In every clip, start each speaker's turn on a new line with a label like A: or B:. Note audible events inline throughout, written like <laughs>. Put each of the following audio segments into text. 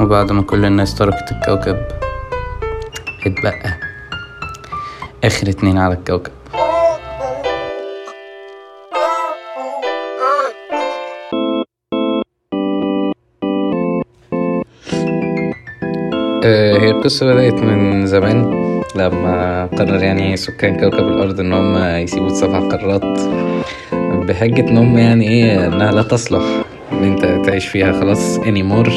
A: بعد ما كل الناس تركت الكوكب اتبقى آخر اتنين على الكوكب آه، هي القصة بدأت من زمان لما قرر يعني سكان كوكب الأرض إن هم يسيبوا سبع قارات بحجة إن هم يعني إيه إنها لا تصلح إن أنت تعيش فيها خلاص anymore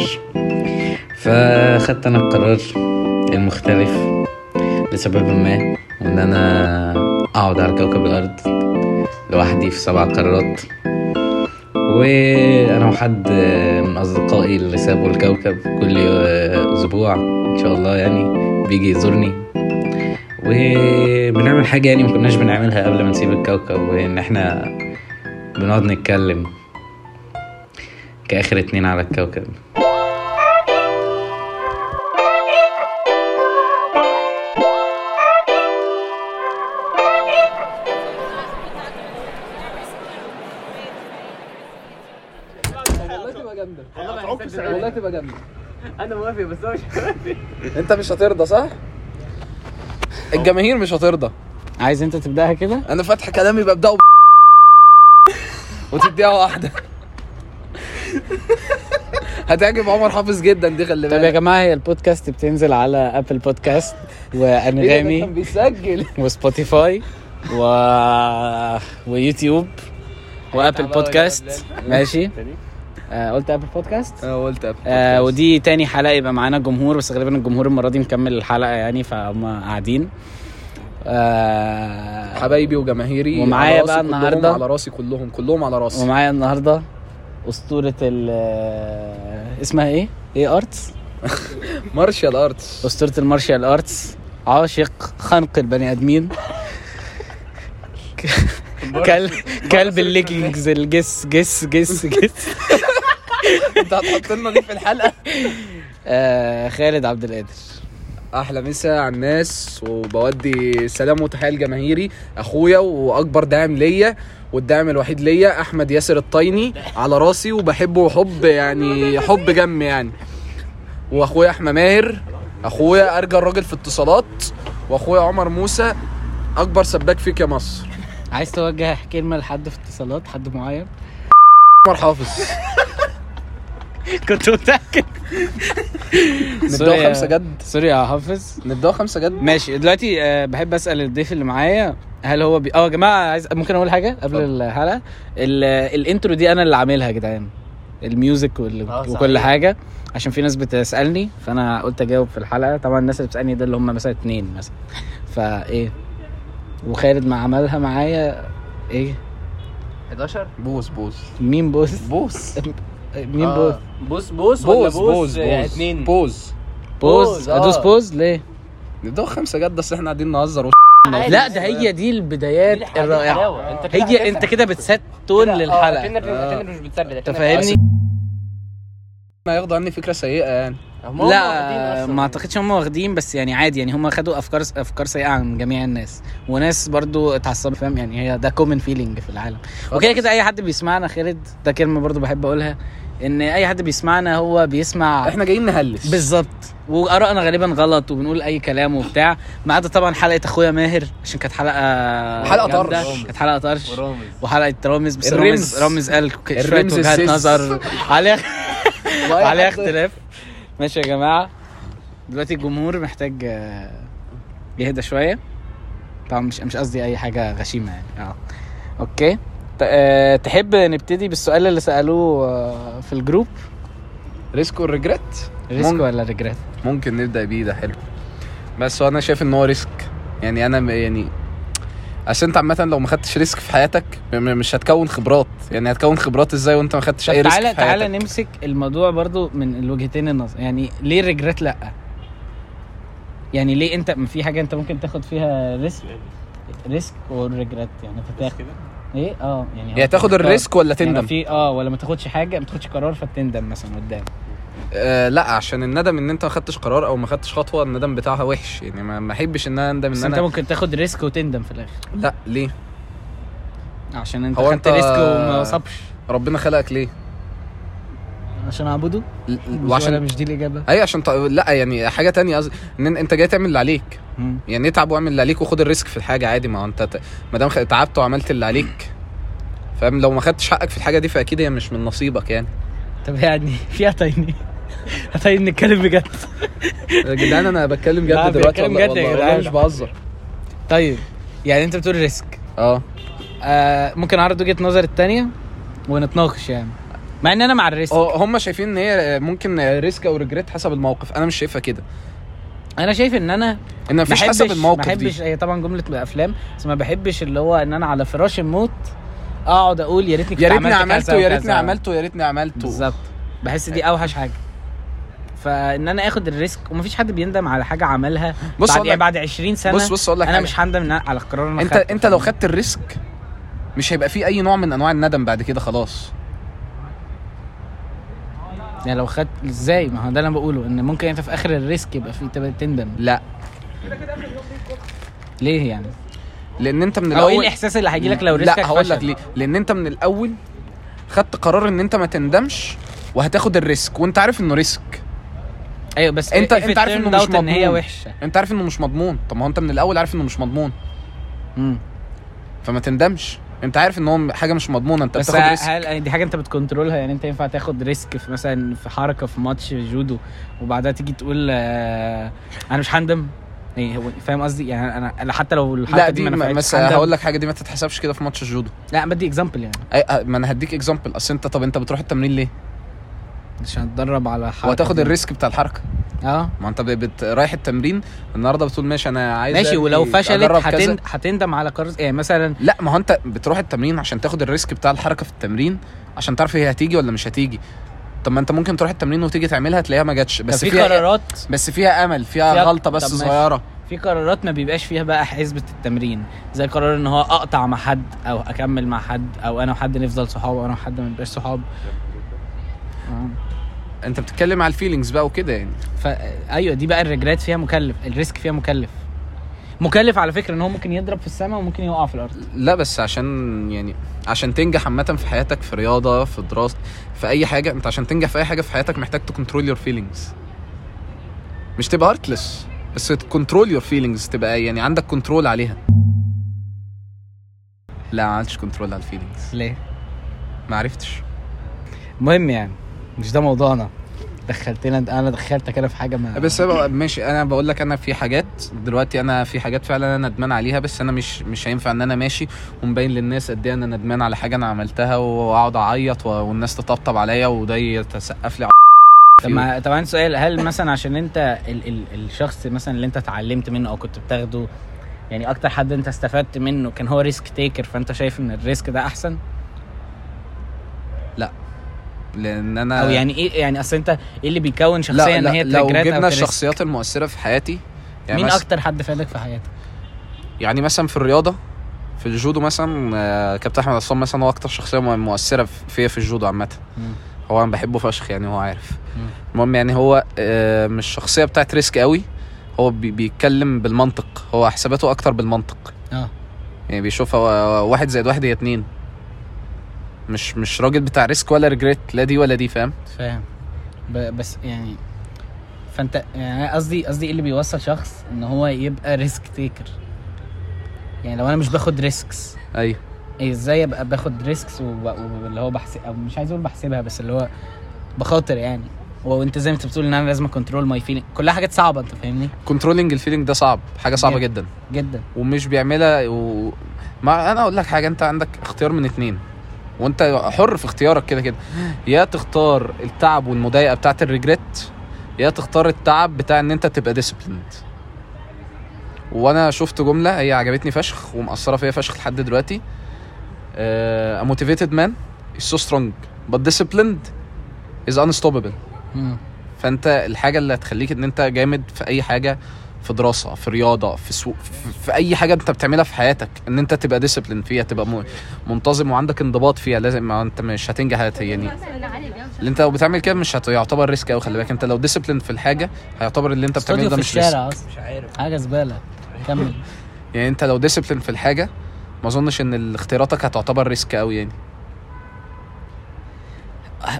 A: فخدت أنا القرار المختلف لسبب ما إن أنا أقعد على كوكب الأرض لوحدي في سبع قارات وانا وحد من اصدقائي اللي سابوا الكوكب كل اسبوع ان شاء الله يعني بيجي يزورني وبنعمل حاجه يعني ما كناش بنعملها قبل ما نسيب الكوكب وان احنا بنقعد نتكلم كاخر اتنين على الكوكب
B: والله تبقى جامده والله تبقى جامده
C: انا موافق بس هو مش
B: انت مش هترضى صح الجماهير مش هترضى
C: عايز انت تبداها كده
B: انا فاتح كلامي ببداه وتديها واحده هتعجب عمر حافظ جدا دي خلي
C: طب يا
B: بالك
C: جماعه هي البودكاست بتنزل على ابل بودكاست
B: إيه ده، ده <laughs> كان
C: وانغامي <laughs>
B: بيسجل
C: وسبوتيفاي و... ويوتيوب وابل بودكاست ماشي آه قلت ابل بودكاست
B: اه قلت قبل.
C: آه ودي تاني حلقه يبقى معانا جمهور بس غالبا الجمهور المره دي مكمل الحلقه يعني فهم قاعدين آه
B: حبايبي وجماهيري
C: ومعايا
B: على راسي
C: بقى
B: كلهم،
C: النهاردة.
B: على راسي كلهم كلهم على راسي
C: ومعايا النهارده اسطوره ال آه، اسمها ايه؟ ايه ارتس؟
B: مارشال
C: <laughs>
B: ارتس
C: اسطوره المارشال ارتس عاشق خنق البني ادمين كلب كلب الليجنجز الجس جس جس جس <laughs>
B: انت هتحط لنا دي في الحلقه
C: آه خالد عبد القادر
B: احلى مسا على الناس وبودي سلام وتحيه لجماهيري اخويا واكبر داعم ليا والداعم الوحيد ليا احمد ياسر الطيني على راسي وبحبه حب يعني حب جم يعني واخويا احمد ماهر اخويا ارجى الراجل في اتصالات واخويا عمر موسى اكبر سباك فيك يا مصر
C: عايز توجه كلمه لحد في اتصالات حد معين <laughs>
B: عمر
D: <laughs>
B: حافظ
C: كنت متاكد
B: نبدأ خمسه جد
C: سوري يا حافظ
B: نبدأ خمسه جد
C: ماشي دلوقتي آه، بحب اسال الضيف اللي معايا هل هو بي... اه يا جماعه عايز ممكن اقول حاجه قبل
B: اتفضل.
C: الحلقه ال... الانترو دي انا اللي عاملها يا جدعان الميوزك وال...
D: اه، صحيح.
C: وكل حاجه عشان في ناس بتسالني فانا قلت اجاوب في الحلقه طبعا الناس اللي بتسالني ده اللي هم مثلا اتنين مثلا فايه وخالد ما عملها معايا ايه
D: 11
B: بوس بوس
C: مين بوس
B: بوس
C: مين آه. بوس
D: بوس بوس ولا
B: بوس
D: بوس بوس
B: بوس
D: يعني
B: بوس
D: اتنين
B: بوس
C: بوز
D: بوز، آه.
C: ادوس بوز ليه
B: نبدأ خمسه جد اصل احنا قاعدين نهزر
D: عادي.
C: لا ده هي دي البدايات
D: دي الح- دي
C: الرائعه
D: الحلاوة. انت كده
C: هي انت كده بتسات تون للحلقه
B: آه.
D: انت مش بتثبت
C: انت فاهمني
B: ما ياخدوا عني فكره سيئه يعني
C: لا ما اعتقدش هم واخدين بس يعني عادي يعني هم خدوا افكار افكار سيئه عن جميع الناس وناس برضو اتعصبت فاهم يعني هي ده كومن فيلينج في العالم وكده كده اي حد بيسمعنا خالد ده كلمه برضو بحب اقولها ان اي حد بيسمعنا هو بيسمع
B: احنا جايين نهلس
C: بالظبط وارائنا غالبا غلط وبنقول اي كلام وبتاع ما عدا طبعا حلقه اخويا ماهر عشان كانت حلقه
B: حلقة
C: جامدة.
B: طرش.
C: كانت حلقه طرش
D: ورامز
C: وحلقه رامز بس
B: الرمز.
C: رامز رامز قال شويه
B: الرمز
C: وجهات
B: السيس.
C: نظر عليها
B: <laughs> والله
C: عليها
B: حد-
C: اختلاف ماشي يا جماعه دلوقتي الجمهور محتاج آه، يهدى شويه طبعا مش مش قصدي اي حاجه غشيمه يعني اه اوكي ت- آه، تحب نبتدي بالسؤال اللي سالوه آه، في الجروب
B: ريسك والريجريت
C: ريسك
B: ممكن.
C: ولا ريجريت
B: ممكن نبدا بيه ده حلو بس هو انا شايف ان هو ريسك يعني انا م- يعني عشان انت عامه لو ما خدتش ريسك في حياتك م- م- مش هتكون خبرات يعني هتكون خبرات ازاي وانت ما خدتش اي
C: طب
B: ريسك
C: تعالى
B: في حياتك
C: تعالى نمسك الموضوع برضو من الوجهتين النظر يعني ليه ريجريت لا يعني ليه انت ما في حاجه انت ممكن تاخد فيها ريسك ريسك والريجريت يعني انت تاخد ايه اه يعني
B: يعني تاخد
C: تختار.
B: الريسك ولا
C: يعني
B: تندم
C: في اه ولا ما تاخدش حاجه ما تاخدش قرار فتندم مثلا قدام
B: آه لا عشان الندم ان انت ما خدتش قرار او ما خدتش خطوه الندم بتاعها وحش يعني ما ما احبش ان انا اندم
C: بس
B: ان
C: انت
B: انا
C: ممكن تاخد ريسك وتندم في الاخر
B: لا ليه
C: عشان انت
B: هو
C: خدت
B: انت-
C: آه، ريسك وما صبش
B: ربنا خلقك ليه
C: عشان اعبده ولا
B: وعشان
C: مش دي الاجابه
B: اي أيوة، عشان ط... لا يعني حاجه تانية قصدي ان انت جاي تعمل اللي عليك
C: مم.
B: يعني اتعب واعمل اللي عليك وخد الريسك في الحاجه عادي ما هو انت ت- ما دام خ- اتعبت وعملت اللي عليك فاهم لو ما خدتش حقك في الحاجه دي فاكيد هي مش من نصيبك يعني
C: طب يعني <laughs> فيها تايني هتايني نتكلم بجد
B: يا جدعان انا بتكلم
C: لا،
B: جد دلوقتي
C: بتكلم
B: والله
C: جد يا
B: والله- والله
C: جدعان.
B: مش بهزر
C: طيب يعني انت بتقول ريسك
B: اه
C: آه ممكن اعرض وجهه نظر التانية ونتناقش يعني مع ان انا مع الريسك
B: اه هم شايفين ان هي ممكن ريسك او ريجريت حسب الموقف انا مش شايفها كده
C: انا شايف ان انا
B: ان مفيش
C: بحبش
B: حسب الموقف
C: بحبش
B: دي
C: هي طبعا جمله من الافلام بس ما بحبش اللي هو ان انا على فراش الموت اقعد اقول يا ريتني كنت
B: يا ريتني
C: عملت كذا
B: عملته يا ريتني
C: وكذا.
B: عملته يا ريتني عملته
C: بالظبط بحس دي اوحش حاجه فان انا اخد الريسك ومفيش حد بيندم على حاجه عملها
B: بص
C: بعد
B: أقول
C: يعني
B: لك-
C: بعد 20 سنه
B: بص بص اقول لك
C: انا
B: حاجة.
C: مش هندم إن أنا على القرار اللي انا
B: انت
C: خدته.
B: انت لو خدت الريسك مش هيبقى فيه اي نوع من انواع الندم بعد كده خلاص
C: يعني لو خدت ازاي ما هو ده اللي انا بقوله ان ممكن انت في اخر الريسك يبقى في تبقى تندم
B: لا
C: ليه يعني
B: لان انت من
C: او ايه
B: الاول
C: الاحساس اللي هيجي لك لو ريسكك
B: لا هقول لك
C: فشل؟
B: ليه لان انت من الاول خدت قرار ان انت ما تندمش وهتاخد الريسك وانت عارف انه ريسك
C: ايوه بس
B: انت-
C: if
B: انت
C: it
B: عارف إنه
C: turned
B: مش
C: out ان هي
B: مضمون.
C: وحشه
B: انت عارف انه مش مضمون طب ما هو انت من الاول عارف انه مش مضمون
C: مم.
B: فما تندمش انت عارف ان هو حاجه مش مضمونه انت
C: بس
B: بتاخد ريسك
C: هل هل دي حاجه انت بتكنترولها يعني انت ينفع تاخد ريسك في مثلا في حركه في ماتش جودو وبعدها تيجي تقول آه انا مش هندم ايه هو فاهم قصدي يعني انا أنا حتى لو الحركه
B: لا دي
C: ما نفعتش
B: بس
C: هندم.
B: هقول لك حاجه دي ما تتحسبش كده في ماتش الجودو
C: لا بدي اكزامبل يعني
B: أي- أه، ما انا هديك اكزامبل اصل انت طب انت بتروح التمرين ليه
C: عشان اتدرب على حركه
B: وهتاخد
C: دي.
B: الريسك بتاع الحركه
C: اه
B: ما انت بت- بت... رايح التمرين النهارده بتقول ماشي انا عايز
C: ماشي
B: أبني-
C: ولو فشلت
B: أجرب إيه، كذا.
C: هتند... هتندم على قرار يعني مثلا
B: لا ما هو انت بتروح التمرين عشان تاخد الريسك بتاع الحركه في التمرين عشان تعرف هي هتيجي ولا مش هتيجي طب ما انت ممكن تروح التمرين وتيجي تعملها تلاقيها ما جاتش
C: بس
B: بس
C: في
B: فيها إيه؟
C: قرارات
B: بس فيها امل فيها,
C: فيها-
B: غلطه بس
C: طب ماشي.
B: صغيره
C: في قرارات ما بيبقاش فيها بقى حسبة التمرين زي قرار ان هو اقطع مع حد او اكمل مع حد او انا وحد نفضل صحاب او انا وحد ما نبقاش صحاب آه.
B: انت بتتكلم على الفيلينجز بقى وكده يعني
C: فا ايوه دي بقى الريجريت فيها مكلف الريسك فيها مكلف مكلف على فكره ان هو ممكن يضرب في السماء وممكن يقع في الارض
B: لا بس عشان يعني عشان تنجح عامه في حياتك في رياضه في دراسه في اي حاجه انت عشان تنجح في اي حاجه في حياتك محتاج تكنترول يور فيلينجز مش تبقى هارتلس بس تكنترول يور فيلينجز تبقى يعني عندك كنترول عليها لا ما عملتش كنترول على الفيلينجز
C: ليه
B: ما عرفتش
C: المهم يعني مش ده موضوعنا دخلتنا انا دخلتك انا في حاجه ما
B: بس أنا بقى- ماشي انا بقول لك انا في حاجات دلوقتي انا في حاجات فعلا انا ندمان عليها بس انا مش مش هينفع ان انا ماشي ومبين للناس قد ايه انا ندمان على حاجه انا عملتها واقعد اعيط و- والناس تطبطب عليا وده يتسقف لي
C: طب ما طب عندي سؤال هل مثلا عشان انت ال ال الشخص مثلا اللي انت اتعلمت منه او كنت بتاخده يعني اكتر حد انت استفدت منه كان هو ريسك تيكر فانت شايف ان الريسك ده احسن
B: لان انا
C: او يعني ايه يعني اصل انت ايه اللي بيكون
B: آه. لا,
C: شخصيه ان
B: لا
C: هي
B: لو
C: تريجرات او
B: جبنا
C: تريسك؟
B: الشخصيات المؤثره في حياتي يعني
C: مين
B: مس-
C: اكتر حد فادك في حياتك
B: يعني مثلا في الرياضه في الجودو مثلا آه، كابتن احمد عصام مثلا هو اكتر شخصيه مؤ- مؤثره في- فيا في الجودو عامه
C: مم.
B: هو انا بحبه فشخ يعني هو عارف
C: مم.
B: المهم يعني هو آه، مش شخصيه بتاعت ريسك قوي هو بي- بيتكلم بالمنطق هو حساباته اكتر بالمنطق
C: اه
B: يعني بيشوفها و- واحد زائد واحد هي اتنين مش مش راجل بتاع ريسك ولا ريجريت لا دي ولا دي فاهم
C: فاهم ب- بس يعني فانت يعني أنا قصدي قصدي ايه اللي بيوصل شخص ان هو يبقى ريسك تيكر يعني لو انا مش باخد ريسكس
B: ايوه
C: إيه ازاي ابقى باخد ريسكس واللي هو بحسب او مش عايز اقول بحسبها بس اللي هو بخاطر يعني وانت زي ما انت بتقول ان انا لازم كنترول ماي فيلينج كلها حاجات صعبه انت فاهمني
B: كنترولينج الفيلينج ده صعب حاجه صعبه
C: Yeah.
B: جدا
C: جدا
B: ومش بيعملها و... ما انا اقول لك حاجه انت عندك اختيار من اتنين وانت حر في اختيارك كده كده يا تختار التعب والمضايقه بتاعت الريجريت يا تختار التعب بتاع ان انت تبقى ديسبليند وانا شفت جمله هي عجبتني فشخ ومأثره فيا فشخ لحد دلوقتي آه، a motivated man is so strong but disciplined is unstoppable
C: مم.
B: فانت الحاجه اللي هتخليك ان انت جامد في اي حاجه في دراسه في رياضه في سوق في- في اي حاجه انت بتعملها في حياتك ان انت تبقى ديسيبلين فيها تبقى م- منتظم وعندك انضباط فيها لازم ما انت مش هتنجح هت- يعني اللي انت لو بتعمل كده مش هتعتبر ريسك قوي خلي بالك انت لو ديسيبلين في الحاجه هيعتبر اللي انت بتعمله
C: استوديو
B: ده
C: في
B: مش ريسك
C: الشارع اصلا مش عارف حاجه زباله <laughs> كمل
B: يعني انت لو ديسيبلين في الحاجه ما اظنش ان ال- اختياراتك هتعتبر ريسك قوي يعني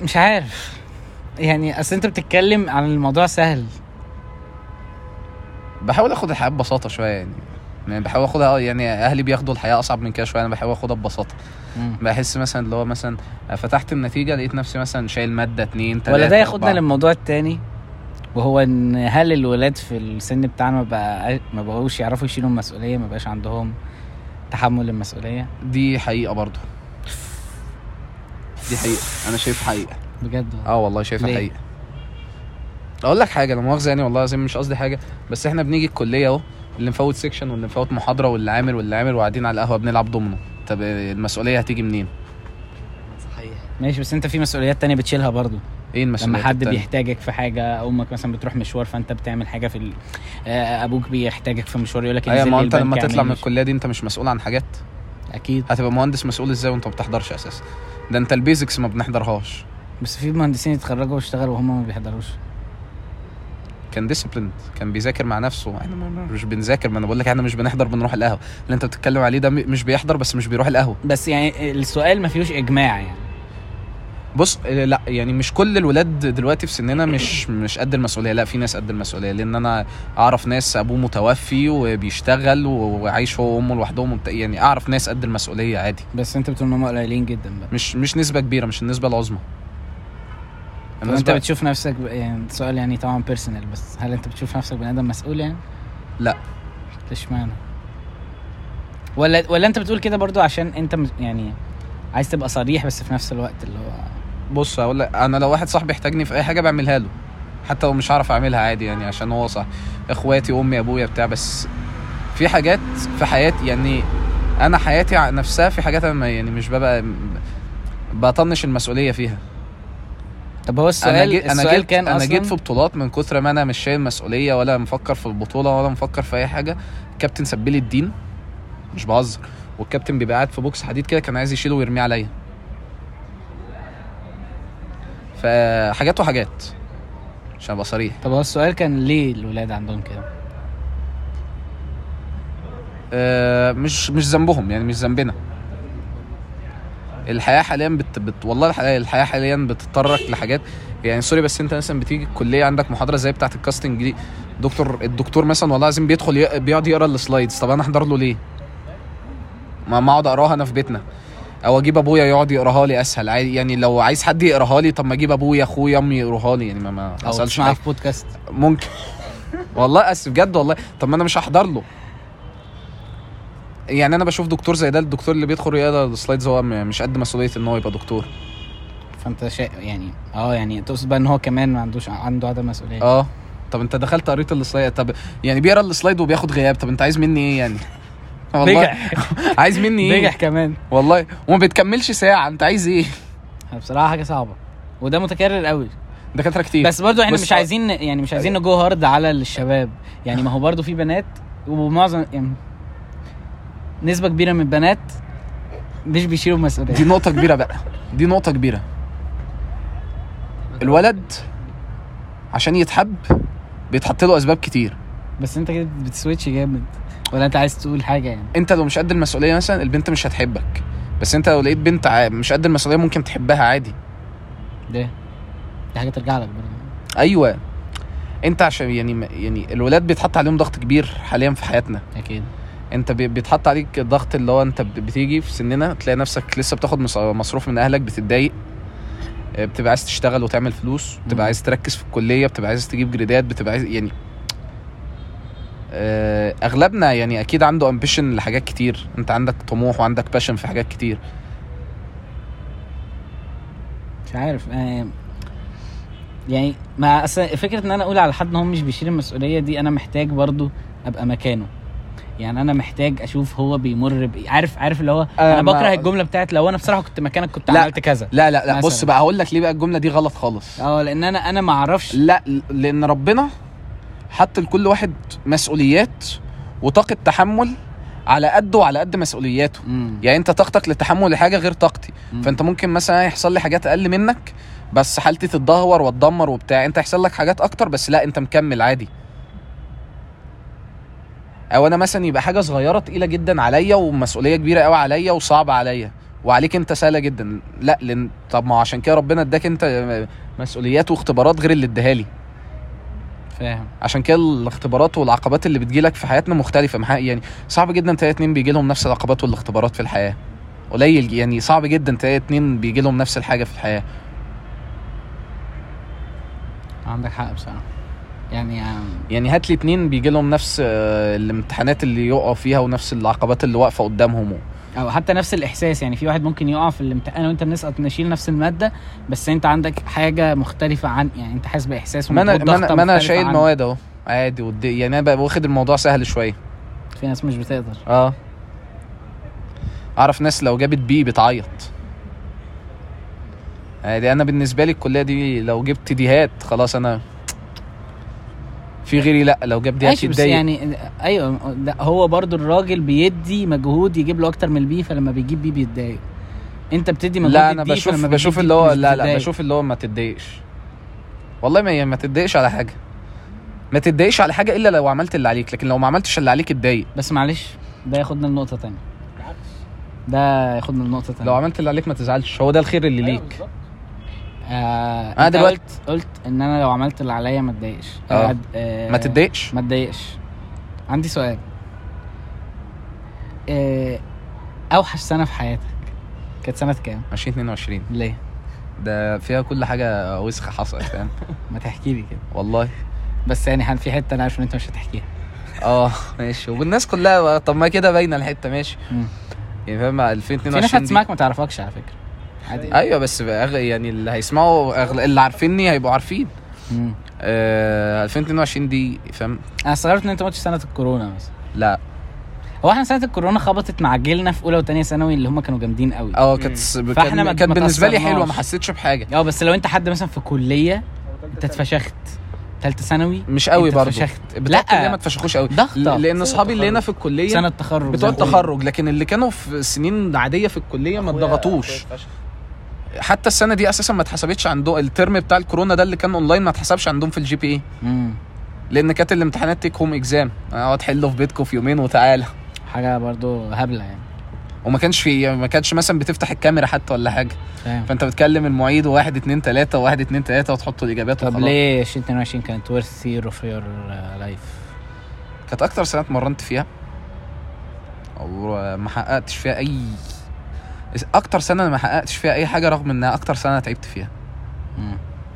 C: مش عارف يعني اصل انت بتتكلم عن الموضوع سهل
B: بحاول اخد الحياه ببساطه شويه يعني يعني بحاول اخدها يعني اهلي بياخدوا الحياه اصعب من كده شويه انا بحاول اخدها ببساطه
C: مم.
B: بحس مثلا اللي هو مثلا فتحت النتيجه لقيت نفسي مثلا شايل ماده اتنين تلاته
C: ولا ده ياخدنا
B: أربعة.
C: للموضوع التاني وهو ان هل الولاد في السن بتاعنا ما بقى ما بقوش يعرفوا يشيلوا المسؤوليه ما بقاش عندهم تحمل المسؤوليه
B: دي حقيقه برضو دي حقيقه انا شايف حقيقه
C: بجد والله.
B: اه والله شايفها
C: ليه؟
B: حقيقه اقول لك حاجه لا مؤاخذه يعني والله العظيم مش قصدي حاجه بس احنا بنيجي الكليه اهو اللي مفوت سيكشن واللي مفوت محاضره واللي عامل واللي عامل وقاعدين على القهوه بنلعب دومينو طب المسؤوليه هتيجي منين
E: صحيح
C: ماشي بس انت في مسؤوليات تانية بتشيلها برضو
B: ايه المسؤوليه
C: لما حد بيحتاجك في حاجه امك مثلا بتروح مشوار فانت بتعمل حاجه في ال... آه، ابوك بيحتاجك في مشوار يقول لك
B: ايوه ما هو انت لما تطلع من الكليه دي انت مش مسؤول عن حاجات
C: اكيد
B: هتبقى مهندس مسؤول ازاي وانت ما بتحضرش اساسا ده انت البيزكس ما بنحضرهاش
C: بس في مهندسين يتخرجوا ويشتغلوا وهم ما بيحضروش
B: كان ديسيبليند كان بيذاكر مع نفسه احنا مش بنذاكر ما انا بقول لك احنا مش بنحضر بنروح القهوه اللي انت بتتكلم عليه ده م- مش بيحضر بس مش بيروح القهوه
C: بس يعني السؤال ما فيهوش اجماع يعني
B: بص آه، لا يعني مش كل الولاد دلوقتي في سننا مش مش قد المسؤوليه لا في ناس قد المسؤوليه لان انا اعرف ناس ابوه متوفي وبيشتغل و- وعايش هو وامه لوحدهم وبت- يعني اعرف ناس قد المسؤوليه عادي
C: بس انت بتقول ان هم قليلين جدا بقى
B: مش مش نسبه كبيره مش النسبه العظمى
C: طب انت بتشوف نفسك ب- يعني سؤال يعني طبعا بيرسونال بس هل انت بتشوف نفسك بني ادم مسؤول يعني؟
B: لا.
C: اشمعنى؟ ولا ولا انت بتقول كده برضو عشان انت م- يعني عايز تبقى صريح بس في نفس الوقت اللي هو
B: بص هقول لك انا لو واحد صاحبي احتاجني في اي حاجه بعملها له حتى لو مش هعرف اعملها عادي يعني عشان هو صح اخواتي امي ابويا بتاع بس في حاجات في حياتي يعني انا حياتي ع- نفسها في حاجات انا ما- يعني مش ببقى بطنش المسؤوليه فيها
C: طب هو السؤال
B: انا جيت انا
C: السؤال
B: جيت
C: كان
B: انا
C: اصلا
B: جيت في بطولات من كتر ما انا مش شايل مسؤوليه ولا مفكر في البطوله ولا مفكر في اي حاجه كابتن سبلي الدين مش بهزر والكابتن بيبقى قاعد في بوكس حديد كده كان عايز يشيله ويرميه عليا فحاجات وحاجات عشان ابقى صريح
C: طب هو السؤال كان ليه الولاد عندهم كده؟
B: آه، مش مش ذنبهم يعني مش ذنبنا الحياه حاليا بت... بت... والله الحياه الحياه حاليا بتضطرك لحاجات يعني سوري بس انت مثلا بتيجي الكليه عندك محاضره زي بتاعه الكاستنج دي دكتور الدكتور مثلا والله العظيم بيدخل ي... بيقعد يقرا السلايدز طب انا احضر له ليه؟ ما ما اقعد اقراها انا في بيتنا او اجيب ابويا يقعد يقراها لي اسهل عادي يعني لو عايز حد يقراها لي طب ما اجيب ابويا اخويا امي يقروها لي يعني ما ما
C: او
B: حصلش
C: تسمعها في بودكاست
B: ممكن والله اسف بجد والله طب ما انا مش هحضر له يعني انا بشوف دكتور زي ده الدكتور اللي بيدخل يقرا السلايدز هو م- مش قد مسؤوليه ان هو يبقى دكتور
C: فانت شيء يعني اه يعني تقصد بقى ان هو كمان ما عندوش عنده عدم مسؤوليه
B: اه طب انت دخلت قريت السلايد طب يعني بيقرا السلايد وبياخد غياب طب انت عايز مني ايه يعني <laughs> والله
C: نجح
B: <laughs> عايز مني
C: نجح
B: ايه
C: كمان
B: والله وما بتكملش ساعه انت عايز ايه
C: بصراحه حاجه صعبه وده متكرر قوي
B: دكاتره كتير
C: بس برضو احنا
B: بص- آه. أيوه.
C: مش عايزين يعني مش عايزين نجو هارد على الشباب يعني ما هو برضو في بنات ومعظم يعني نسبه كبيره من البنات مش بيشيلوا
B: دي <laughs>
C: مسؤوليه
B: نقطه كبيره بقى دي نقطه كبيره الولد عشان يتحب بيتحط له اسباب كتير
C: بس انت كده بتسويتش جامد ولا انت عايز تقول حاجه يعني
B: انت لو مش قد المسؤوليه مثلا البنت مش هتحبك بس انت لو لقيت بنت ع- مش قد المسؤوليه ممكن تحبها عادي
C: ده دي حاجه ترجع لك برضو
B: ايوه انت عشان يعني م- يعني الولاد بيتحط عليهم ضغط كبير حاليا في حياتنا
C: اكيد
B: انت بي- بيتحط عليك الضغط اللي هو انت ب- بتيجي في سننا تلاقي نفسك لسه بتاخد مص- مصروف من اهلك بتتضايق اه، بتبقى عايز تشتغل وتعمل فلوس بتبقى
C: مم.
B: عايز تركز في الكليه بتبقى عايز تجيب جريدات بتبقى عايز يعني اه، اغلبنا يعني اكيد عنده امبيشن لحاجات كتير انت عندك طموح وعندك باشن في حاجات كتير
C: مش عارف آه، يعني ما اصل فكره ان انا اقول على حد ان هو مش بيشيل المسؤوليه دي انا محتاج برضو ابقى مكانه يعني انا محتاج اشوف هو بيمر بايه عارف عارف اللي هو
B: آه،
C: انا
B: ما-
C: بكره الجمله بتاعت لو انا بصراحه كنت مكانك كنت
B: لا.
C: عملت كذا
B: لا لا لا بص
C: مثلاً.
B: بقى هقول لك ليه بقى الجمله دي غلط خالص
C: اه لان انا انا ما اعرفش
B: لا لان ربنا حط لكل واحد مسؤوليات وطاقه تحمل على قده وعلى قد مسؤولياته
C: مم.
B: يعني انت طاقتك للتحمل لحاجه غير طاقتي
C: مم.
B: فانت ممكن مثلا يحصل لي حاجات اقل منك بس حالتي تتدهور وتدمر وبتاع انت يحصل لك حاجات اكتر بس لا انت مكمل عادي او انا مثلا يبقى حاجه صغيره تقيله جدا عليا ومسؤوليه كبيره قوي عليا وصعبه عليا وعليك انت سهله جدا لا لان طب ما هو عشان كده ربنا اداك انت مسؤوليات واختبارات غير اللي اداها لي
C: فاهم
B: عشان كده الاختبارات والعقبات اللي بتجيلك في حياتنا مختلفه مح- يعني صعب جدا تلاقي اتنين بيجي لهم نفس العقبات والاختبارات في الحياه قليل ج- يعني صعب جدا تلاقي اتنين بيجي لهم نفس الحاجه في الحياه
C: عندك حق بصراحه يعني آم،
B: يعني هات لي اتنين بيجي لهم نفس آه، الامتحانات اللي يقعوا فيها ونفس العقبات اللي واقفه قدامهم
C: او حتى نفس الاحساس يعني في واحد ممكن يقع في الامتحان وانت بنسقط نشيل نفس الماده بس انت عندك حاجه مختلفه عن يعني انت حاسس باحساس
B: ما انا ما
C: والضغطة
B: انا, ما أنا
C: مختلفة
B: شايل
C: عنك.
B: مواد اهو عادي ودي يعني انا بقى واخد الموضوع سهل شويه
C: في ناس مش بتقدر
B: اه اعرف ناس لو جابت بي بتعيط عادي انا بالنسبه لي الكليه دي لو جبت دي هات خلاص انا في غيري لا لو جاب دي هات
C: ماشي بس
B: يتضايق يعني
C: يعني ايوه لا هو برضو الراجل بيدي مجهود يجيب له اكتر من البي فلما بيجيب بي بيتضايق انت بتدي مجهود
B: لا انا
C: للبي،
B: بشوف
C: فلما
B: بشوف
C: بتدي
B: اللي هو
C: مش
B: لا لا
C: بتتضايق.
B: بشوف اللي هو ما تتضايقش والله ما ما تتضايقش على حاجه ما تتضايقش على حاجه الا لو عملت اللي عليك لكن لو ما عملتش اللي عليك اتضايق
C: بس معلش ده ياخدنا لنقطه تانية ده ياخدنا لنقطه تانية
B: لو عملت اللي عليك ما تزعلش هو ده الخير اللي ليك
C: آه
B: أنا
C: أنت
B: دلوقتي-
C: قلت قلت ان انا لو عملت اللي عليا ما اتضايقش
B: آه.
C: أد- آه
B: ما تتضايقش
C: ما اتضايقش عندي سؤال آه اوحش سنه في حياتك كانت سنه كام
B: 2022
C: ليه
B: ده فيها كل حاجه وسخه حصلت فاهم
C: ما تحكي لي كده
B: والله
C: بس يعني هل في حته انا عارف ان انت مش هتحكيها
B: اه ماشي والناس كلها بقى- طب ما كده باينه الحته ماشي
C: مم.
B: يعني فاهم
C: في ناس
B: 2022 دي
C: هتسمعك ما تعرفكش على فكره عادي
B: ايوه بس بقى أغ... يعني اللي هيسمعوا أغل... اللي عارفيني هيبقوا عارفين
C: مم.
B: آه... 2022 دي فاهم
C: انا استغربت ان انت ما قلتش سنه الكورونا بس
B: لا
C: هو احنا سنه الكورونا خبطت مع جيلنا في اولى وثانيه ثانوي اللي هم كانوا جامدين قوي
B: اه كانت س-
C: فإحنا ما-
B: كان... كانت
C: ما
B: بالنسبه لي حلوه ما
C: تأثرناش.
B: حسيتش بحاجه
C: اه بس لو انت حد مثلا في كليه انت اتفشخت ثالثه ثانوي
B: مش قوي
C: أنت
B: برضه
C: اتفشخت.
B: بتوع
C: لأ.
B: الكليه ما اتفشخوش قوي
C: ضغطة.
B: ل- لان اصحابي اللي هنا في الكليه
C: سنه التخرج
B: بتوع
C: زي ما بيقولوا.
B: التخرج لكن اللي كانوا في سنين عاديه في الكليه ما اتضغطوش حتى السنه دي اساسا ما اتحسبتش عندهم الترم بتاع الكورونا ده اللي كان اونلاين ما اتحسبش عندهم في الجي بي اي
C: مم.
B: لان كانت الامتحانات تيك هوم اكزام اقعد حله في بيتكم في يومين وتعالى
C: حاجه برضو هبله يعني
B: وما كانش في يعني ما كانش مثلا بتفتح الكاميرا حتى ولا حاجه
C: فاهم
B: فانت بتكلم المعيد وواحد اتنين تلاته وواحد اتنين تلاته وتحط الاجابات
C: طب
B: وخلاص
C: ليه 2022 كانت ورث ثير اوف يور لايف
B: كانت اكتر سنه اتمرنت فيها او ما حققتش فيها اي اكتر سنه أنا ما حققتش فيها اي حاجه رغم انها اكتر سنه أنا تعبت فيها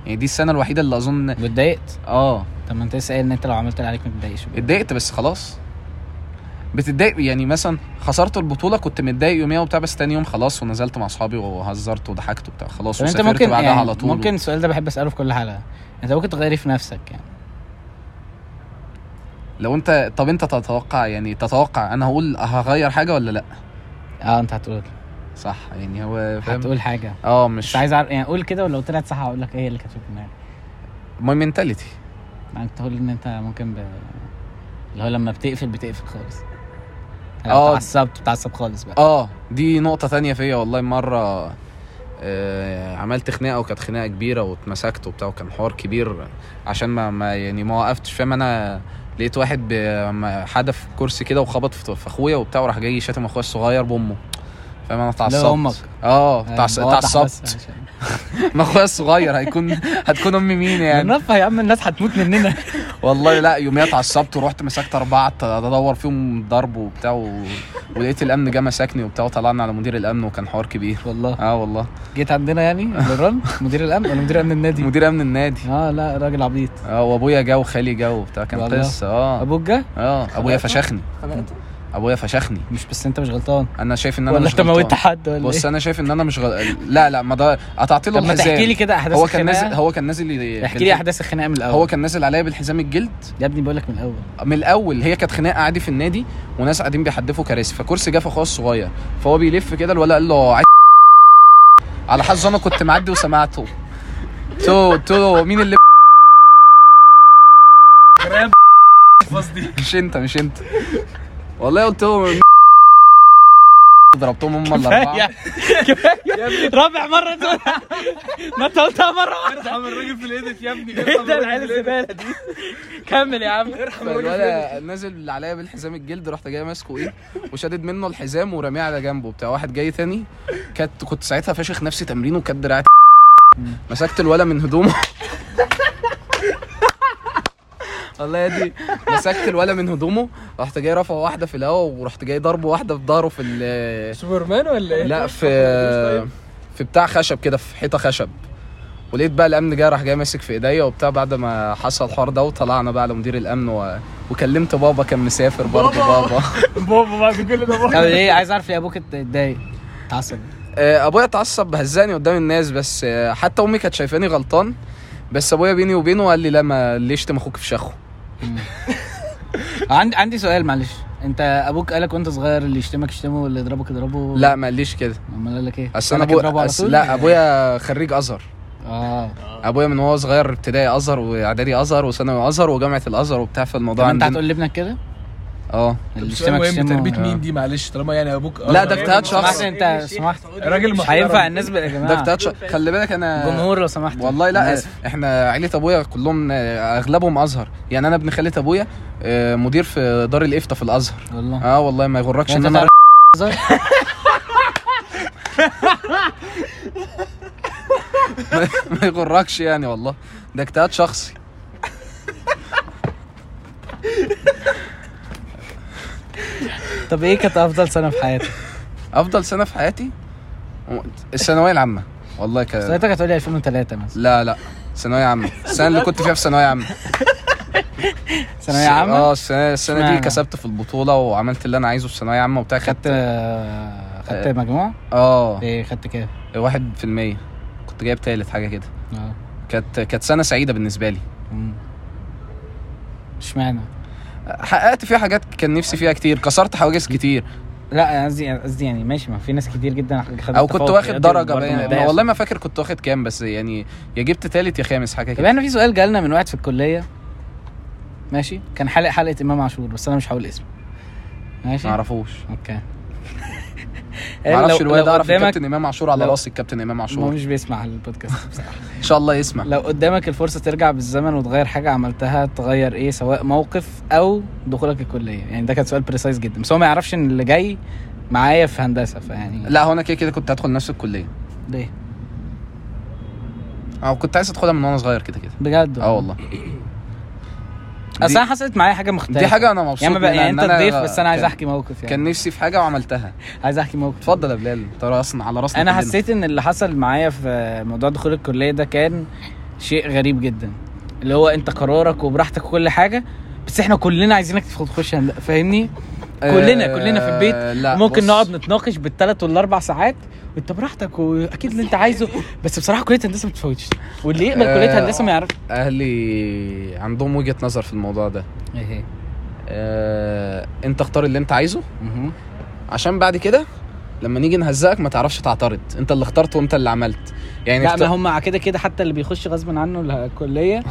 B: يعني دي السنه الوحيده اللي اظن
C: واتضايقت
B: اه
C: طب ما انت لسه قايل ان انت لو عملت اللي عليك ما تتضايقش
B: اتضايقت بس خلاص بتتضايق يعني مثلا خسرت البطوله كنت متضايق يوميها وبتاع بس تاني يوم خلاص ونزلت مع اصحابي وهزرت وضحكت وبتاع خلاص
C: طب انت
B: وسافرت
C: ممكن
B: بعدها
C: يعني
B: على طول
C: ممكن السؤال ده بحب اساله في كل حلقه انت ممكن تغيري في نفسك يعني
B: لو انت طب انت تتوقع يعني تتوقع انا هقول هغير حاجه ولا لا
C: اه انت هتقول
B: صح يعني هو فاهم
C: هتقول حاجه
B: اه
C: مش
B: مش
C: عايز اعرف يعني قول كده ولو طلعت صح هقول لك ايه اللي كانت في دماغك
B: ماي منتاليتي
C: يعني تقول ان انت ممكن ب... اللي هو لما بتقفل بتقفل خالص
B: اه.
C: اه اتعصبت بتعصب خالص بقى
B: اه دي نقطة تانية فيا والله مرة آه عملت خناقة وكانت خناقة كبيرة واتمسكت وبتاع وكان حوار كبير عشان ما, ما يعني ما وقفتش فاهم انا لقيت واحد ب- ما- حدف كرسي كده وخبط في في اخويا وبتاع وراح جاي شاتم اخويا الصغير بامه فاهم انا اتعصبت
C: أمك.
B: اه
C: يعني
B: اتعص-
C: بوضح بس
B: اتعصبت
C: عشان-
B: <laughs> ما اخويا الصغير هيكون هتكون امي مين يعني
C: نرفه يا عم الناس هتموت مننا
B: والله لا يوميها اتعصبت ورحت مسكت اربعه ت- ادور فيهم ضرب وبتاع و... ولقيت الامن جه مسكني وبتاع وطلعنا على مدير الامن وكان حوار كبير
C: والله
B: اه <laughs> والله
C: جيت عندنا يعني للرن مدير الامن ولا مدير امن النادي
B: مدير امن النادي
C: اه لا راجل عبيط
B: اه وابويا جه وخالي جه وبتاع كان
C: والله.
B: قصه اه
C: ابوك جه
B: اه ابويا فشخني ابويا فشخني
C: مش بس انت مش غلطان
B: انا شايف ان انا
C: ولا
B: مش
C: انت موتت
B: غلطان
C: حد ولا
B: بص
C: ايه
B: انا شايف ان انا مش غل... لا لا ما ده قطعت له
C: طب ما تحكي لي
B: الحزام
C: كده احداث
B: هو كان
C: الخناقة.
B: نازل هو كان نازل ي-
C: احكي لي احداث الخناقه من الاول
B: هو كان نازل عليا بالحزام الجلد
C: يا ابني بقول لك من
B: <laughs>
C: الاول
B: من الاول هي كانت خناقه عادي في النادي وناس قاعدين بيحدفوا كراسي فكرسي جه في اخويا الصغير فهو بيلف كده الولد قال له عايز <laughs> على حظ انا كنت معدي وسمعته تو تو مين اللي مش انت مش انت
F: والله قلت له
B: <laughs> ضربتهم هم
C: <laughs>
B: الاربعه
C: رابع مره تقول <laughs> ما انت قلتها مره واحده
D: ارحم الراجل في الايديت يا
C: <laughs>
D: ابني
C: ايه ده العيال الزباله دي كمل يا عم
D: <laughs>
B: فالولا نازل اللي عليا بالحزام الجلد رحت جاي ماسكه ايه وشادد منه الحزام ورميه على جنبه بتاع واحد جاي تاني كانت كنت ساعتها فاشخ نفسي تمرين وكانت دراعي مسكت الولا من هدومه <laughs> والله يا دي مسكت الولا من هدومه رحت جاي رافعه واحده في الهوا ورحت جاي ضربه واحده في ظهره في ال-
D: سوبرمان ولا طيب. ايه؟
B: لا في في بتاع خشب كده في حيطه خشب ولقيت بقى الامن جاي راح جاي ماسك في ايديا وبتاع بعد ما حصل الحوار ده وطلعنا بقى لمدير الامن و... وكلمت بابا كان مسافر برضه بابا <laughs>
D: بابا بعد كل ده <laughs> بابا
C: طب ايه عايز اعرف ليه ابوك اتضايق اتعصب
B: آه، ابويا اتعصب هزاني قدام الناس بس آه، حتى امي كانت شايفاني غلطان بس ابويا بيني وبينه قال لي لا ما ليش تم اخوك في شخو
C: عندي عندي سؤال معلش انت ابوك قالك وانت صغير اللي يشتمك يشتمه واللي يضربك يضربه
B: لا ما قاليش كده
C: امال قال لك ايه؟
B: اصل انا
C: قالك اضربه
B: ابويا
C: على
B: أس-
C: طول؟
B: لا ابويا خريج ازهر
C: اه
B: ابويا من وهو صغير ابتدائي ازهر واعدادي ازهر وثانوي ازهر وجامعه الازهر وبتاع في
C: طب
B: الموضوع
C: انت
B: عندنا
C: هتقول لابنك كده؟
B: اه
C: اللي
D: سؤال
C: يشتمك
D: مهم
C: يشتمه
D: تربيه
C: آه.
D: مين دي معلش طالما يعني ابوك
B: لا، ده
D: أزهر.
B: اجتهاد شخصي.
C: سمحت انت سمحت
D: راجل
C: مش
D: محترم.
C: هينفع الناس بقى يا
B: ده
C: جماعه
B: اجتهاد شخصي. خلي بالك انا
C: جمهور لو سمحت
B: والله لا
C: الناس-
B: احنا عيله ابويا كلهم آه، اغلبهم ازهر يعني انا ابن خالة ابويا آه، مدير في دار الافتاء في الازهر
C: والله
B: اه والله ما يغركش
C: يعني
B: ان انا
C: انت تعرف هزار؟
B: <laughs> ما يغركش يعني والله ده اجتهاد شخصي
C: طب ايه كانت افضل سنه في حياتك؟
B: افضل سنه في حياتي الثانويه العامه والله ك...
C: سنتك هتقول لي 2003 مثلا
B: لا لا ثانويه عامه السنه اللي كنت فيها في ثانويه عامه
C: ثانويه عامه
B: اه السنه, السنة دي
C: اشمعنى؟
B: كسبت في البطوله وعملت اللي انا عايزه في ثانويه عامه وبتاع
C: خدت
B: خدت
C: آه، خدت مجموعه؟
B: اه
C: ايه خدت كده؟
B: 1% كنت جايب تالت حاجه كده
C: اه
B: كانت كانت سنه سعيده بالنسبه لي
C: مم. اشمعنى؟
B: حققت فيها حاجات كان نفسي فيها كتير كسرت حواجز كتير
C: لا أنا قصدي أنا قصدي يعني ماشي ما في ناس كتير جدا خدت
B: او كنت
C: تفوق
B: واخد
C: رياضي
B: درجه
C: وبرضه
B: باين
C: متضايق.
B: أنا والله ما فاكر كنت واخد كام بس يعني يا جبت تالت يا خامس حاجه
C: طب
B: كده
C: احنا في سؤال جالنا من واحد في الكليه ماشي كان حلق حلقه امام عاشور بس انا مش هقول اسمه ماشي
B: ما اعرفوش
C: اوكي
B: ما
C: <laughs>
B: اعرفش الواد ده اعرف
C: إيه، قدامك
B: الكابتن امام عاشور على
C: لو-
B: راسي الكابتن امام
C: هو
B: عاشور
C: مش بيسمع البودكاست بصراحه
B: ان شاء الله يسمع
C: لو قدامك الفرصه ترجع بالزمن وتغير حاجه عملتها تغير ايه سواء موقف او دخولك الكليه يعني ده كان سؤال بريسايز جدا بس هو ما يعرفش ان اللي جاي معايا في هندسه فيعني
B: لا هو انا كده كده كنت هدخل نفس الكليه
C: ليه
B: او كنت عايز ادخلها من وانا صغير كده كده
C: بجد
B: اه والله
C: اصل
B: دي-
C: انا حصلت معايا حاجه مختلفه
B: دي حاجه انا مبسوط
C: يعني, ما بقى
B: منها،
C: يعني
B: إن
C: انت تضيف
B: أنا
C: بس انا عايز
B: كان-
C: احكي موقف يعني
B: كان نفسي في حاجه وعملتها
C: عايز احكي موقف
B: اتفضل يا بلال انت راسنا على راسنا
C: انا
B: كلنا.
C: حسيت ان اللي حصل معايا في موضوع دخول الكليه ده كان شيء غريب جدا اللي هو انت قرارك وبراحتك وكل حاجه بس احنا كلنا عايزينك تدخل تخش هند- فاهمني كلنا- كلنا في البيت
B: آه، لا
C: ممكن
B: بص.
C: نقعد نتناقش بالثلاث والاربع ساعات وانت براحتك
B: <laughs>
C: واكيد اللي انت عايزه بس بصراحه كليه هندسه ما بتفوتش واللي يقبل كليه
B: آه.
C: هندسه ما يعرف
B: اهلي عندهم وجهه نظر في الموضوع ده
C: ايه
B: آه، انت اختار اللي انت عايزه عشان بعد كده لما نيجي نهزقك ما تعرفش تعترض انت اللي اخترت وانت اللي عملت يعني
C: لا
B: اخت...
C: ما هم كده كده حتى اللي بيخش غصب عنه الكليه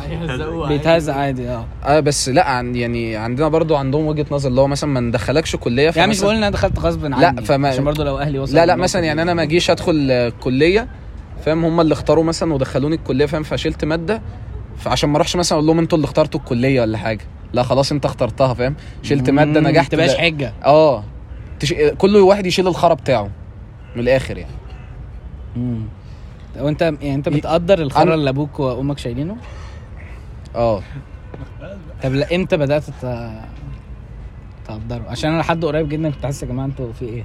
C: بيتهزق عادي اه
B: اه بس لا عن يعني عندنا برضو عندهم وجهه نظر اللي هو مثلا ما ندخلكش كليه
C: يعني مش
B: فمثلا-
C: بقول ان انا دخلت غصب عني
B: لا، فما-
C: عشان برضه لو اهلي وصلوا
B: لا لا
C: للنقطة
B: مثلا
C: دي.
B: يعني انا ما جيش ادخل آه، كليه فاهم هم اللي اختاروا مثلا ودخلوني الكليه فاهم فشلت ماده فعشان ما اروحش مثلا اقول لهم انتوا اللي اخترتوا الكليه ولا حاجه لا خلاص انت اخترتها فاهم شلت ماده
C: مم،
B: نجحت
C: تبقاش
B: لا-
C: حجه
B: اه تش... كل واحد يشيل الخرا بتاعه من الاخر يعني
C: امم وانت يعني انت بتقدر
B: أنا-
C: الخرا اللي ابوك وامك شايلينه
B: اه
C: طب لا امتى بدات ت- تقدره عشان انا لحد قريب جدا كنت حاسس يا جماعه انتوا في ايه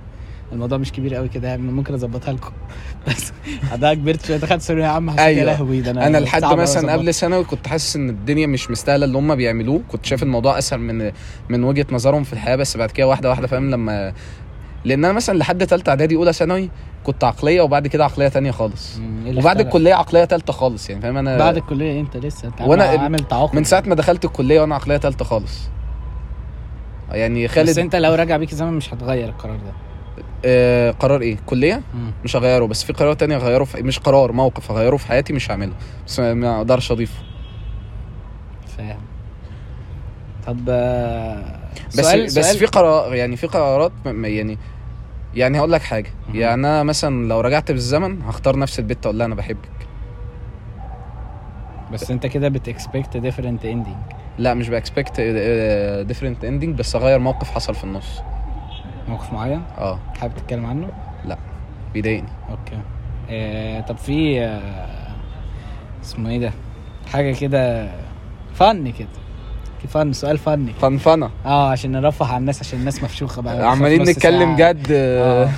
C: الموضوع مش كبير قوي كده يعني ممكن اظبطها لكم <laughs> بس بعدها كبرت شويه دخلت ثانويه عامه حسيت يا
B: أيوة.
C: لهوي ده انا
B: انا لحد
C: صعب أوي
B: مثلا
C: أظبطها.
B: قبل ثانوي كنت حاسس ان الدنيا مش مستاهله اللي هم بيعملوه كنت شايف الموضوع اسهل من من وجهه نظرهم في الحياه بس بعد كده واحده واحده فاهم لما لان انا مثلا لحد ثالثه اعدادي اولى ثانوي كنت عقليه وبعد كده عقليه تانية خالص
C: مم، إيه اللي
B: وبعد
C: اختلف؟
B: الكليه عقليه ثالثه خالص يعني فاهم انا
C: بعد الكليه إيه انت لسه انت
B: وأنا-
C: عامل- عامل تعاقد
B: من ساعه ما دخلت الكليه وانا عقليه ثالثه خالص يعني
C: بس
B: خالد
C: انت لو راجع بيك الزمن مش هتغير القرار ده
B: آه قرار ايه كليه
C: مم.
B: مش هغيره بس في قرار تاني هغيره في مش قرار موقف هغيره في حياتي مش هعمله بس ما- ما اقدرش اضيفه
C: فاهم طب آه،
B: بس بس في قرار يعني في قرارات م- م- يعني يعني هقول لك حاجه
C: مم.
B: يعني انا مثلا لو رجعت بالزمن هختار نفس البت اقول لها انا بحبك
C: بس انت كده بتكسبكت ديفرنت اندنج
B: لا مش آه، باكسبكت ديفرنت اندنج بس اغير موقف حصل في النص
C: موقف معين
B: اه
C: حابب تتكلم عنه
B: بيضايقني
C: اوكي آه طب في آه اسمه ايه ده حاجه كده فن كده في فن سؤال فني كده.
B: فنفنه
C: اه عشان نرفه على الناس عشان الناس مفشوخه بقى
B: آه، عمالين
C: نص
B: نتكلم
C: ساعة.
B: جد آه.
C: آه.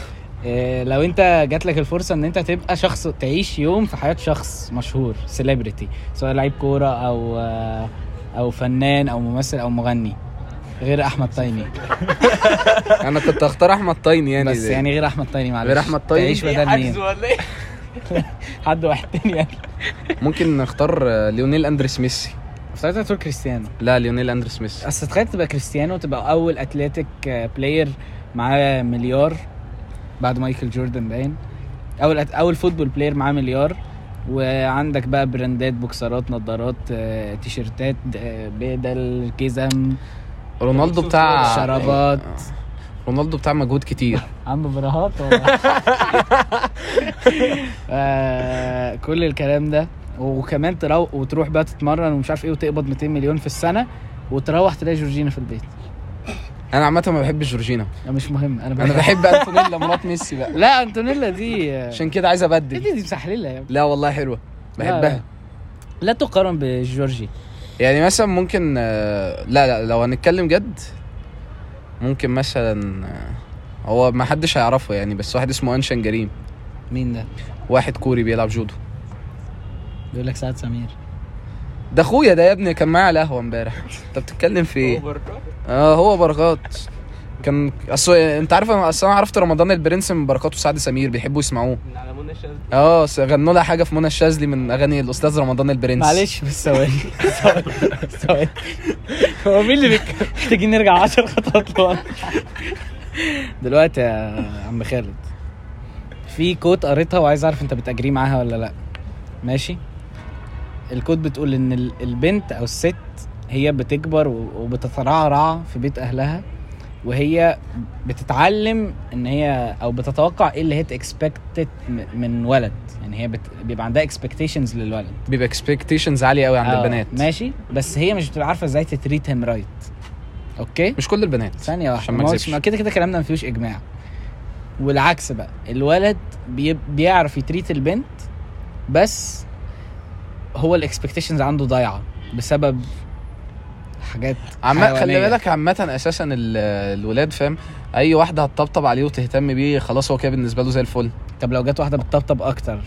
C: آه، لو انت جات لك الفرصه ان انت تبقى شخص تعيش يوم في حياه شخص مشهور سيلبرتي سواء لعيب كوره او آه، او فنان او ممثل او مغني غير احمد طيني
B: يعني انا كنت هختار احمد طيني يعني
C: بس
B: ده.
C: يعني غير احمد طيني معلش
B: غير أحمد طيني؟
C: تعيش
E: ايه
C: بدل مين
E: حجز ولا
D: إيه؟
E: ايه؟
C: حد واحد تاني <laughs> يعني
B: ممكن نختار آه، ليونيل اندريس ميسي
C: افتكرت هتقول كريستيانو
B: لا ليونيل اندريس ميسي
C: اصل تخيل تبقى كريستيانو تبقى اول اتلتيك آه، بلاير معاه مليار بعد مايكل جوردن باين اول أت- اول فوتبول بلاير معاه مليار وعندك بقى براندات بوكسرات نظارات آه، تيشيرتات آه، بدل جزم
B: رونالدو بتاع
C: شرابات
B: رونالدو بتاع مجهود كتير
C: عم براهات والله. <laughs> آه، كل الكلام ده وكمان تروح وتروح بقى تتمرن ومش عارف ايه وتقبض 200 مليون في السنه وتروح تلاقي جورجينا في البيت
B: انا عامه ما بحبش جورجينا
C: لا، مش مهم انا
B: انا بحب انتونيلا مرات ميسي بقى
C: لا انتونيلا دي
B: عشان كده عايز ابدل
C: دي دي مسحلله يا ابني.
B: لا والله حلوه بحبها
C: لا تقارن بجورجي
B: يعني مثلا ممكن آه، لا لا لو هنتكلم جد ممكن مثلا آه، هو ما حدش هيعرفه يعني بس واحد اسمه انشان جريم
C: مين ده؟
B: واحد كوري بيلعب جودو
C: بيقول لك سعد سمير
B: ده اخويا ده يا ابني كان معايا على القهوه امبارح انت بتتكلم في ايه
E: بركات.
B: اه هو بركات كان اصل انت عارف انا اصل انا عرفت رمضان البرنس من بركات وسعد سمير بيحبوا يسمعوه
E: من <laughs> على منى الشاذلي
B: اه س- غنوا لها حاجه في منى الشاذلي من اغاني الاستاذ رمضان البرنس
C: معلش بس ثواني ثواني ثواني هو مين اللي بيك- محتاجين نرجع 10 خطوات لورا دلوقتي يا عم خالد في كوت قريتها وعايز اعرف انت بتأجري معاها ولا لا ماشي الكوت بتقول ان ال- البنت او الست هي بتكبر و- وبتترعرع في بيت اهلها وهي بتتعلم ان هي او بتتوقع ايه اللي هي اكسبكتد من ولد يعني هي بت... بيبقى عندها اكسبكتيشنز للولد
B: بيبقى اكسبكتيشنز عاليه قوي عند
C: آه،
B: البنات
C: ماشي بس هي مش بتبقى عارفه ازاي تتريت هيم رايت اوكي
B: مش كل البنات
C: ثانيه واحده
B: عشان ما
C: ما هوش-
B: أكذبش.
C: ما كده كده كلامنا ما فيهوش اجماع والعكس بقى الولد بي... بيعرف يتريت البنت بس هو الاكسبكتيشنز عنده ضايعه بسبب حاجات
B: عم خلي
C: حيوانية.
B: بالك عامه اساسا ال- الولاد فاهم اي واحده هتطبطب عليه وتهتم بيه خلاص هو كده بالنسبه له زي الفل
C: طب لو جت واحده بتطبطب اكتر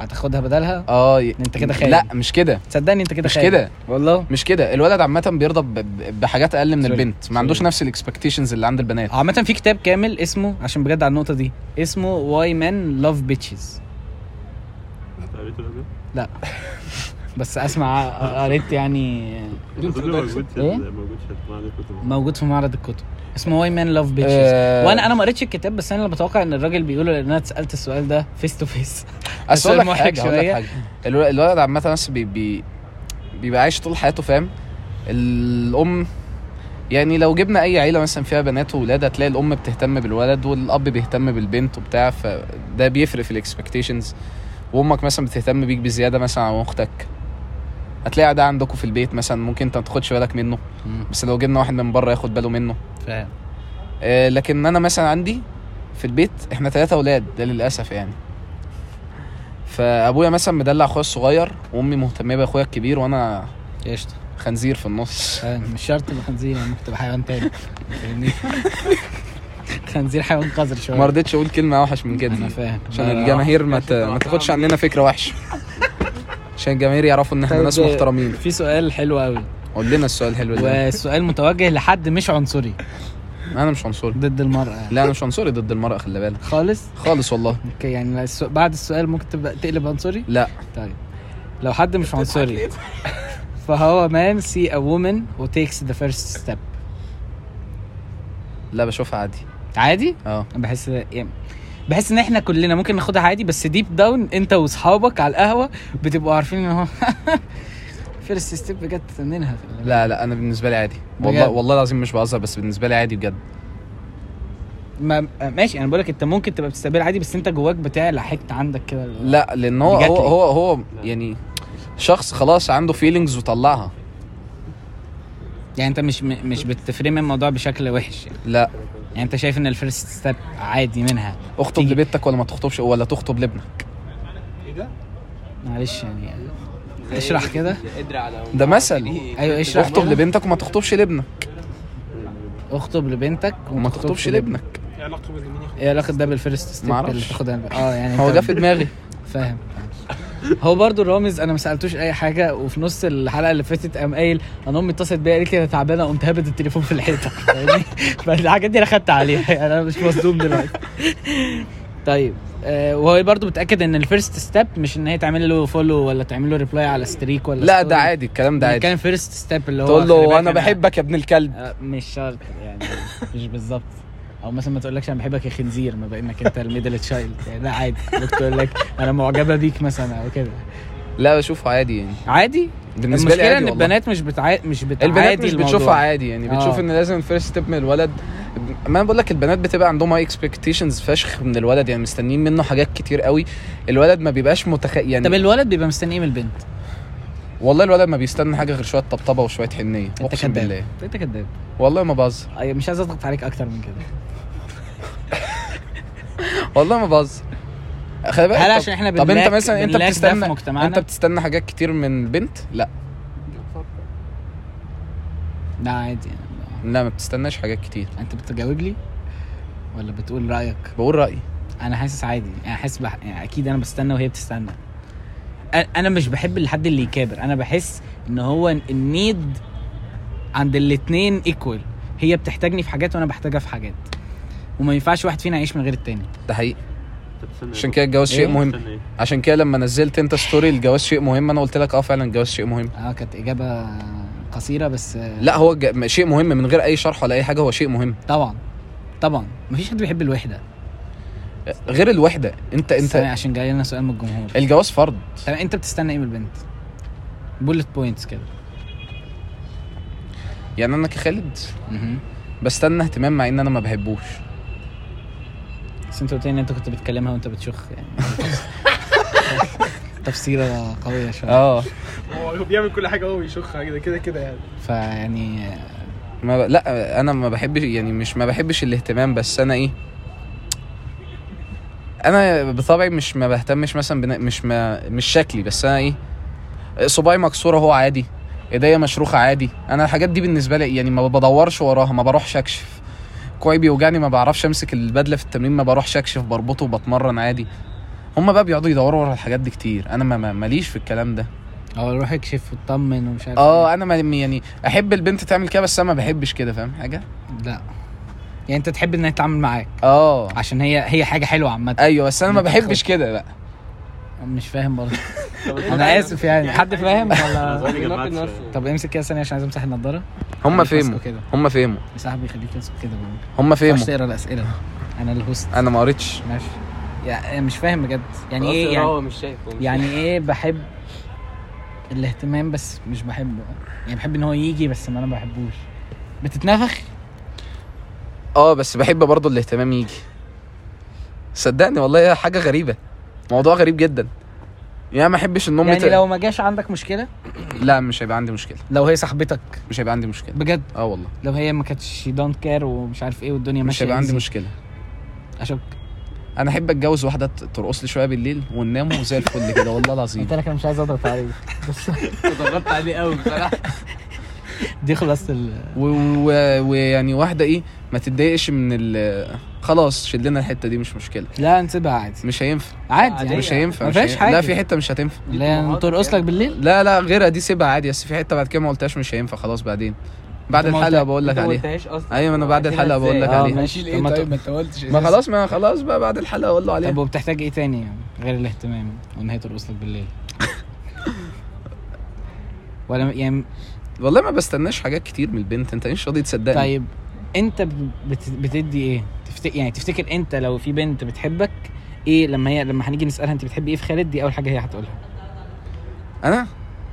C: هتاخدها بدلها
B: اه ي-
C: انت كده خاين.
B: لا مش كده
C: صدقني انت كده
B: مش
C: خايف.
B: كده
C: والله
B: مش كده الولد عامه بيرضى ب- ب- بحاجات اقل من
C: سوري. آه،
B: البنت ما عندوش نفس الاكسبكتيشنز اللي عند البنات
C: عامة في كتاب كامل اسمه عشان بجد على النقطة دي اسمه واي مان لاف بيتشز لا بس اسمع قريت يعني
G: اظن موجود في
C: إيه؟
G: ال- موجود في الجماعه دي كتب
C: موجود في معرض الكتب اسمه واي مان لاف بيتشز
B: آه،
C: وانا انا ما قريتش الكتاب بس انا اللي بتوقع ان الراجل بيقوله لان انا اتسالت السؤال ده فيس تو فيس
B: اصل أقول لك
C: محرج
B: حاجه أقول لك
C: شوية.
B: حاجه الولد, الولد عامه بس بي بي بيبقى عايش طول حياته فاهم الام يعني لو جبنا اي عيله مثلا فيها بنات واولاد هتلاقي الام بتهتم بالولد والاب بيهتم بالبنت وبتاع فده بيفرق في الاكسبكتيشنز وامك مثلا بتهتم بيك بزياده مثلا عن اختك هتلاقي ده عندكم في البيت مثلا ممكن انت ما تاخدش بالك منه
C: مم.
B: بس لو جبنا واحد من بره ياخد باله منه
C: <laughs> فاهم
B: آه، لكن انا مثلا عندي في البيت احنا ثلاثة اولاد ده للاسف يعني فابويا مثلا مدلع اخويا الصغير وامي مهتمه باخويا الكبير وانا
C: قشطة
B: خنزير في النص
C: <laughs> فاهم مش شرط تبقى خنزير يعني ممكن تبقى حيوان تاني <laughs> فاهمني خنزير حيوان قذر شوية
B: ما رضيتش اقول كلمه اوحش من كده
C: انا فاهم
B: عشان الجماهير ما ت- ما تاخدش عننا فكره وحشه عشان الجماهير يعرفوا ان احنا
C: طيب،
B: ناس محترمين
C: في سؤال حلو قوي
B: قول لنا السؤال الحلو ده
C: والسؤال متوجه لحد مش عنصري
B: انا مش عنصري
C: ضد المرأة يعني.
B: لا انا مش عنصري ضد المراه خلي بالك
C: خالص
B: خالص والله
C: اوكي يعني السؤ- بعد السؤال ممكن تبقى تقلب عنصري
B: لا
C: طيب لو حد مش عنصري <laughs> فهو man see a woman who takes the first step
B: لا بشوفها عادي
C: عادي
B: اه
C: أنا بحس يعني بحس ان احنا كلنا ممكن ناخدها عادي بس ديب داون انت واصحابك على القهوه بتبقوا عارفين ان هو <laughs> فيرست ستيب جت منها
B: لا لا انا بالنسبه لي عادي
C: بجد؟
B: والله والله العظيم مش بهزر بس بالنسبه لي عادي بجد
C: ما ماشي انا بقول لك انت ممكن تبقى بتستقبل عادي بس انت جواك بتعلى حته عندك كده ال-
B: لا لان هو
C: جات
B: هو
C: لي.
B: هو, هو يعني شخص خلاص عنده فيلينجز وطلعها
C: يعني انت مش م- مش بتفرم الموضوع بشكل وحش يعني,
B: لا
C: يعني انت شايف ان الفيرست ستيب عادي منها
B: اخطب
C: تيجي.
B: لبنتك ولا ما تخطبش ولا تخطب لابنك
C: معلش يعني اشرح كده
E: قدر على
B: ده مثل
C: ايوه اشرح
B: اخطب
C: كده.
B: لبنتك وما تخطبش لابنك
C: اخطب لبنتك
B: وما تخطبش لابنك
C: ايه علاقه ده بالفيرست ستيب
B: معرفش.
C: اللي تاخدها اه يعني
B: هو
C: انت
B: جه في دماغي
C: فاهم هو برضو الرامز انا ما سالتوش اي حاجه وفي نص الحلقه اللي فاتت قام قايل انا امي اتصلت بيا قالت لي انا تعبانه قمت هابط التليفون في الحيطه <laughs> فاهمني فالحاجات دي انا خدت عليها <laughs> يعني انا مش مصدوم دلوقتي طيب آه وهو برضو بتاكد ان الفيرست ستيب مش ان هي تعمل له فولو ولا تعمل له ريبلاي على ستريك ولا
B: لا
C: story.
B: ده عادي الكلام ده عادي
C: كان فيرست ستيب اللي هو
B: تقول
C: خلي بالك
B: له انا بحبك يا ابن الكلب
C: آه، مش شرط يعني مش بالظبط او مثلا ما تقولكش انا بحبك يا خنزير ما بقى انك انت الميدل تشايلد يعني لا عادي ممكن تقول لك انا معجبه بيك مثلا او كده
B: لا بشوفه عادي يعني
C: عادي
B: بالنسبه لي
C: المشكله
B: عادي
C: ان
B: والله.
C: البنات مش بتع... مش بتعادي
B: البنات مش
C: الموضوع.
B: بتشوفها عادي يعني بتشوف
C: آه.
B: ان لازم الفيرست ستيب من الولد ما انا بقول لك البنات بتبقى عندهم هاي اكسبكتيشنز فشخ من الولد يعني مستنيين منه حاجات كتير قوي الولد ما بيبقاش متخ يعني
C: طب الولد بيبقى مستني ايه من البنت؟
B: والله الولد ما بيستنى حاجه غير شويه طبطبه وشويه حنيه
C: انت
B: اقسم
C: كداب
B: بالله
C: انت كداب
B: والله ما بهزر
C: أي- مش عايز اضغط عليك اكتر من كده
B: والله ما بهزر خلي بالك
C: هل
B: طب-
C: عشان احنا
B: طب انت
C: بنلاك-
B: مثلا انت
C: بنلاك ده في
B: بتستنى
C: مجتمعنا؟
B: انت بتستنى حاجات كتير من البنت لا
C: لا عادي يعني.
B: لا ما بتستناش حاجات كتير
C: انت بتجاوب لي ولا بتقول رايك؟
B: بقول رايي
C: انا حاسس عادي انا حاسس بح... يعني اكيد انا بستنى وهي بتستنى أ- انا مش بحب الحد اللي يكابر انا بحس ان هو النيد عند الاتنين ايكوال هي بتحتاجني في حاجات وانا بحتاجها في حاجات وما ينفعش واحد فينا يعيش من غير التاني
B: ده حقيقي
G: طب استنى
B: عشان
G: إيه؟
B: كده الجواز شيء
C: إيه؟
B: مهم
G: استنى إيه؟
B: عشان كده لما نزلت انت ستوري الجواز شيء مهم انا قلت لك اه فعلا الجواز شيء مهم
C: اه كانت اجابه قصيره بس آه،
B: لا هو ج- شيء مهم من غير اي شرح ولا اي حاجه هو شيء مهم
C: طبعا طبعا مفيش حد بيحب الوحده
B: غير الوحده انت
C: انت
B: انت
C: عشان جاي لنا سؤال من الجمهور
B: الجواز فرض
C: طب انت بتستنى ايه من البنت بولت بوينتس كده
B: يعني انا كخالد
C: مهم.
B: بستنى اهتمام مع ان انا ما بحبوش
C: بس انت قلت لي ان انت كنت بتكلمها وانت بتشخ
B: <laughs>
C: يعني تفسيره قويه شويه
B: اه
D: هو بيعمل كل حاجه هو بيشخها كده كده كده يعني
C: فيعني آه،
B: ما ب... لا انا ما بحبش يعني مش ما بحبش الاهتمام بس انا ايه انا بطبعي مش ما بهتمش مثلا بنا... مش ما... مش شكلي بس انا ايه صباعي مكسوره هو عادي ايديا مشروخه عادي انا الحاجات دي بالنسبه لي يعني ما بدورش وراها ما بروحش اكشف كوعي بيوجعني ما بعرفش امسك البدله في التمرين ما بروحش اكشف بربطه وبتمرن عادي هما بقى بيقعدوا يدوروا ورا الحاجات دي كتير انا ما ما- ماليش في الكلام ده
C: هو روح اكشف وطمن ومش عارف إيه.
B: اه انا ما يعني احب البنت تعمل كده بس انا ما بحبش كده فاهم حاجه
C: ايه. لا يعني انت تحب انها تتعامل معاك
B: اه
C: عشان هي هي حاجه حلوه عامه
B: ايوه بس انا ما
C: إنك
B: بحبش كده بقى
C: مش فاهم برضه انا اسف يعني حد
B: <laughs>
C: فاهم ولا
B: يعني
G: والله
E: <laughs>
G: جمعت شوية.
C: طب امسك كده ثانيه عشان عايز امسح النضاره
B: هم
C: خليك ماسكه
B: فهموا
C: كده
B: هم فهموا
C: يا صاحبي خليك ماسكه كده ما
B: هم
C: ينفعش
B: فهموا
C: تقرا الاسئله انا الهوست
B: انا ما قريتش
C: ماشي يعني مش فاهم بجد يعني ايه
E: يعني
C: يعني
E: هو مش شايف هو مش
C: يعني ايه بحب الاهتمام بس مش بحبه يعني بحب ان هو يجي بس ما انا ما بحبوش بتتنفخ
B: اه بس بحب برضه الاهتمام يجي صدقني والله هي حاجه غريبه موضوع غريب جدا يعني ما احبش ان امي
C: يعني
B: ت-
C: لو ما جاش عندك مشكله
B: لا مش هيبقى عندي مشكله
C: لو هي صاحبتك
B: مش هيبقى عندي مشكله
C: بجد
B: اه والله
C: لو هي ما كانتش دونت كير ومش عارف ايه والدنيا
B: مش
C: ماشيه
B: هيبقى عندي
C: easy.
B: مشكله
C: اشك
B: انا احب اتجوز واحده ت- ترقص لي شويه بالليل وننام وزي الفل كده والله العظيم
C: <laughs> قلت لك انا مش عايز اضغط عليك
E: ضغطت عليه قوي بصراحه
C: <laughs> دي خلاص ال...
B: و- و- ويعني واحده ايه ما تتضايقش من ال خلاص شلنا الحته دي مش مشكله
C: لا نسيبها عادي
B: مش هينفع
C: عادي يعني
B: مش هينفع
C: ما
B: مش
C: فيهاش
B: هينفع. لا
C: حاجة.
B: في حته مش هتنفع
C: لا ترقص لك بالليل
B: لا لا غيرها دي سيبها عادي بس في حته بعد كده ما قلتهاش مش هينفع خلاص بعدين بعد
C: أنت ما
B: الحلقه
C: قلت-
B: بقول لك
E: انت ما
B: عليها
E: قلتهاش اصلا
B: ايوه انا بعد
E: وقتنا
B: الحلقه بقول لك
E: إزاي؟
B: عليها
C: آه، ماشي
D: ايه
C: طب ما
D: طيب
C: ت-
D: ما انت ما قلتش
B: ما
D: أساساً.
B: خلاص ما خلاص بقى بعد الحلقه اقول له عليها
C: طب وبتحتاج ايه تاني يعني غير الاهتمام وان هي ترقص لك <laughs> بالليل ولا يعني
B: والله ما بستناش حاجات كتير من البنت انت مش راضي تصدقني
C: طيب انت ب- بت... بتدي ايه تفت... يعني تفتكر انت لو في بنت بتحبك ايه لما هي لما هنيجي نسالها انت بتحبي ايه في خالد دي اول حاجه هي هتقولها
B: انا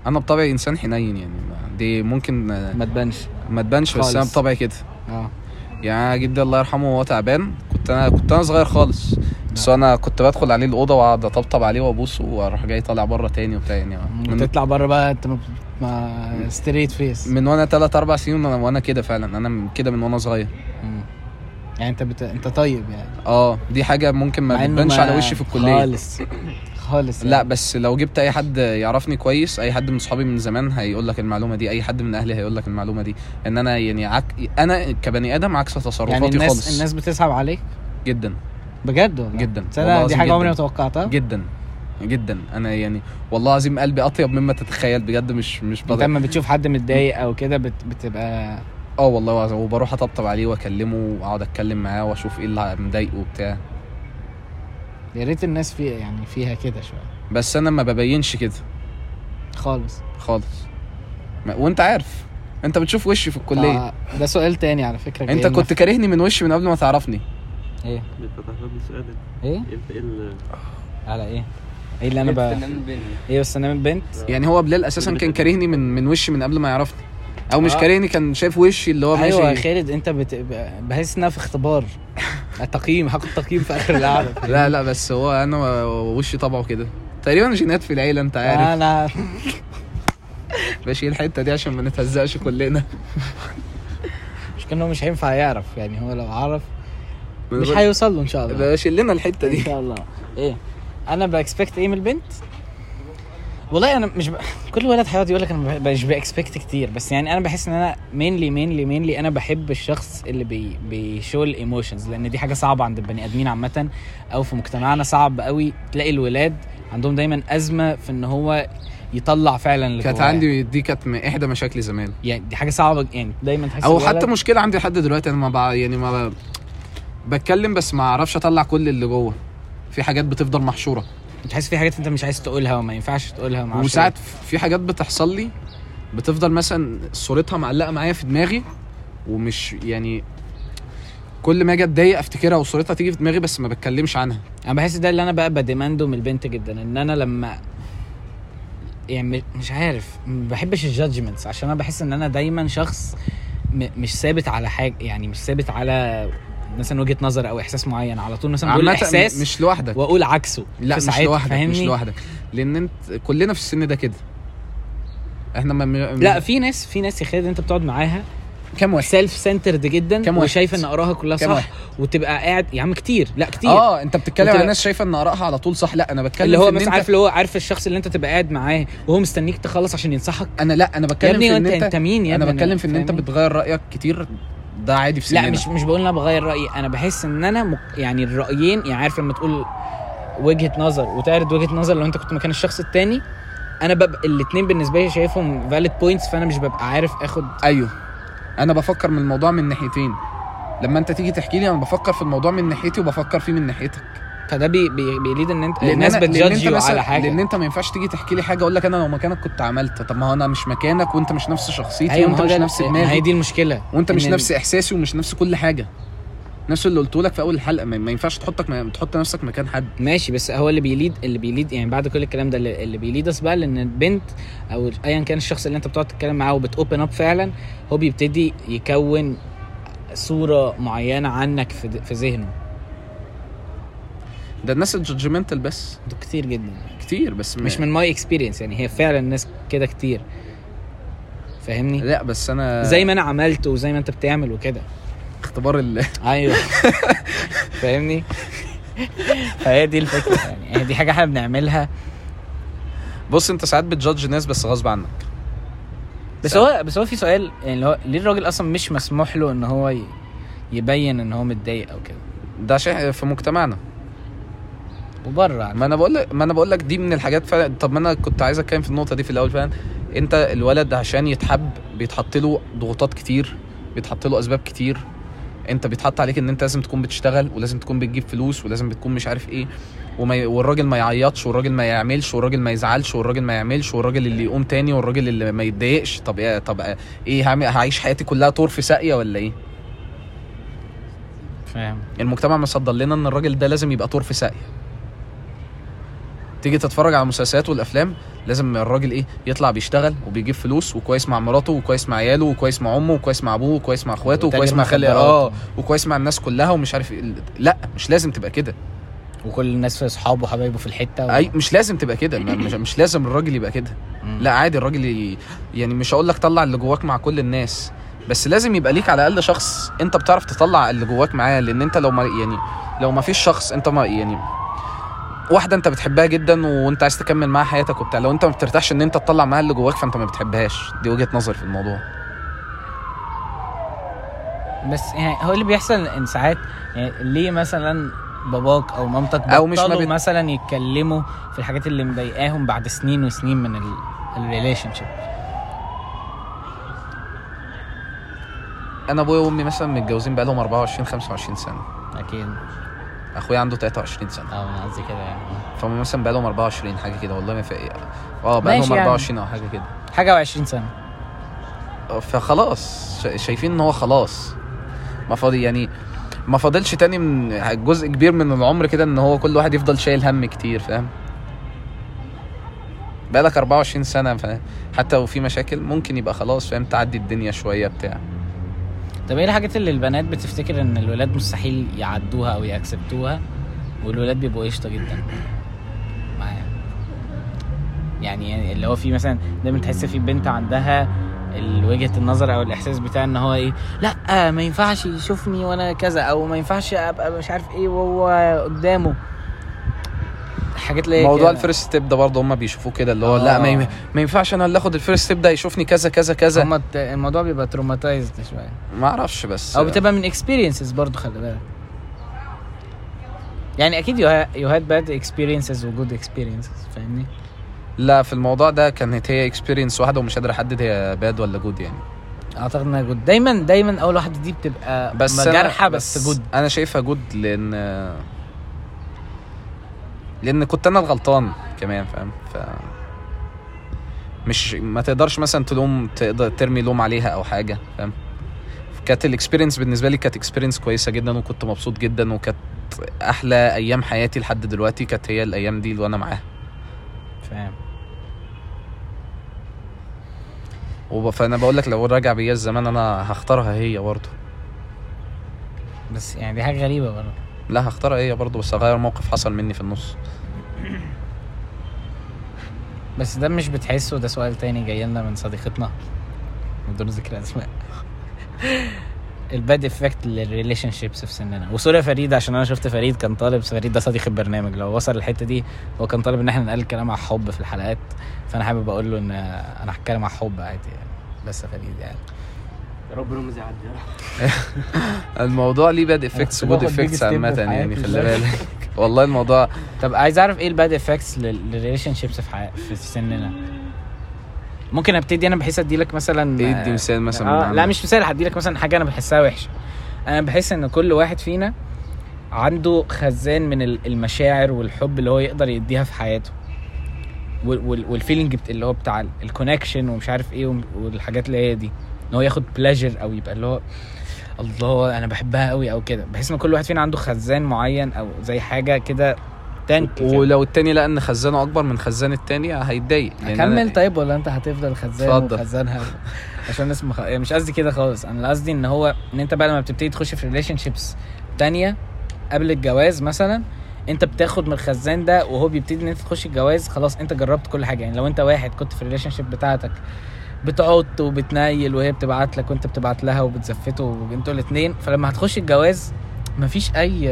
B: انا بطبعي انسان حنين يعني ما- دي ممكن آه،
C: ما تبانش
B: ما تبانش بس انا
C: خالص.
B: بطبعي كده
C: اه
B: يعني أنا جدي الله يرحمه وهو تعبان كنت كنت انا كنت انا صغير خالص
C: نعم.
B: بس انا كنت بدخل عليه الاوضه واقعد اطبطب عليه وابوسه واروح جاي طالع بره تاني وبتاع يعني من,
C: وتطلع بره بقى انت ما- ما ستريت فيس
B: من وانا 3 4 سنين وانا وأنا كده فعلا انا من- كده من وانا صغير
C: يعني انت بت... انت طيب يعني
B: اه دي حاجه ممكن
C: مع
B: ما
C: إنه
B: بتبانش على وشي في الكليه
C: خالص خالص
B: لا
C: يعني.
B: بس لو جبت اي حد يعرفني كويس اي حد من صحابي من زمان هيقول لك المعلومه دي اي حد من اهلي هيقول لك المعلومه دي ان انا يعني عك... انا كبني ادم عكس تصرفاتي
C: يعني الناس
B: خالص
C: الناس بتسحب عليك
B: جدا
C: بجد والله
B: جدا.
C: تصدق
B: والله
C: دي
B: العظيم
C: حاجه عمري ما
B: جدا.
C: توقعتها
B: جدا جدا انا يعني والله العظيم قلبي اطيب مما تتخيل بجد مش مش
C: انت
B: بقدر
C: لما بتشوف حد متضايق او كده بت... بتبقى
B: اه والله العظيم وبروح اطبطب عليه واكلمه واقعد اتكلم معاه واشوف ايه اللي مضايقه وبتاع
C: يا ريت الناس فيها يعني فيها كده شويه
B: بس انا ما ببينش كده
C: خالص
B: خالص ما- وانت عارف انت بتشوف وشي في الكليه
C: آه، ده سؤال تاني على فكره جاي
B: انت
C: لنا
B: كنت كارهني من وشي من قبل ما تعرفني
G: فتح باب سؤال
C: ايه
G: انت ايه اللي
C: على ايه ايه اللي انا
B: إيه
C: ب... ايه بس انا من بنت
B: يعني هو بلال اساسا كان كارهني من من وشي من قبل ما يعرفني او مش
C: آه.
B: كارهني كان شايف وشي اللي هو ماشي
C: ايوه خالد انت بت... بحس انها في اختبار <laughs> تقييم هاخد تقييم في اخر القعده
B: لا لا بس هو انا وشي طبعه كده تقريبا جينات في العيله انت عارف
C: انا
B: بشيل الحته دي عشان ما نتهزقش كلنا
C: مش كانه مش هينفع يعرف يعني هو لو عرف مش هيوصل له ان شاء الله
B: بشيل لنا الحته
C: ان
B: دي
C: شاء الله ايه انا باكسبكت ايه من البنت والله انا مش ب... كل ولد حيوات يقول لك انا ب- مش باكسبكت كتير بس يعني انا بحس ان انا مينلي مينلي مينلي انا بحب الشخص اللي بي بيشو الايموشنز لان دي حاجه صعبه عند البني ادمين عامه او في مجتمعنا صعب قوي تلاقي الولاد عندهم دايما ازمه في ان هو يطلع فعلا اللي
B: كانت
C: جواه.
B: عندي دي كانت م- احدى مشاكلي زمان
C: يعني دي حاجه صعبه يعني دايما تحس
B: او
C: الولد-
B: حتى مشكله عندي لحد دلوقتي انا ما بع... يعني ما ب... بتكلم بس ما اعرفش اطلع كل اللي جوه في حاجات بتفضل محشوره
C: بتحس في حاجات انت مش عايز تقولها وما ينفعش تقولها وما أعرفش إيه.
B: وساعات في حاجات بتحصل لي بتفضل مثلا صورتها معلقه معايا في دماغي ومش يعني كل ما اجي اتضايق افتكرها وصورتها تيجي في دماغي بس ما بتكلمش عنها
C: انا بحس ده اللي انا بقى بديمانده من البنت جدا ان انا لما يعني م- مش عارف ما بحبش الجادجمنتس عشان انا بحس ان انا دايما شخص م... مش ثابت على حاجه يعني مش ثابت على مثلا وجهه نظر او احساس معين على طول مثلا بقول
B: عامة
C: احساس مش
B: مش لوحدك
C: واقول عكسه
B: لا
C: في
B: مش
C: ساعات،
B: لوحدك مش
C: فاهمني؟
B: لوحدك لان انت كلنا في السن ده كده احنا ما ما-
C: لا في ناس في ناس يا خالد انت بتقعد معاها
B: كام واحد
C: سيلف سنترد جدا
B: كام واحد؟
C: وشايف ان اراها كلها
B: كام
C: صح
B: واحد؟
C: وتبقى قاعد يا عم كتير لا كتير
B: اه انت بتتكلم
C: وتبقى-
B: على ناس شايفه ان ارائها على طول صح لا انا بتكلم
C: اللي
B: في
C: هو
B: إن
C: مثلا
B: أنت-
C: عارف اللي هو عارف الشخص اللي انت تبقى قاعد معاه وهو مستنيك تخلص عشان ينصحك
B: انا لا انا
C: يا
B: بتكلم
C: ابني
B: في ان
C: وانت انت
B: انت
C: مين يا
B: انا
C: ابني؟
B: بتكلم في ان انت
C: فاهمني؟
B: بتغير رايك كتير ده عادي في سننا
C: لا مش مش بقول انا بغير رايي انا بحس ان انا مك... يعني الرايين يعني عارف لما تقول وجهه نظر وتعرض وجهه نظر لو انت كنت مكان الشخص التاني انا ببقى الاثنين بالنسبه لي شايفهم فاليد بوينتس فانا مش ببقى عارف اخد
B: ايوه انا بفكر من الموضوع من ناحيتين لما انت تيجي تحكي لي انا بفكر في الموضوع من ناحيتي وبفكر فيه من ناحيتك
C: فده بي... بي... بيليد ان انت الناس
B: أنا- لأن
C: بتجادج
B: انت
C: يو
B: مثلا-
C: على حاجه
B: لان انت ما ينفعش تيجي تحكي لي حاجه اقول لك انا لو مكانك كنت عملت طب ما هو انا مش مكانك وانت مش نفس شخصيتي
C: ايوه ما
B: وانت
C: هو
B: مش
C: ده-
B: نفس
C: ما هي
B: دماغي
C: دي المشكله
B: وانت مش
C: إن-
B: نفس احساسي ومش نفس كل حاجه نفس اللي قلته لك في اول الحلقه ما ما ينفعش تحطك ما تحط نفسك مكان حد
C: ماشي بس هو اللي بيليد اللي بيليد يعني بعد كل الكلام ده اللي اللي بيليد اس بقى لان البنت او ايا كان الشخص اللي انت بتقعد تتكلم معاه وبتوبن اب فعلا هو بيبتدي يكون صوره معينه عنك في, د- في ذهنه
B: ده الناس الجادجمنتال بس
C: ده كتير جدا
B: كتير بس ما-
C: مش من ماي اكسبيرينس يعني هي فعلا ناس كده كتير فاهمني
B: لا بس انا
C: زي ما انا عملت وزي ما انت بتعمل وكده
B: اختبار ال...
C: ايوه فاهمني فهي دي الفكره يعني هي دي حاجه احنا بنعملها
B: بص انت ساعات بتجادج ناس بس غصب عنك
C: بس هو بس هو في سؤال يعني اللي هو ليه الراجل اصلا مش مسموح له ان هو ي- يبين ان هو متضايق او كده
B: ده شيء في مجتمعنا
C: وبره عن-
B: ما انا بقول لك ما انا بقول لك دي من الحاجات فعلا طب ما انا كنت عايز اتكلم في النقطه دي في الاول فعلا انت الولد عشان يتحب بيتحط له ضغوطات كتير بيتحط له اسباب كتير انت بيتحط عليك ان انت لازم تكون بتشتغل ولازم تكون بتجيب فلوس ولازم بتكون مش عارف ايه وما ي... والراجل ما يعيطش والراجل ما يعملش والراجل ما يزعلش والراجل ما يعملش والراجل اللي يقوم تاني والراجل اللي ما يتضايقش طب ايه طب ايه هعمل هعيش حياتي كلها طور في ساقيه ولا ايه
C: فاهم
B: المجتمع مصدر لنا ان الراجل ده لازم يبقى طور في ساقيه تيجي تتفرج على المسلسلات والافلام لازم الراجل ايه يطلع بيشتغل وبيجيب فلوس وكويس مع مراته وكويس مع عياله وكويس مع امه وكويس مع ابوه وكويس مع اخواته
C: وتاجر
B: وكويس مع خلي
C: مخدرات.
B: اه وكويس مع الناس كلها ومش عارف إيه. لا مش لازم تبقى كده
C: وكل الناس في اصحابه وحبايبه في الحته و...
B: اي مش لازم تبقى كده ما- مش, مش لازم الراجل يبقى كده
C: مم.
B: لا عادي الراجل ي- يعني مش هقول لك طلع اللي جواك مع كل الناس بس لازم يبقى ليك على الاقل شخص انت بتعرف تطلع اللي جواك معاه لان انت لو ما يعني لو ما فيش شخص انت ما يعني واحده انت بتحبها جدا وانت عايز تكمل معاها حياتك وبتاع لو انت ما بترتاحش ان انت تطلع معاها اللي جواك فانت ما بتحبهاش دي وجهه نظري في الموضوع
C: بس يعني هو اللي بيحصل ان ساعات يعني ليه مثلا باباك او مامتك
B: أو مش ما
C: بطلوا
B: بت-
C: مثلا يتكلموا في الحاجات اللي مضايقاهم بعد سنين وسنين من الريليشن شيب
B: انا ابويا وامي مثلا متجوزين بقالهم 24 25 سنه
C: اكيد
B: اخويا عنده 23 سنه
C: اه انا قصدي كده يعني
B: فهم مثلا بقالهم 24 حاجه كده والله ما فاكر اه
C: ماشي
B: بقالهم
C: يعني.
B: 24 او حاجه كده
C: حاجه و20 سنه
B: فخلاص شا- شايفين ان هو خلاص ما فاضل يعني ما فاضلش تاني من جزء كبير من العمر كده ان هو كل واحد يفضل شايل هم كتير فاهم بقالك 24 سنه فاهم حتى لو في مشاكل ممكن يبقى خلاص فاهم تعدي الدنيا شويه بتاع
C: طب ايه الحاجات اللي البنات بتفتكر ان الولاد مستحيل يعدوها او يأكسبتوها والولاد بيبقوا قشطه جدا معايا يعني اللي هو في مثلا دايما تحس في بنت عندها ال- وجهه النظر او الاحساس بتاع ان هو ايه لا ما ينفعش يشوفني وانا كذا او ما ينفعش ابقى مش عارف ايه وهو قدامه حاجات ليه
B: موضوع الفيرست ستيب ده برضه هم بيشوفوه كده اللي هو لا ما يم- ما ينفعش انا اللي اخد الفيرست ستيب ده يشوفني كذا كذا كذا
C: الموضوع بيبقى تروماتايزد شويه
B: ما اعرفش بس
C: او بتبقى من اكسبيرينسز برضو خلي بالك يعني اكيد يو هاد باد اكسبيرينسز وجود اكسبيرينسز فاهمني
B: لا في الموضوع ده كانت هي اكسبيرينس واحده ومش قادر احدد هي باد ولا جود يعني
C: اعتقد انها جود دايما دايما اول واحده دي بتبقى
B: بس
C: بس
B: أنا-
C: جارحه بس, جود
B: انا شايفها جود لان لان كنت انا الغلطان كمان فاهم ف مش ما تقدرش مثلا تلوم تقدر ترمي لوم عليها او حاجه فاهم كانت الاكسبيرينس بالنسبه لي كانت اكسبيرينس كويسه جدا وكنت مبسوط جدا وكانت احلى ايام حياتي لحد دلوقتي كانت هي الايام دي وانا معاها
C: فاهم
B: وب- فانا بقول لك لو راجع بيا الزمان انا هختارها هي برضه
C: بس يعني دي حاجه غريبه برضه
B: لا هختارها هي برضه بس هغير موقف حصل مني في النص
C: بس ده مش بتحسه ده سؤال تاني جاي لنا من صديقتنا بدون ذكر <laughs> اسماء الباد افكت للريليشن شيبس في سننا وسوري يا فريد عشان انا شفت فريد كان طالب فريد ده صديق البرنامج لو وصل الحته دي هو كان طالب ان احنا نقلل الكلام على الحب في الحلقات فانا حابب اقول له ان انا هتكلم على الحب عادي يعني بس يا فريد يعني
D: آه،
G: يا رب رمز يعدي يا رب.
B: الموضوع ليه باد افكتس
C: كنت
B: وجود
C: باخد big
B: افكتس
C: step في
B: عامة يعني
C: حياتي
B: خلي
C: دلوقتي.
B: بالك والله الموضوع
C: طب عايز اعرف ايه الباد افكتس للريليشن شيبس في, حي... في سننا ممكن ابتدي انا بحيث اديلك مثلا
B: ايه دي مثال مثلا من
C: آه لا
B: عندك؟
C: مش مثال هديلك مثلا حاجه انا بحسها وحشه انا بحس ان كل واحد فينا عنده خزان من ال- المشاعر والحب اللي هو يقدر يديها في حياته وال- وال- والفيلينج بت- اللي هو بتاع ال- الكونكشن ومش عارف ايه وم- والحاجات اللي هي دي ان هو ياخد بلاجر او يبقى اللي هو الله انا بحبها قوي او كده بحس ان كل واحد فينا عنده خزان معين او زي حاجه كده تانك كده.
B: ولو التاني لقى ان خزانه اكبر من خزان التاني آه، هيتضايق لأن أنا- إيه.
C: اكمل طيب ولا انت هتفضل خزان
B: اتفضل.
C: وخزانها عشان الناس مخ... مش قصدي كده خالص انا قصدي ان هو ان انت بعد ما بتبتدي تخش في ريليشن شيبس تانية قبل الجواز مثلا انت بتاخد من الخزان ده وهو بيبتدي ان انت تخش الجواز خلاص انت جربت كل حاجه يعني لو انت واحد كنت في الريليشن شيب بتاعتك بتعط وبتنيل وهي بتبعت لك وانت بتبعت لها وبتزفته وانتوا الاثنين فلما هتخش الجواز مفيش اي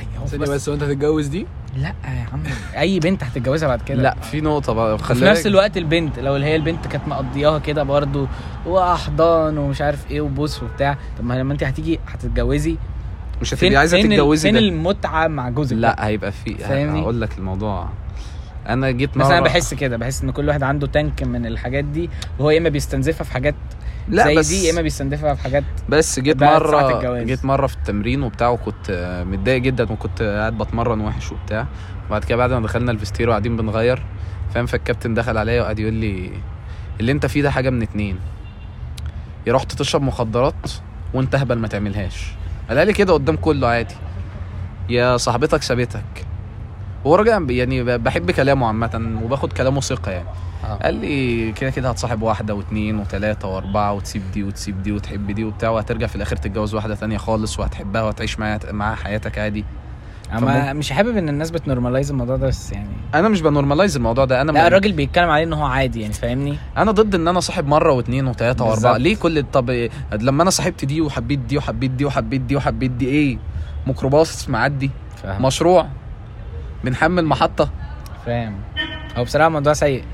C: اي هو
E: ثانية بس وانت هتتجوز دي
C: لا يا عم اي بنت هتتجوزها بعد كده
B: لا في نقطة بقى
C: في
B: خلي
C: نفس
B: بالك-
C: الوقت البنت لو اللي هي البنت كانت مقضياها كده برضو واحضان ومش عارف ايه وبوس وبتاع طب ما لما انت هتيجي هتتجوزي
B: مش هتبقي عايزة
C: فين ال-
B: تتجوزي
C: فين
B: ده
C: المتعه مع جوزك
B: لا هيبقى في
C: فاهمني؟
B: هقول لك الموضوع انا جيت
C: بس
B: مرة
C: انا بحس كده بحس ان كل واحد عنده تانك من الحاجات دي وهو يا اما بيستنزفها في حاجات
B: لا
C: زي
B: بس
C: دي يا اما بيستنزفها في حاجات
B: بس جيت
C: بعد ساعة
B: مرة
C: الجواز.
B: جيت مرة في التمرين وبتاع وكنت آه، متضايق جدا وكنت قاعد بتمرن وحش وبتاع وبعد كده بعد ما دخلنا الفستير وقاعدين بنغير فاهم فالكابتن دخل عليا وقعد يقول لي اللي انت فيه ده حاجة من اتنين يا رحت تشرب مخدرات وانت هبل ما تعملهاش قالها لي كده قدام كله عادي يا صاحبتك سابتك هو راجل يعني ب- بحب كلامه عامه وباخد كلامه ثقه يعني
C: آه.
B: قال لي كده كده هتصاحب واحده واثنين وثلاثه واربعه وتسيب دي وتسيب دي وتحب دي وبتاع وهترجع في الاخر تتجوز واحده تانية خالص وهتحبها وهتعيش معاها معاها حياتك عادي
C: اما مش حابب ان الناس بتنورماليز الموضوع ده بس يعني
B: انا مش بنورماليز الموضوع ده انا
C: لا
B: م-
C: الراجل بيتكلم عليه ان هو عادي يعني فاهمني
B: انا ضد ان انا صاحب مره واثنين وثلاثه واربعه
C: بالظبط.
B: ليه كل طب إيه؟ لما انا صاحبت دي وحبيت دي وحبيت دي وحبيت دي وحبيت دي ايه ميكروباص معدي
C: فاهم
B: مشروع بنحمل محطه
C: فاهم هو بصراحه الموضوع سيء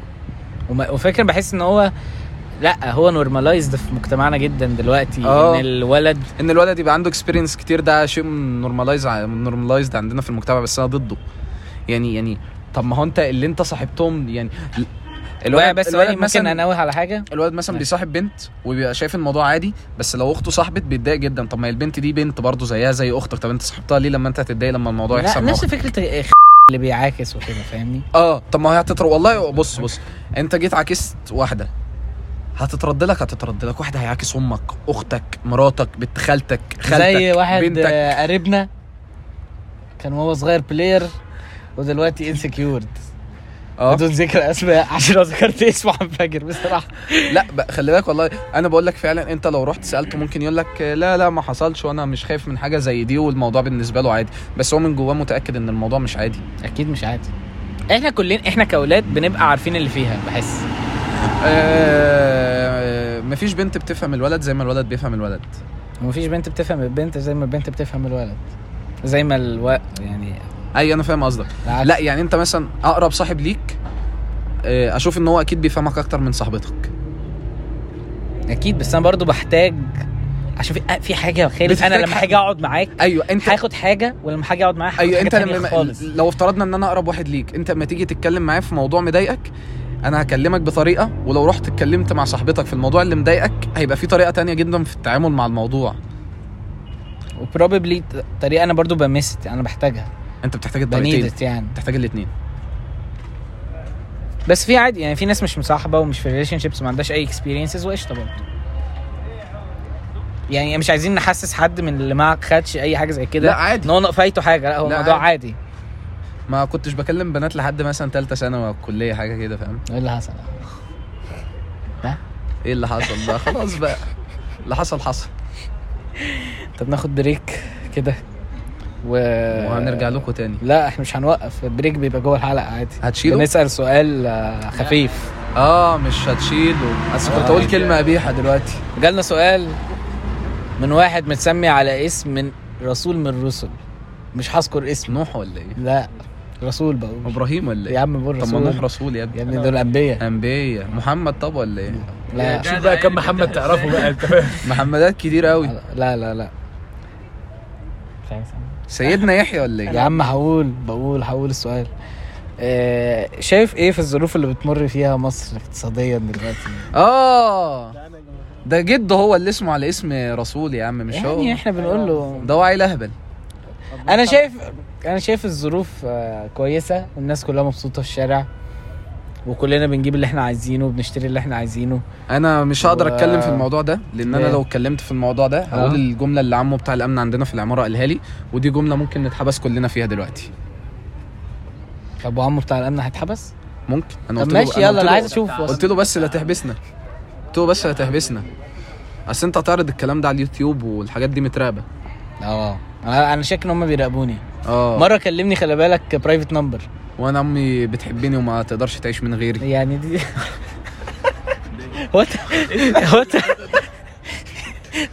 C: وما- وفكر بحس ان هو لا هو نورماليزد في مجتمعنا جدا دلوقتي
B: آه.
C: ان الولد
B: ان الولد يبقى عنده اكسبيرينس كتير ده شيء نورماليز نورماليزد عندنا في المجتمع بس انا ضده يعني يعني طب ما هو انت اللي انت صاحبتهم يعني ال-
C: الولد بس
B: الولد
C: الولد ممكن
B: مثلاً-
C: انوه على حاجه
B: الولد مثلا
C: نعم.
B: بيصاحب بنت وبيبقى شايف الموضوع عادي بس لو اخته صاحبت بيتضايق جدا طب ما هي البنت دي بنت برضه زيها زي اختك طب انت صاحبتها ليه لما انت هتتضايق لما الموضوع
C: لا
B: يحصل مع
C: نفس
B: اختك؟
C: فكره إخ- اللي بيعاكس وكده فاهمني
B: اه طب ما هي هتترد والله بص بص انت جيت عكست واحده هتترد لك هتترد لك واحده هيعاكس امك اختك مراتك بنت خالتك خالتك
C: زي واحد
B: بنتك
C: آه، قريبنا كان وهو صغير بلاير ودلوقتي انسكيورد
B: آه.
C: بدون ذكر اسماء عشان لو ذكرت اسمه هنفجر بصراحه
B: لا بقى خلي بالك والله انا بقول لك فعلا انت لو رحت سالته ممكن يقول لك لا لا ما حصلش وانا مش خايف من حاجه زي دي والموضوع بالنسبه له عادي بس هو من جواه متاكد ان الموضوع مش عادي
C: اكيد مش عادي احنا كلنا احنا كاولاد بنبقى عارفين اللي فيها بحس
B: آه مفيش بنت بتفهم الولد زي ما الولد بيفهم الولد
C: ومفيش بنت بتفهم البنت زي ما البنت بتفهم الولد زي ما الو يعني
B: اي انا فاهم قصدك
C: العكس.
B: لا يعني انت مثلا اقرب صاحب ليك آه، اشوف ان هو اكيد بيفهمك اكتر من صاحبتك
C: اكيد بس انا برضو بحتاج عشان في, في حاجه خالص انا
B: بتحتاج
C: لما
B: حق.
C: هاجي اقعد معاك
B: ايوه انت
C: هاخد حاجه ولما هاجي اقعد معاه هاخد
B: ايوه
C: حاجة
B: انت
C: تانية
B: لما
C: خالص
B: لو افترضنا ان انا اقرب واحد ليك انت لما تيجي تتكلم معايا في موضوع مضايقك انا هكلمك بطريقه ولو رحت اتكلمت مع صاحبتك في الموضوع اللي مضايقك هيبقى في طريقه تانية جدا في التعامل مع الموضوع
C: وبروبلي طريقه انا برضو بمست انا بحتاجها
B: انت بتحتاج الطريقتين
C: بنيدت يعني
B: بتحتاج الاثنين
C: بس في عادي يعني في ناس مش مصاحبه ومش في ريليشن شيبس ما عندهاش اي اكسبيرينسز وقشطه برضه يعني مش عايزين نحسس حد من اللي معك خدش اي حاجه زي كده
B: لا، عادي.
C: ان هو نقفايته حاجه لا هو
B: لا،
C: الموضوع عادي.
B: ما كنتش بكلم بنات لحد مثلا ثالثه ثانوي او الكليه حاجه كده فاهم
C: ايه اللي حصل
B: ايه اللي حصل بقى خلاص بقى اللي حصل حصل
C: طب ناخد بريك كده و...
B: وهنرجع لكم تاني
C: لا احنا مش هنوقف البريك بيبقى جوه الحلقه عادي
B: هتشيله
C: بنسال سؤال آه، خفيف
B: اه مش هتشيله بس
C: آه،
B: كنت
C: يعني
B: اقول كلمه قبيحه دلوقتي
C: جالنا سؤال من واحد متسمي على اسم من رسول من الرسل مش هذكر اسمه
B: نوح ولا ايه
C: لا رسول بقول
B: ابراهيم ولا
C: يا
B: ايه
C: عم بقول
B: طب ما نوح
C: رسول
B: رسول يا
C: يا
B: ابني
C: ابني دول انبياء
B: انبياء محمد طب ولا ايه
C: لا
E: شوف بقى كم محمد تعرفه بقى انت فاهم
B: محمدات كتير قوي
C: لا لا لا
B: سيدنا يحيى ولا
C: يا
B: ايه
C: عم هقول بقول هقول السؤال آه، شايف ايه في الظروف اللي بتمر فيها مصر اقتصاديا دلوقتي
B: اه ده جده هو اللي اسمه على اسم رسول يا عم مش
C: يعني
B: هو
C: احنا بنقول له
B: ده وعي لهبل
C: انا شايف انا شايف الظروف آه، كويسه والناس كلها مبسوطه في الشارع وكلنا بنجيب اللي احنا عايزينه وبنشتري اللي احنا عايزينه
B: انا مش هقدر
C: و-
B: اتكلم في الموضوع ده لان انا
C: ليه؟
B: لو اتكلمت في الموضوع ده هقول
C: آه.
B: الجمله اللي عمو بتاع الامن عندنا في العماره قالها لي ودي جمله ممكن نتحبس كلنا فيها دلوقتي
C: طب وعمو بتاع الامن هيتحبس
B: ممكن انا
C: طب
B: قلت له
C: ماشي
B: أنا
C: يلا
B: قلت
C: انا
B: له-
C: عايز اشوف
B: قلت له بس لا تحبسنا قلت له بس لا تحبسنا اصل انت هتعرض الكلام ده على اليوتيوب والحاجات دي متراقبه
C: اه انا أنا شاك ان هم بيراقبوني
B: اه
C: مره كلمني خلي بالك برايفت نمبر
B: وانا امي بتحبني وما تقدرش تعيش من غيري
C: يعني دي هو انت هو انت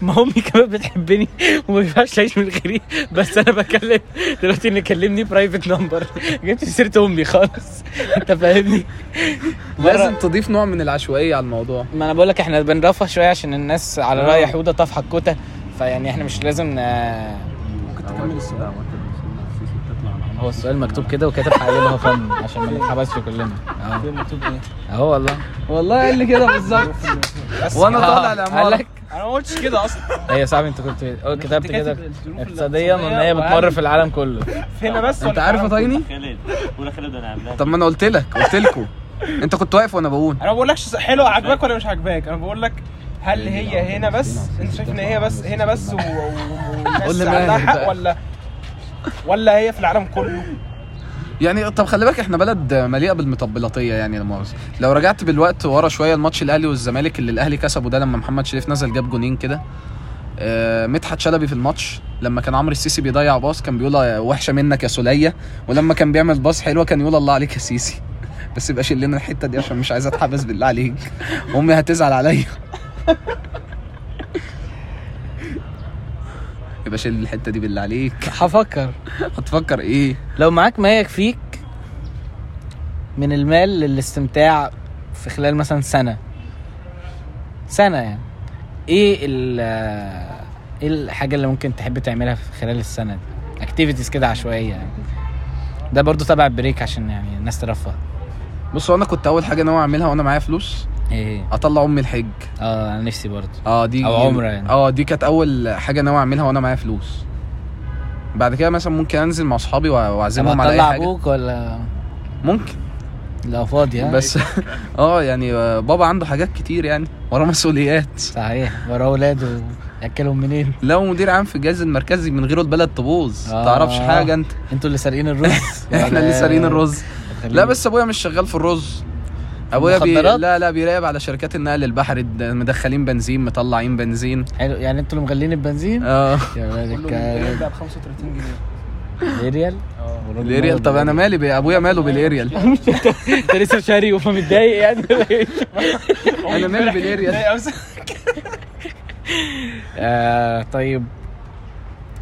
C: ما امي كمان بتحبني وما ينفعش تعيش من غيري بس انا بكلم دلوقتي ان كلمني برايفت نمبر جبت سيره امي خالص انت فاهمني
B: لازم
C: مرة-
B: تضيف نوع من العشوائيه على الموضوع
C: ما انا بقول لك احنا بنرفه شويه عشان الناس على
B: آه.
C: راي حوده طفحه الكوته فيعني احنا مش لازم آه، هو السؤال مكتوب كده وكاتب حقيقة فن عشان ما نتحبسش كلنا اهو والله
B: والله قال لي كده بالظبط وانا طالع
C: قال
B: العماره
C: لك
E: انا ما قلتش كده اصلا
C: هي يا صاحبي انت كنت اه كتبت كده اقتصاديا وان هي
E: الاقتصادية
C: بتمر في العالم كله
E: هنا بس
B: انت عارف يا طيني
G: خالد ولا خالد انا عاملها
B: طب ما انا قلت لك قلت لكم انت كنت واقف وانا بقول
D: انا ما بقولكش حلو عاجباك ولا مش عاجباك انا بقول لك هل هي هنا بس انت شايف ان هي بس هنا بس و- و- والناس
B: قول لي
D: عندها
B: ماهر
D: حق
B: بقى.
D: ولا ولا هي في العالم كله
B: يعني طب خلي بالك احنا بلد مليئه بالمطبلاتيه يعني لا مؤاخذة. لو رجعت بالوقت ورا شويه الماتش الاهلي والزمالك اللي الاهلي كسبه ده لما محمد شريف نزل جاب جونين كده آه، مدحت شلبي في الماتش لما كان عمرو السيسي بيضيع باص كان بيقول يا وحشه منك يا سوليه ولما كان بيعمل باص حلوه كان يقول الله عليك يا سيسي <laughs> بس يبقى شيل لنا الحته دي عشان مش عايز اتحبس بالله عليك امي هتزعل عليا <laughs> يبقى شيل الحته دي بالله عليك
C: هفكر
B: هتفكر ايه
C: لو معاك ما يكفيك من المال للاستمتاع في خلال مثلا سنة سنة يعني ايه ال ايه الحاجة اللي ممكن تحب تعملها في خلال السنة دي؟ اكتيفيتيز كده عشوائية يعني ده برضو تبع البريك عشان يعني الناس ترفه
B: بص هو انا كنت اول حاجه ناوي اعملها وانا معايا فلوس
C: ايه
B: اطلع امي الحج
C: اه انا نفسي برضو
B: اه دي
C: أو عمرة يعني.
B: اه دي كانت اول حاجه ناوي اعملها وانا معايا فلوس بعد كده مثلا ممكن انزل مع اصحابي وأ-
C: طب
B: واعزمهم على اي
C: هتطلع
B: حاجه
C: ابوك ولا
B: ممكن
C: لا فاضي يعني. ها؟
B: بس <laughs> اه يعني آه، بابا عنده حاجات كتير يعني وراه مسؤوليات
C: صحيح وراه ولاده ياكلهم منين
B: لو مدير عام في الجهاز المركزي من غيره البلد تبوظ
C: آه.
B: تعرفش حاجه انت
C: انتوا اللي سارقين الرز
B: <laughs> احنا اللي سارقين الرز
C: خلينا-
B: لا بس ابويا مش شغال في الرز ابويا بي...
C: المخدرات؟
B: لا لا بيراقب على شركات النقل البحري د- مدخلين بنزين مطلعين بنزين
C: حلو يعني انتوا اللي مغلين البنزين
B: اه
C: يا مالك
D: كله بقى ب 35 جنيه
C: اريال
B: اه. الاريال طب انا مالي بي... ابويا ماله
C: <laughs>
B: بالاريال
C: انت لسه شاري وما متضايق يعني
B: انا مالي
C: أيوة.
B: بالاريال
D: لا، أمس-
C: <laughs> آه طيب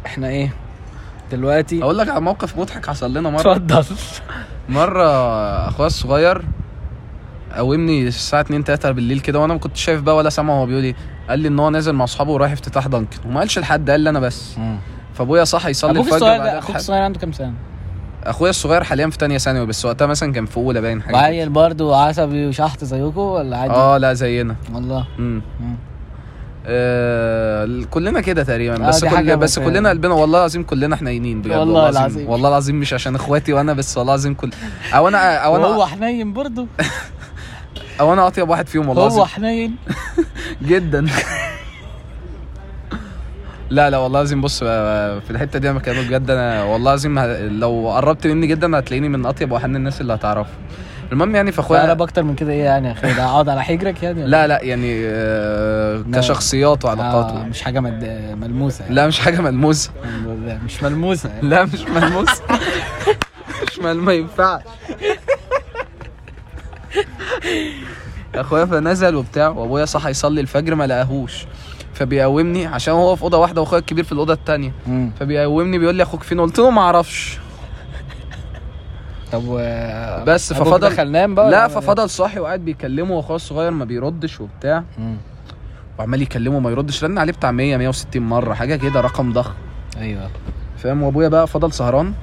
C: احنا ايه دلوقتي
B: اقول لك على موقف مضحك حصل لنا مره
C: اتفضل
B: مره اخويا الصغير قومني الساعه 2 3 بالليل كده وانا ما كنتش شايف بقى ولا سامع هو بيقول ايه قال لي ان هو نازل مع اصحابه ورايح افتتاح دانكن وما قالش لحد قال لي انا بس فابويا صحى يصلي
C: ابوك
B: الفجر
C: الصغير
B: بعدها
C: ده اخوك
B: بحاجة.
C: الصغير عنده كام سنه؟
B: اخويا الصغير حاليا في تانية ثانوي بس وقتها مثلا كان في اولى باين حاجه
C: وعيل برضه عصبي وشحط زيكم ولا عادي؟
B: اه لا زينا
C: والله
B: امم
C: مم.
B: آه كلنا كده تقريبا
C: آه،
B: بس
C: دي حاجة
B: كل بس
C: مفيدة.
B: كلنا قلبنا والله العظيم كلنا حنينين بجد
C: والله العظيم.
B: والله العظيم مش عشان اخواتي وانا بس والله العظيم كل او انا او انا
C: هو حنين برضه
B: او انا اطيب واحد فيهم والله
C: هو
B: العظيم
C: حنين
B: جدا <laughs> لا لا والله العظيم بص آه، في الحته دي انا بكلمك بجد انا والله العظيم ه- لو قربت مني جدا هتلاقيني من اطيب واحن الناس اللي هتعرفهم المهم يعني فاخويا
C: اقرب اكتر من كده ايه يعني يا اخي ده اقعد على حجرك يعني
B: لا لا يعني آه،
C: لا.
B: كشخصيات وعلاقات
C: آه
B: و-
C: مش حاجه مد... ملموسه يعني.
B: لا مش حاجه ملموسه
C: مش ملموسه يعني.
B: لا مش ملموسه مش مل... ما ينفعش اخويا فنزل وبتاع وابويا صحى يصلي الفجر ما لقاهوش فبيقومني عشان هو في اوضه واحده واخويا الكبير في الاوضه الثانيه
C: مم.
B: فبيقومني بيقول لي اخوك فين قلت له ما اعرفش
C: طب و...
B: بس
C: أبوك
B: ففضل-
C: دخل نام بقى يعني.
B: لا
C: ولا-
B: ففضل صاحي وقاعد بيكلمه واخويا الصغير ما بيردش وبتاع
C: مم.
B: وعمال يكلمه ما يردش رن عليه بتاع 100 160 مره حاجه كده رقم ضخم
C: ايوه
B: فاهم وابويا بقى فضل سهران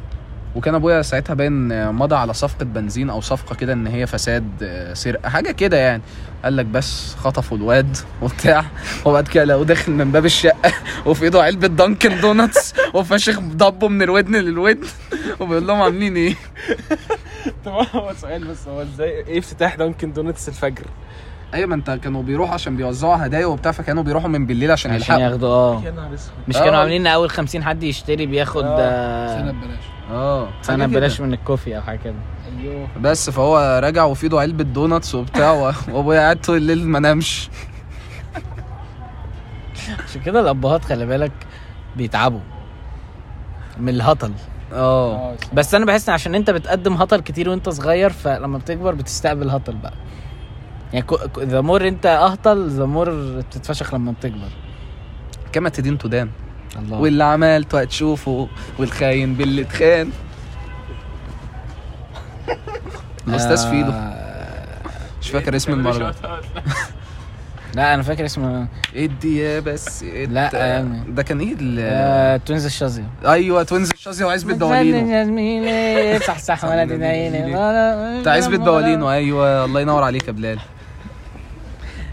B: وكان ابويا ساعتها باين مضى على صفقه بنزين او صفقه كده ان هي فساد آه، سرقه حاجه كده يعني قال لك بس خطفوا الواد <laughs> وبتاع وبعد كده لقوه داخل من باب الشقه <laughs> وفي ايده علبه دانكن دوناتس <laughs> وفشخ ضبه من الودن للودن <laughs> وبيقول لهم عاملين ايه
D: طب <laughs> هو سؤال بس هو ازاي ايه افتتاح دانكن دونتس الفجر؟
B: ايوه ما انت كانوا بيروحوا عشان بيوزعوا هدايا وبتاع فكانوا بيروحوا من بالليل عشان,
C: عشان
B: يلحقوا
C: ياخدوا اه
D: يا نهار اسود
C: مش
B: آه.
C: كانوا عاملين ان اول 50 حد يشتري بياخد
D: آه.
C: آه،
B: ببلاش اه حاجة
C: سنه
B: كده.
C: ببلاش من الكوفي او حاجه كده
D: ايوه
B: بس فهو راجع وفي ايده علبه دوناتس وبتاع و- وابويا قاعد طول الليل ما نامش
C: عشان كده الابهات خلي بالك بيتعبوا من الهطل
B: اه
D: اه
C: بس انا بحس ان عشان انت بتقدم هطل كتير وانت صغير فلما بتكبر بتستقبل هطل بقى يعني ذا مور انت اهطل ذا مور بتتفشخ لما بتكبر
B: كما تدين تدان
C: الله
B: واللي عملته هتشوفه والخاين باللي اتخان <laughs> الاستاذ فيلو آه، مش فاكر اسم المره
C: لا انا فاكر اسمه آه،
B: ادي يا بس إد-
C: لا، يعني.
B: ده كان ايه ال-
C: آه، توينز الشاذيه
B: ايوه توينز الشاذيه وعزبه دوالينو
C: جميلة <laughs> صح صح ولد نايل
B: بتاع عزبه دوالينو ايوه الله ينور عليك يا بلال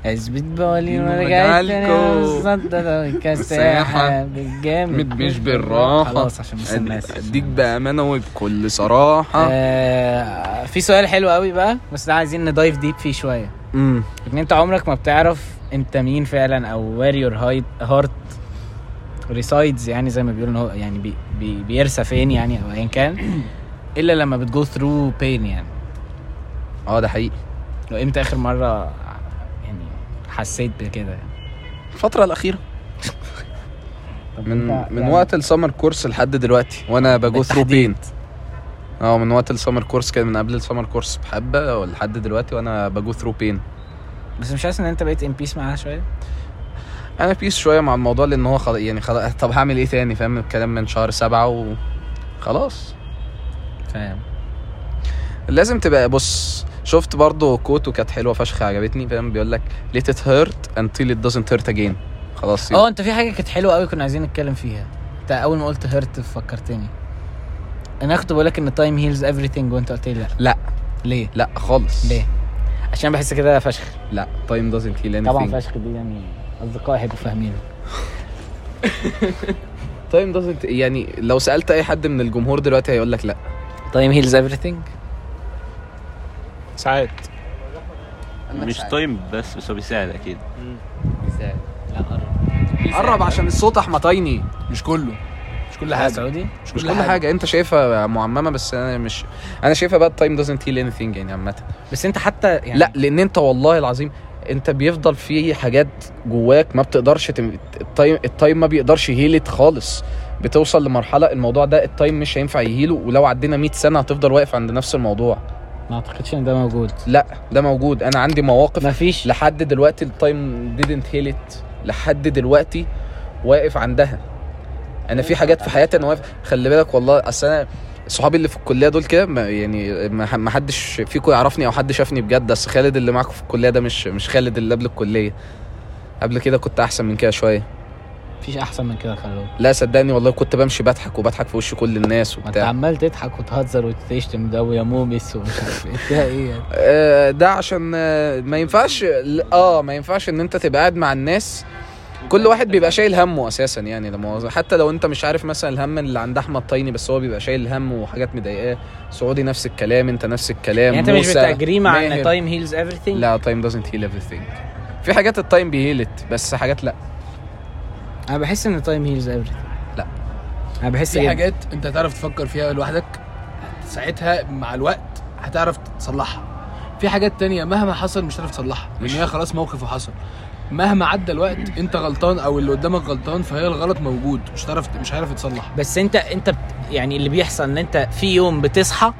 C: عزبة بولينو رجعت
B: رجعلكوا.
C: لنا مصدرة كساحة
B: ساحة.
C: بالجامد
B: مش بالراحة.
C: خلاص عشان بس الناس
B: اديك بامانه وبكل صراحه
C: آه، في سؤال حلو قوي بقى بس ده عايزين ندايف ديب فيه شوية
B: امم
C: ان انت عمرك ما بتعرف انت مين فعلا او وير يور هارت ريسايدز يعني زي ما بيقولوا إن هو يعني بي بي بيرسى فين يعني او ايا كان الا لما بتجو ثرو بين يعني
B: اه ده حقيقي
C: لو امتى اخر مره يعني حسيت بكده يعني
B: الفترة الأخيرة من من
C: يعني
B: وقت السمر كورس لحد دلوقتي وانا بجو ثرو بين اه من وقت السمر كورس كان من قبل السمر كورس بحبه لحد دلوقتي وانا بجو ثرو بين
C: بس مش حاسس ان انت بقيت ان بيس معاها شويه
B: انا بيس شويه مع الموضوع لان هو خلاص يعني خلاص طب هعمل ايه تاني فاهم الكلام من شهر سبعة وخلاص
C: فاهم
B: لازم تبقى بص شفت برضو كوتو كانت حلوه فشخ عجبتني فاهم بيقول لك let it hurt until it doesn't hurt again خلاص
C: اه انت في حاجه كانت حلوه قوي كنا عايزين نتكلم فيها انت اول ما قلت هرت فكرتني انا كنت بقول لك ان تايم هيلز everything وانت قلت لي لا
B: لا.
C: ليه
B: لا خالص
C: ليه عشان بحس كده فشخ
B: لا time doesn't heal anything
C: طبعا فشخ دي يعني اصدقائي هيبقوا فاهمين
B: تايم doesn't يعني لو سالت اي حد من الجمهور دلوقتي هيقول لك لا
C: تايم هيلز everything
E: ساعات
G: مش تايم بس بس هو بيساعد اكيد
B: قرب عشان الصوت احمى تايني
E: مش كله مش كل
C: لا
E: حاجه
C: سعودي
B: مش كل حاجة. حاجه انت شايفها معممه بس انا مش انا شايفها بقى التايم doesn't heal anything يعني عامه
C: بس انت حتى يعني
B: لا لان انت والله العظيم انت بيفضل في حاجات جواك ما بتقدرش تم... التايم التايم ما بيقدرش يهيلت خالص بتوصل لمرحله الموضوع ده التايم مش هينفع يهيله ولو عدينا 100 سنه هتفضل واقف عند نفس الموضوع
C: ما اعتقدش ان ده موجود
B: لا ده موجود انا عندي مواقف
C: مفيش
B: لحد دلوقتي التايم didn't heal it لحد دلوقتي واقف عندها انا في حاجات في حياتي انا واقف خلي بالك والله اصل انا صحابي اللي في الكليه دول كده ما- يعني ما ما حدش فيكم يعرفني او حد شافني بجد بس خالد اللي معاكم في الكليه ده مش مش خالد اللي قبل الكليه قبل كده كنت احسن من كده شويه
C: مفيش احسن من كده خلوه
B: لا صدقني والله كنت بمشي بضحك وبضحك في وش كل الناس
C: ما انت
B: وبتاع
C: عمال تضحك وتهزر وتشتم ده ويا مومس ومش عارف ايه فيها ايه يعني
B: آه، ده عشان آه، ما ينفعش اه ما ينفعش ان انت تبقى قاعد مع الناس كل واحد بيبقى شايل همه اساسا يعني لما حتى لو انت مش عارف مثلا الهم اللي عند احمد طيني بس هو بيبقى شايل هم وحاجات مضايقاه سعودي نفس الكلام انت نفس الكلام
C: يعني انت مش
B: موسى،
C: بتأجري مع
B: ماهر.
C: ان تايم هيلز everything
B: لا تايم دازنت هيل everything في حاجات التايم بيهيلت بس حاجات لا
C: انا بحس ان تايم هيلز everything
B: لا.
C: انا بحس
E: في
C: كده.
E: حاجات انت هتعرف تفكر فيها لوحدك ساعتها مع الوقت هتعرف تصلحها في حاجات تانية مهما حصل مش هتعرف تصلحها لان هي خلاص موقف وحصل مهما عدى الوقت انت غلطان او اللي قدامك غلطان فهي الغلط موجود مش هتعرف مش عارف تصلح
C: بس انت انت بت- يعني اللي بيحصل ان انت في يوم بتصحى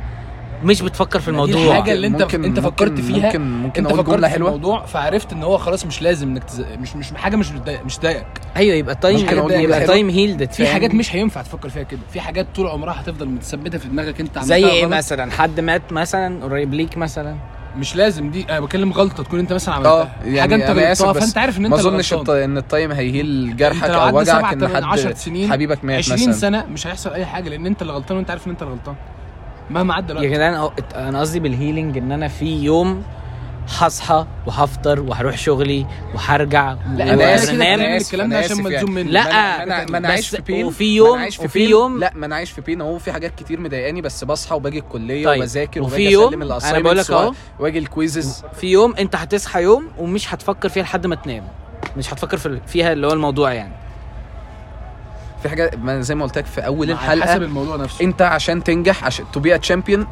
C: مش بتفكر في الموضوع
E: الحاجة اللي انت- انت فكرت فيها،
B: ممكن ممكن
E: انت
B: اقول
E: فكرت
B: جمله
E: في
B: حلوه
E: الموضوع فعرفت ان هو خلاص مش لازم انك تز... مش مش حاجه مش بتضايق مش ضايقك
C: ايوه يبقى تايم
B: ممكن اقول
C: يبقى
B: جملة حلوة؟
C: تايم هيلد
E: في حاجات مش هينفع تفكر فيها كده في حاجات طول عمرها هتفضل متثبته في دماغك انت عملتها
C: زي ايه
E: غلط.
C: مثلا حد مات مثلا قريب ليك مثلا
E: مش لازم دي انا بتكلم غلطه تكون انت مثلا عملتها
B: اه
E: يعني حاجه
B: يعني
E: انت
B: انا اسف
E: غلطتها
B: بس
E: فانت عارف ان انت
B: ما
E: اللي
B: اظنش
E: غلطان.
B: الت- ان التايم هيهيل جرحك
E: انت لو
B: او
E: عدى
B: وجعك
E: سبع،
B: ان
E: تمن،
B: حد
E: عشر سنين،
B: حبيبك مات
E: 20
B: مثلا
E: سنه مش هيحصل اي حاجه لان انت اللي غلطان وانت عارف ان انت اللي غلطان مهما عدى
C: يا
E: الوقت
C: جدعان أو- انا قصدي بالهيلينج ان انا في يوم هصحى وهفطر وهروح شغلي وهرجع
E: لا انا اسف
B: أنا
E: انا
C: وهنام
B: آسف،
E: اسف الكلام ده
B: أنا
E: عشان
B: آسف يعني.
E: ملزوم مني
C: لا،
B: ما انا ما انا
C: بس
B: عايش في بين
C: وفي يوم-
B: ما أنا عايش في
C: وفي
B: بين.
C: يوم-
B: لا ما انا عايش في بين اهو في حاجات كتير مضايقاني بس بصحى وباجي الكليه
C: طيب،
B: وبذاكر
C: وفي
B: وباجي
C: يوم-
B: اسلم
C: أنا
B: الاسايمنتس
C: بقول لك أهو.
B: واجي الكويزز
C: في يوم انت هتصحى يوم ومش هتفكر فيها لحد ما تنام مش هتفكر في ال- فيها اللي هو الموضوع يعني
B: في حاجات ما أنا زي ما قلت لك في اول
E: على حسب
B: الحلقه
E: الموضوع <laughs> نفسه
B: انت عشان تنجح عشان تبيع تشامبيون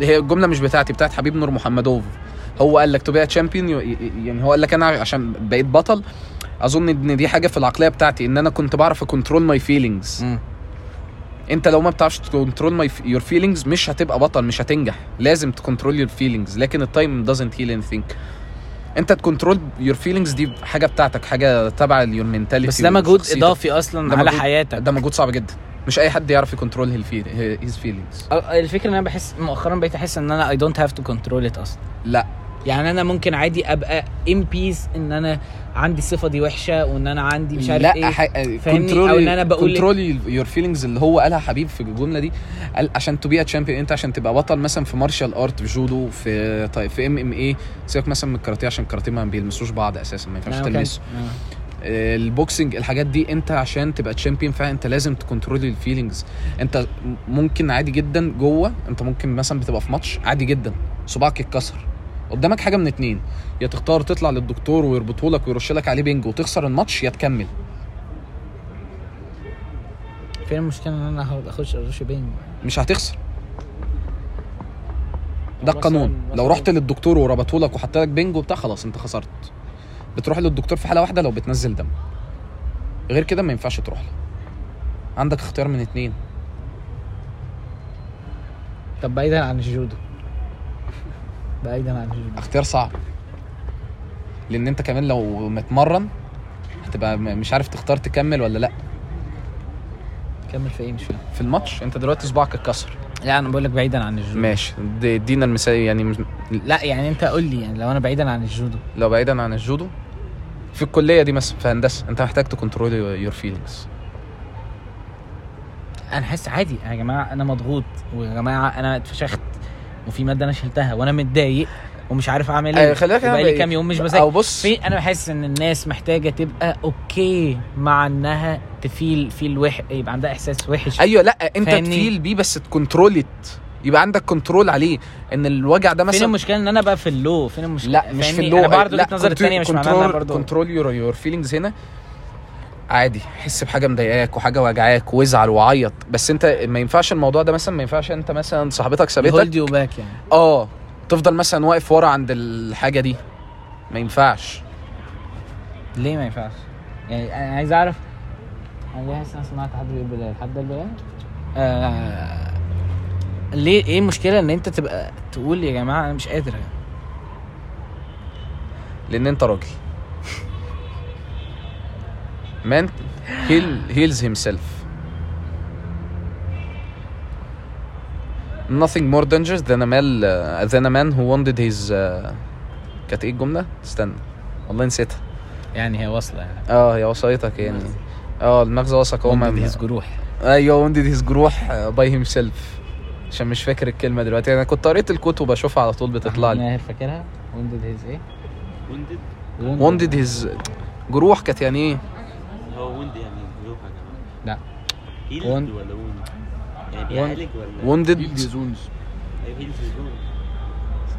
B: هي الجمله مش بتاعتي بتاعت حبيب نور محمدوف هو قال لك تبيع تشامبيون يعني هو قال لك انا عشان بقيت بطل اظن ان دي حاجه في العقليه بتاعتي ان انا كنت بعرف اكونترول ماي فيلينجز
C: مم.
B: انت لو ما بتعرفش تكنترول ماي يور فيلينجز مش هتبقى بطل مش هتنجح لازم تكنترول يور فيلينجز لكن التايم doesn't heal anything انت تكنترول يور فيلينجز دي حاجه بتاعتك حاجه تبع اليور منتاليتي
C: بس ده مجهود اضافي اصلا
B: ده
C: على
B: مجهود-
C: حياتك
B: ده مجهود صعب جدا مش اي حد يعرف يكنترول هيز فيلينجز
C: أه، الفكره ان انا بحس مؤخرا بقيت احس ان انا اي دونت هاف تو كنترول ات اصلا
B: لا
C: يعني انا ممكن عادي ابقى ام بيس ان انا عندي الصفه دي وحشه وان انا عندي مش عارف
B: لا
C: ايه فاهمني؟
B: كنترول
C: أو إن أنا بقول-
B: كنترول يور فيلينجز اللي هو قالها حبيب في الجمله دي قال عشان تبقى تشامبيون انت عشان تبقى بطل مثلا في مارشال ارت في جودو في طيب في ام ام اي سيبك مثلا من الكاراتيه عشان الكاراتيه ما بيلمسوش بعض اساسا ما ينفعش
C: أنا ما كان-
B: تلمسه
C: آه.
B: البوكسنج الحاجات دي انت عشان تبقى تشامبيون فيها انت لازم تكنترول الفيلينجز انت ممكن عادي جدا جوه انت ممكن مثلا بتبقى في ماتش عادي جدا صباعك يتكسر قدامك حاجه من اتنين يا تختار تطلع للدكتور ويربطه لك ويرش لك عليه بنج وتخسر الماتش يا تكمل
C: فين المشكله ان انا هقعد اخش ارش بينج
B: مش هتخسر ده القانون
D: مثلاً-
B: لو
D: مثلاً-
B: رحت للدكتور وربطه لك وحط لك بنج وبتاع خلاص انت خسرت بتروح للدكتور في حاله واحده لو بتنزل دم غير كده ما ينفعش تروح له عندك اختيار من اتنين
C: طب بعيدا عن الجودو بعيدا عن الجودو
B: اختيار صعب لان انت كمان لو متمرن هتبقى م- مش عارف تختار تكمل ولا لا
C: كمل في ايه مش فاهم
B: في الماتش انت دلوقتي صباعك اتكسر
C: لا انا بقول لك بعيدا عن الجودو
B: ماشي دي- ادينا المثال يعني مش-
C: لا يعني انت قول لي يعني لو انا بعيدا عن الجودو
B: لو بعيدا عن الجودو في الكليه دي مثلا في هندسه انت محتاج تكنترول يور فيلينجز
C: انا حاسس عادي يا جماعه انا مضغوط ويا جماعه انا اتفشخت وفي ماده انا شلتها وانا متضايق ومش عارف اعمل ايه
B: آه، خلي بالك أنا
C: بقالي
B: بقى-
C: كام يوم مش
B: او
C: بذاكر
B: بص
C: في انا بحس ان الناس محتاجه تبقى اوكي مع انها تفيل فيل وح يبقى عندها احساس وحش
B: ايوه لا انت
C: فاهمني؟
B: تفيل بيه بس تكنترولت يبقى عندك كنترول عليه ان الوجع ده
C: فين
B: مثلا
C: المشكله ان انا بقى في اللو فين المشكله
B: لا مش في
C: فاهمني؟
B: اللو
C: انا بعرض
B: لا
C: وجهه نظر الثانيه مش معناها إن أنا
B: كنترول
C: برضه
B: كنترول يور يور فيلينجز هنا عادي حس بحاجه مضايقاك وحاجه وجعاك وازعل وعيط بس انت ما ينفعش الموضوع ده مثلا ما ينفعش انت مثلا صاحبتك سابتك
C: هولد يو باك يعني
B: اه تفضل مثلا واقف ورا عند الحاجه دي ما ينفعش
C: ليه ما ينفعش يعني انا عايز اعرف انا ليه حاسس ان انا سمعت حد بيقول بلال حد ده البلال آه... ليه ايه المشكله ان انت تبقى تقول يا جماعه انا مش قادر
B: لان انت راجل مان هيلز هيم سيلف nothing more dangerous than a man uh, than a man who wanted his uh, كانت ايه الجمله استنى والله نسيتها
C: يعني هي واصله يعني
B: اه هي وصيتك يعني اه المغزى وصك هو ما-
C: هيز جروح
B: ايوه وندد هيز جروح باي هيم سيلف عشان مش فاكر الكلمه دلوقتي انا كنت قريت الكتب بشوفها على طول بتطلع لي
C: ماهر فاكرها وندد هيز ايه
G: وندد
B: وندد هيز جروح كانت يعني ايه
G: هو وند يعني جروح يا جماعه
C: لا.
G: هيلد ولا وند يعني بيعالج ولا
B: وندد
E: زونز
G: أيوة، هيلد وجروح.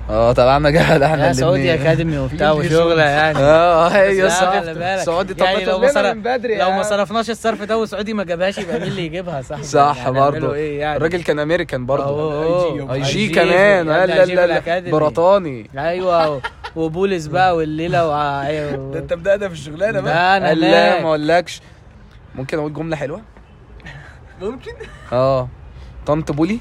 B: اه طلعنا جهل احنا
C: يا سعودي
B: الاتنين.
C: اكاديمي وبتاع
B: إيه؟
C: وشغله يعني
B: اه هي
C: بس لا، خلي
B: صح
C: بالك.
B: سعودي طب
C: يعني
B: ما
C: لو
B: تقول
C: ما
B: لنا
C: صرف-
B: من بدري
C: لو
B: يا
C: ما
B: عم.
C: صرفناش الصرف ده وسعودي ما جابهاش يبقى مين اللي يجيبها صح
B: صح برضه.
C: ايه يعني
B: الراجل كان امريكان برضه
C: أهو.
B: اي جي
C: IG
B: كمان
C: يعني
B: لا لا
C: IG
B: لا لا
C: بالأكاديمي.
B: بريطاني
C: ايوه و- وبولس بقى والليله وع...
B: <laughs>
E: ده انت بدأنا في الشغلانه بقى
C: ده انا
B: قال لا ما
C: لا
B: اقولكش ممكن اقول جمله حلوه
E: ممكن
B: اه طنط بولي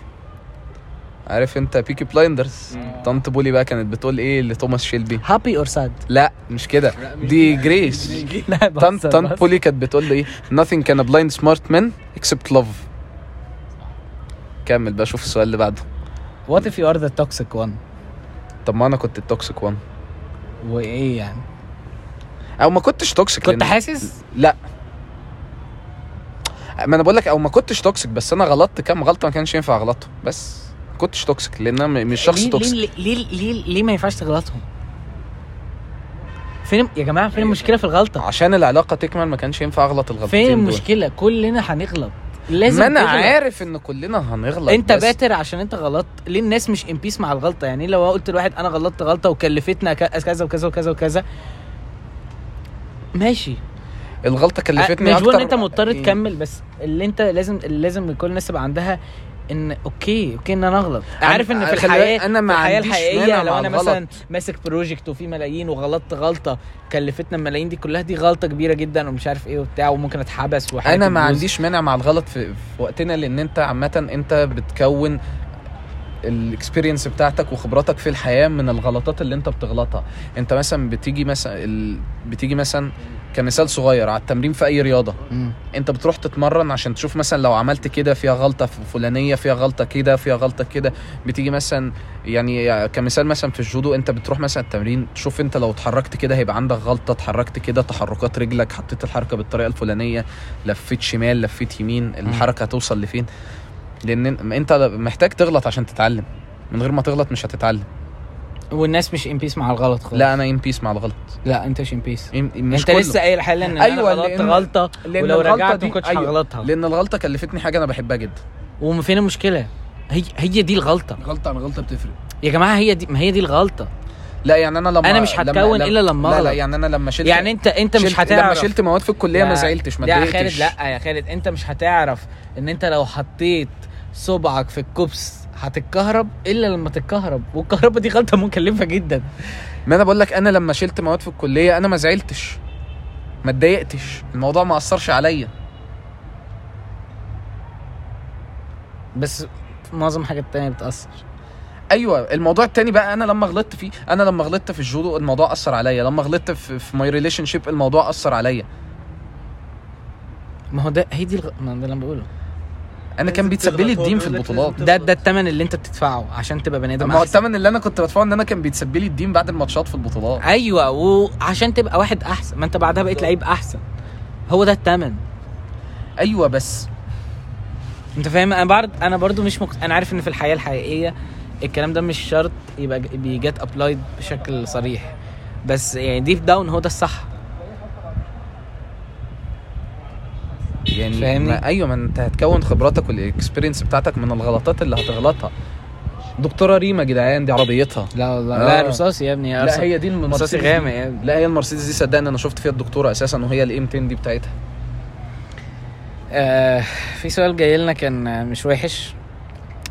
B: عارف انت بيكي بلايندرز طنط بولي بقى كانت بتقول ايه لتوماس شيلبي
C: هابي اور
B: <laughs>
C: ساد
B: لا مش كده دي جريس
C: لا
B: طنط
C: بهزر،
B: طنط
C: بهزر.
B: بولي كانت بتقول له ايه nothing can a blind smart man except love كمل بقى شوف السؤال اللي بعده
C: What if you are the toxic one?
B: طب ما انا كنت التوكسيك وان
C: وايه يعني؟
B: او ما كنتش توكسيك
C: كنت
B: لأن-
C: حاسس؟
B: لا ما انا بقول لك او ما كنتش توكسيك بس انا غلطت كام غلطه ما كانش ينفع اغلطها بس ما كنتش توكسيك لان انا م- مش شخص
C: ليه-
B: توكسيك
C: ليه ليه ليه ليه ما ينفعش تغلطهم؟ فين يا جماعه
B: أيوة.
C: فين المشكله في الغلطه؟
B: عشان العلاقه تكمل ما كانش ينفع اغلط الغلطتين دول.
C: فين المشكله؟ كلنا هنغلط لازم
B: ما انا
C: تغلط.
B: عارف ان كلنا هنغلط
C: انت
B: بس
C: باتر عشان انت غلطت ليه الناس مش امبيس مع الغلطه يعني لو قلت لواحد انا غلطت غلطه وكلفتنا ك- كذا وكذا وكذا وكذا ماشي
B: الغلطه كلفتني
C: مش
B: اكتر
C: بقول ان انت مضطر
B: إيه.
C: تكمل بس اللي انت لازم اللي لازم كل الناس تبقى عندها ان اوكي اوكي ان انا اغلط عارف ان في
B: خلي بالك
C: الحياه
B: انا ما
C: في الحياه
B: عنديش مانع
C: الحقيقيه لو
B: مع
C: انا
B: الغلط.
C: مثلا ماسك بروجكت وفيه ملايين وغلطت غلطه كلفتنا الملايين دي كلها دي غلطه كبيره جدا ومش عارف ايه وبتاع وممكن اتحبس وحاجات
B: انا ما عنديش مانع مع الغلط في, في وقتنا لان انت عامه انت بتكون الاكسبيرينس بتاعتك وخبراتك في الحياه من الغلطات اللي انت بتغلطها انت مثلا بتيجي مثلا ال... بتيجي مثلا كمثال صغير على التمرين في اي رياضه انت بتروح تتمرن عشان تشوف مثلا لو عملت كده فيها غلطه ف- فلانيه فيها غلطه كده فيها غلطه كده بتيجي مثلا يعني كمثال مثلا في الجودو انت بتروح مثلا التمرين تشوف انت لو اتحركت كده هيبقى عندك غلطه اتحركت كده تحركات رجلك حطيت الحركه بالطريقه الفلانيه لفيت شمال لفيت يمين الحركه هتوصل لفين لان ان- انت محتاج تغلط عشان تتعلم من غير ما تغلط مش هتتعلم
C: والناس مش امبيس مع الغلط خالص
B: لا انا ام بيس مع الغلط
C: لا انت مش امبيس
B: إم- مش
C: انت
B: كله.
C: لسه قايل حالا ان
B: أيوة،
C: ايوه انا غلطت
B: لأن-
C: غلطه
B: لأن
C: ولو
B: الغلطة
C: رجعت
B: دي-
C: ما كنتش
B: أيوة.
C: هغلطها
B: لان الغلطه كلفتني حاجه انا بحبها جدا
C: وفين المشكله هي هي دي الغلطه
E: غلطه عن غلطه بتفرق
C: يا جماعه هي دي ما هي دي الغلطه
B: لا يعني انا لما
C: أنا مش
B: لما-
C: هتكون
B: لما-
C: إلا لما
B: لا لا
C: أغلط.
B: يعني انا لما شلت
C: يعني انت انت مش
B: شلت- لما
C: هتعرف
B: شلت مواد في الكليه ما زعلتش ما
C: لا يا
B: اتضايقتش
C: خالد لا يا خالد انت مش هتعرف ان انت لو حطيت صبعك في الكوبس هتتكهرب الا لما تتكهرب والكهرباء دي غلطه مكلفه جدا
B: ما انا بقول لك انا لما شلت مواد في الكليه انا ما زعلتش ما اتضايقتش الموضوع ما اثرش عليا
C: بس معظم حاجات تانية بتاثر
B: ايوه الموضوع التاني بقى انا لما غلطت فيه انا لما غلطت في الجودو الموضوع اثر عليا لما غلطت في, في ماي ريليشن شيب الموضوع اثر عليا
C: ما هو ده هي دي الغ... ما ده اللي انا بقوله
B: انا كان بيتسبب لي الدين في البطولات
C: ده ده الثمن اللي انت بتدفعه عشان تبقى بني ادم
B: ما هو
C: أحسن.
B: الثمن اللي انا كنت بدفعه ان انا كان بيتسبب لي الدين بعد الماتشات في البطولات
C: ايوه وعشان تبقى واحد احسن ما انت بعدها بقيت لعيب احسن هو ده الثمن
B: ايوه بس
C: انت فاهم انا بعد انا برضو مش مك... انا عارف ان في الحياه الحقيقيه الكلام ده مش شرط يبقى ج- بيجات ابلايد بشكل صريح بس يعني ديب داون هو ده الصح
B: يعني
C: فاهمني؟
B: ما ايوه ما انت هتكون خبراتك والاكسبيرينس بتاعتك من الغلطات اللي هتغلطها دكتوره ريما جدعان دي عربيتها
C: لا والله
B: لا، آه.
C: لا رصاصي يا ابني
B: لا هي دي المرسيدس
C: رصاصي
B: دي.
C: غامق يا ابني
B: لا هي المرسيدس دي صدقني انا شفت فيها الدكتوره اساسا وهي الام 10 دي بتاعتها
C: آه في سؤال جاي لنا كان مش وحش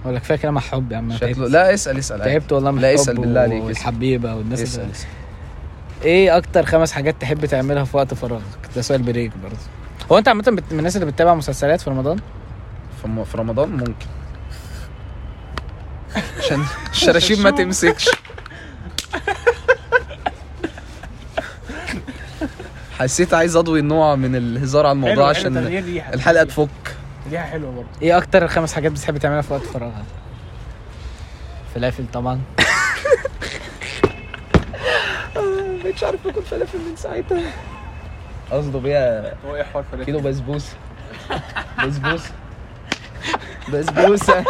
C: اقول لك فاكر مع حب يا عم أنا
B: شكله
C: تعبت.
B: لا اسال اسال عادي.
C: تعبت والله من
B: لا،
C: الحب
B: اسأل بالله عليك، اسأل.
C: والحبيبه والناس
B: اسال
C: اللي-
B: اسال
C: ايه اكتر خمس حاجات تحب تعملها في وقت فراغك ده سؤال بريك برضه هو انت عامه بت- من الناس اللي بتتابع مسلسلات في رمضان
B: في م- في رمضان ممكن عشان الشراشيب ما تمسكش حسيت عايز اضوي نوع من الهزار على الموضوع عشان الحلقه تفك
D: ريحه حلوه برضه
C: ايه اكتر خمس حاجات بتحب تعملها في وقت فراغك فلافل طبعا
B: مش عارف اكل فلافل من ساعتها قصده بيها
D: هو ايه حوار فلافل
B: كيلو
D: <laughs>
B: بسبوسه بسبوسه بسبوسه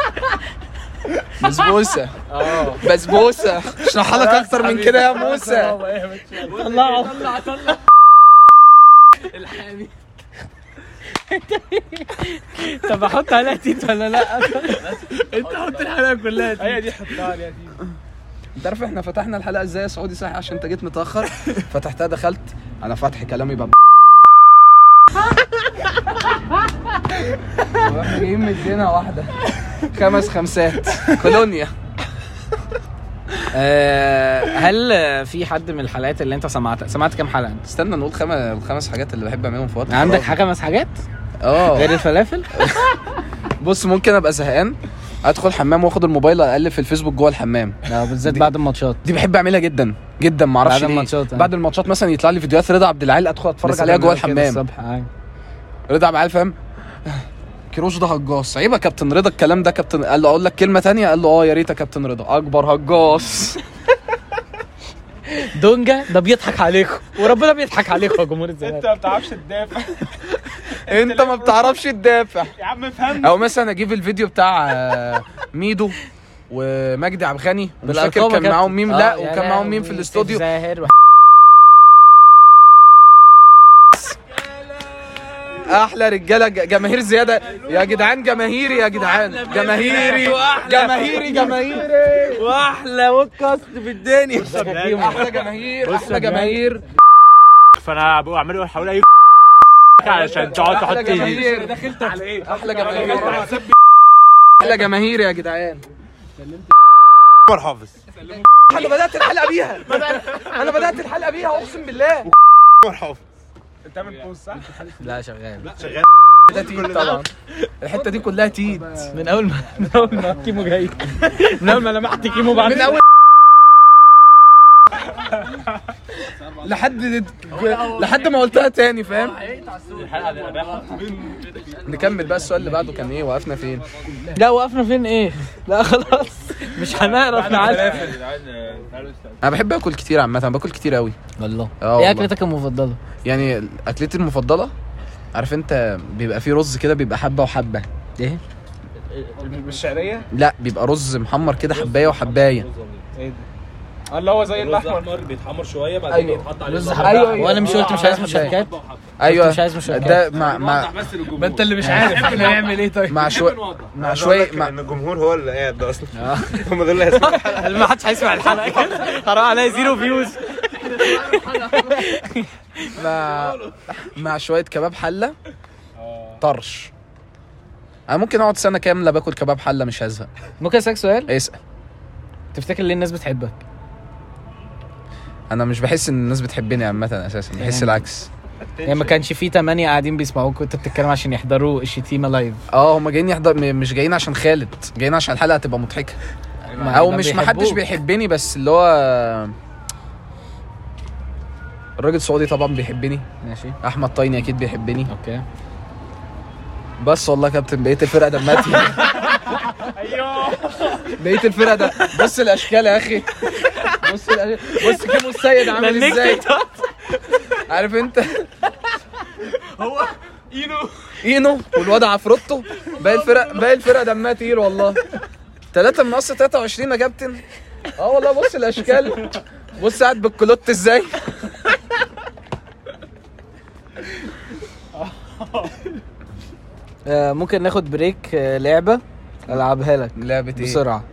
B: بسبوسه
D: اه
B: بسبوسه اشرحها لك اكتر من كده يا موسى
C: طلعوا
D: <laughs>
C: طب احط عليها تيت ولا لا
D: هي دي حطها عليها دي
B: انت عارف احنا فتحنا الحلقه ازاي يا سعودي صح عشان انت جيت <laughs> متاخر فتحتها دخلت انا فتح كلامي بقى واحنا جايين مدينا واحده خمس خمسات كولونيا
C: هل في حد من الحلقات اللي انت سمعتها سمعت كام حلقه انت
B: استنى نقول خمس الخمس حاجات اللي بحب اعملهم في وقت
C: عندك
B: الفراغ.
C: حاجه مس حاجات
B: اه
C: غير الفلافل
B: بص ممكن ابقى زهقان ادخل حمام واخد الموبايل اقلب في الفيسبوك جوه الحمام
C: لا بالذات
B: دي-
C: بعد الماتشات
B: دي بحب اعملها جدا جدا ما اعرفش
C: بعد
B: ليه.
C: الماتشات، اه.
B: بعد الماتشات مثلا يطلع لي فيديوهات رضا عبد العال ادخل اتفرج
C: لسه
B: عليها جوه
C: بعملها كده
B: الحمام
C: الصبح آه.
B: رضا عبد العال فاهم كيروش ده هجاص عيب يا كابتن رضا الكلام ده كابتن قال له اقول لك كلمه تانية قال له اه يا ريت يا كابتن رضا اكبر
C: <laughs>
B: هجاص
C: دونجا ده بيضحك عليكم وربنا بيضحك عليكم يا جمهور الزمالك
D: انت ما بتعرفش تدافع
B: انت ما بتعرفش تدافع
D: يا عم افهمني
B: او مثلا اجيب الفيديو بتاع آه، ميدو ومجدي عبد الغني مش فاكر
C: بالألقاب يا
B: كان معاهم
C: كابتن.
B: مين
C: آه،
B: لا
C: يا
B: وكان معاهم
C: لهوي،
B: مين في
C: سيف
B: الاستوديو
C: <laughs> زاهر
B: احلى رجاله ج- جماهير زياده يا جدعان جماهيري يا جدعان
C: <laughs>
B: جماهيري جماهيري جماهيري
C: واحلى بودكاست في الدنيا
B: احلى جماهير احلى جماهير
H: فانا بقول اعمله واحاول اي
E: <laughs>
H: علشان تقعد تحط
B: احلى
H: ايدي
B: جماهير دخلت على ايه احلى جماهير احلى جماهير يا جدعان
H: عمر حافظ
B: انا بدات الحلقه بيها انا بدات الحلقه بيها اقسم بالله
H: عمر حافظ
D: انت عامل بوست صح؟
C: لا شغال
B: ده تيت طبعا الحته دي كلها تيت
C: من اول ما من اول ما كيمو جاي من اول ما لمحت كيمو بعد
B: من اول لحد لحد ما قلتها تاني فاهم نكمل بقى السؤال اللي بعده كان ايه وقفنا فين
C: لا وقفنا فين ايه لا خلاص مش هنعرف نعرف
B: انا بحب اكل كتير عامه أنا باكل كتير قوي
C: والله
B: اه
C: ايه
B: والله.
C: اكلتك المفضله
B: يعني اكلتي المفضله عارف انت بيبقى فيه رز كده بيبقى حبه وحبه
C: ايه
D: بالشعريه
B: لا بيبقى رز محمر كده حبايه وحبايه
D: اللي إيه هو زي الاحمر
C: رز
B: أيوة،
C: حبه
B: أيوة.
C: وانا مش قلت مش عايز مشاركات
B: ايوه
C: مش عايز مشاركات.
B: ده مع مع
D: ما انت اللي مش عارف احنا هنعمل ايه طيب
C: <laughs>
B: مع شويه مع شويه مع آه.
H: الجمهور هو اللي قاعد ده اصلا <laughs> هم دول اللي هيسمعوا
C: <laughs> ما حدش هيسمع الحلقه
H: <laughs>
C: كده حرام عليا زيرو
B: <laughs>
C: فيوز آه.
B: مع, مع شويه كباب حله طرش انا ممكن اقعد سنه كامله باكل كباب حله مش هزهق
C: ممكن اسالك سؤال
B: اسال
C: تفتكر ليه الناس بتحبك
B: انا مش بحس ان الناس بتحبني عامه اساسا بحس
C: يعني.
B: العكس
C: يعني ما كانش فيه تمانية قاعدين بيسمعوك وانت بتتكلم عشان يحضروا الشتيمه لايف
B: اه هم جايين يحضر م- مش جايين عشان خالد جايين عشان الحلقه هتبقى مضحكه او مش محدش بيحبني بس اللي هو الراجل السعودي طبعا بيحبني
C: ماشي
B: احمد طيني اكيد بيحبني
C: اوكي
B: بس والله يا كابتن بقيت الفرقه دمها تقيل بقيت الفرقه ده بص الاشكال يا اخي بص الأش- بص كيمو السيد عامل ازاي عارف انت هو اينو اينو والواد عفروتو باقي الفرق باقي الفرقه دمها تقيل والله 3 من اصل 23 يا كابتن اه والله بص الاشكال بص قاعد بالكلوت ازاي
C: آه ممكن ناخد بريك آه لعبه العبها لك
B: لعبه
C: بسرعه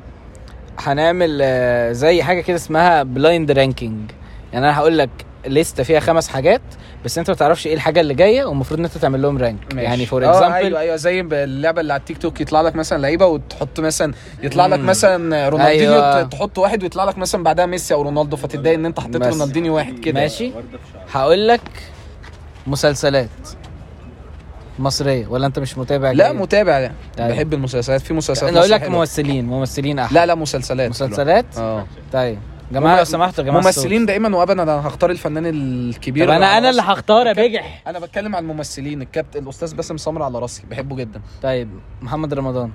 C: هنعمل آه، زي حاجه كده اسمها بلايند رانكينج يعني انا هقول لك لسته فيها خمس حاجات بس انت ما تعرفش ايه الحاجه اللي جايه والمفروض ان انت تعمل لهم رانك يعني فور
B: اه ايوه
C: اكزامبل
B: ايوه زي اللعبه اللي على التيك توك يطلع لك مثلا لعيبه وتحط مثلا يطلع لك
C: مم.
B: مثلا رونالدينيو
C: أيوة.
B: ت- تحط واحد ويطلع لك مثلا بعدها ميسي او رونالدو فتتضايق ان انت حطيت
C: مثلا.
B: رونالدينيو واحد كده
C: ماشي هقول لك مسلسلات مصريه ولا انت مش متابع
B: لا
C: جيد؟
B: متابع لا
C: أيوة.
B: بحب المسلسلات في مسلسلات
C: انا اقول
B: مصر
C: لك
B: حلوة.
C: ممثلين ممثلين احلى
B: لا لا مسلسلات
C: مسلسلات
B: اه
C: طيب جماعه لو سمحتوا يا جماعه
B: ممثلين
C: الصوت.
B: دايما وابدا انا هختار الفنان الكبير
C: طب
B: اللي
C: انا
B: على
C: انا اللي
B: راسي.
C: هختار يا بجح
B: انا بتكلم عن الممثلين الكابتن الاستاذ باسم سمر على راسي بحبه جدا
C: طيب محمد رمضان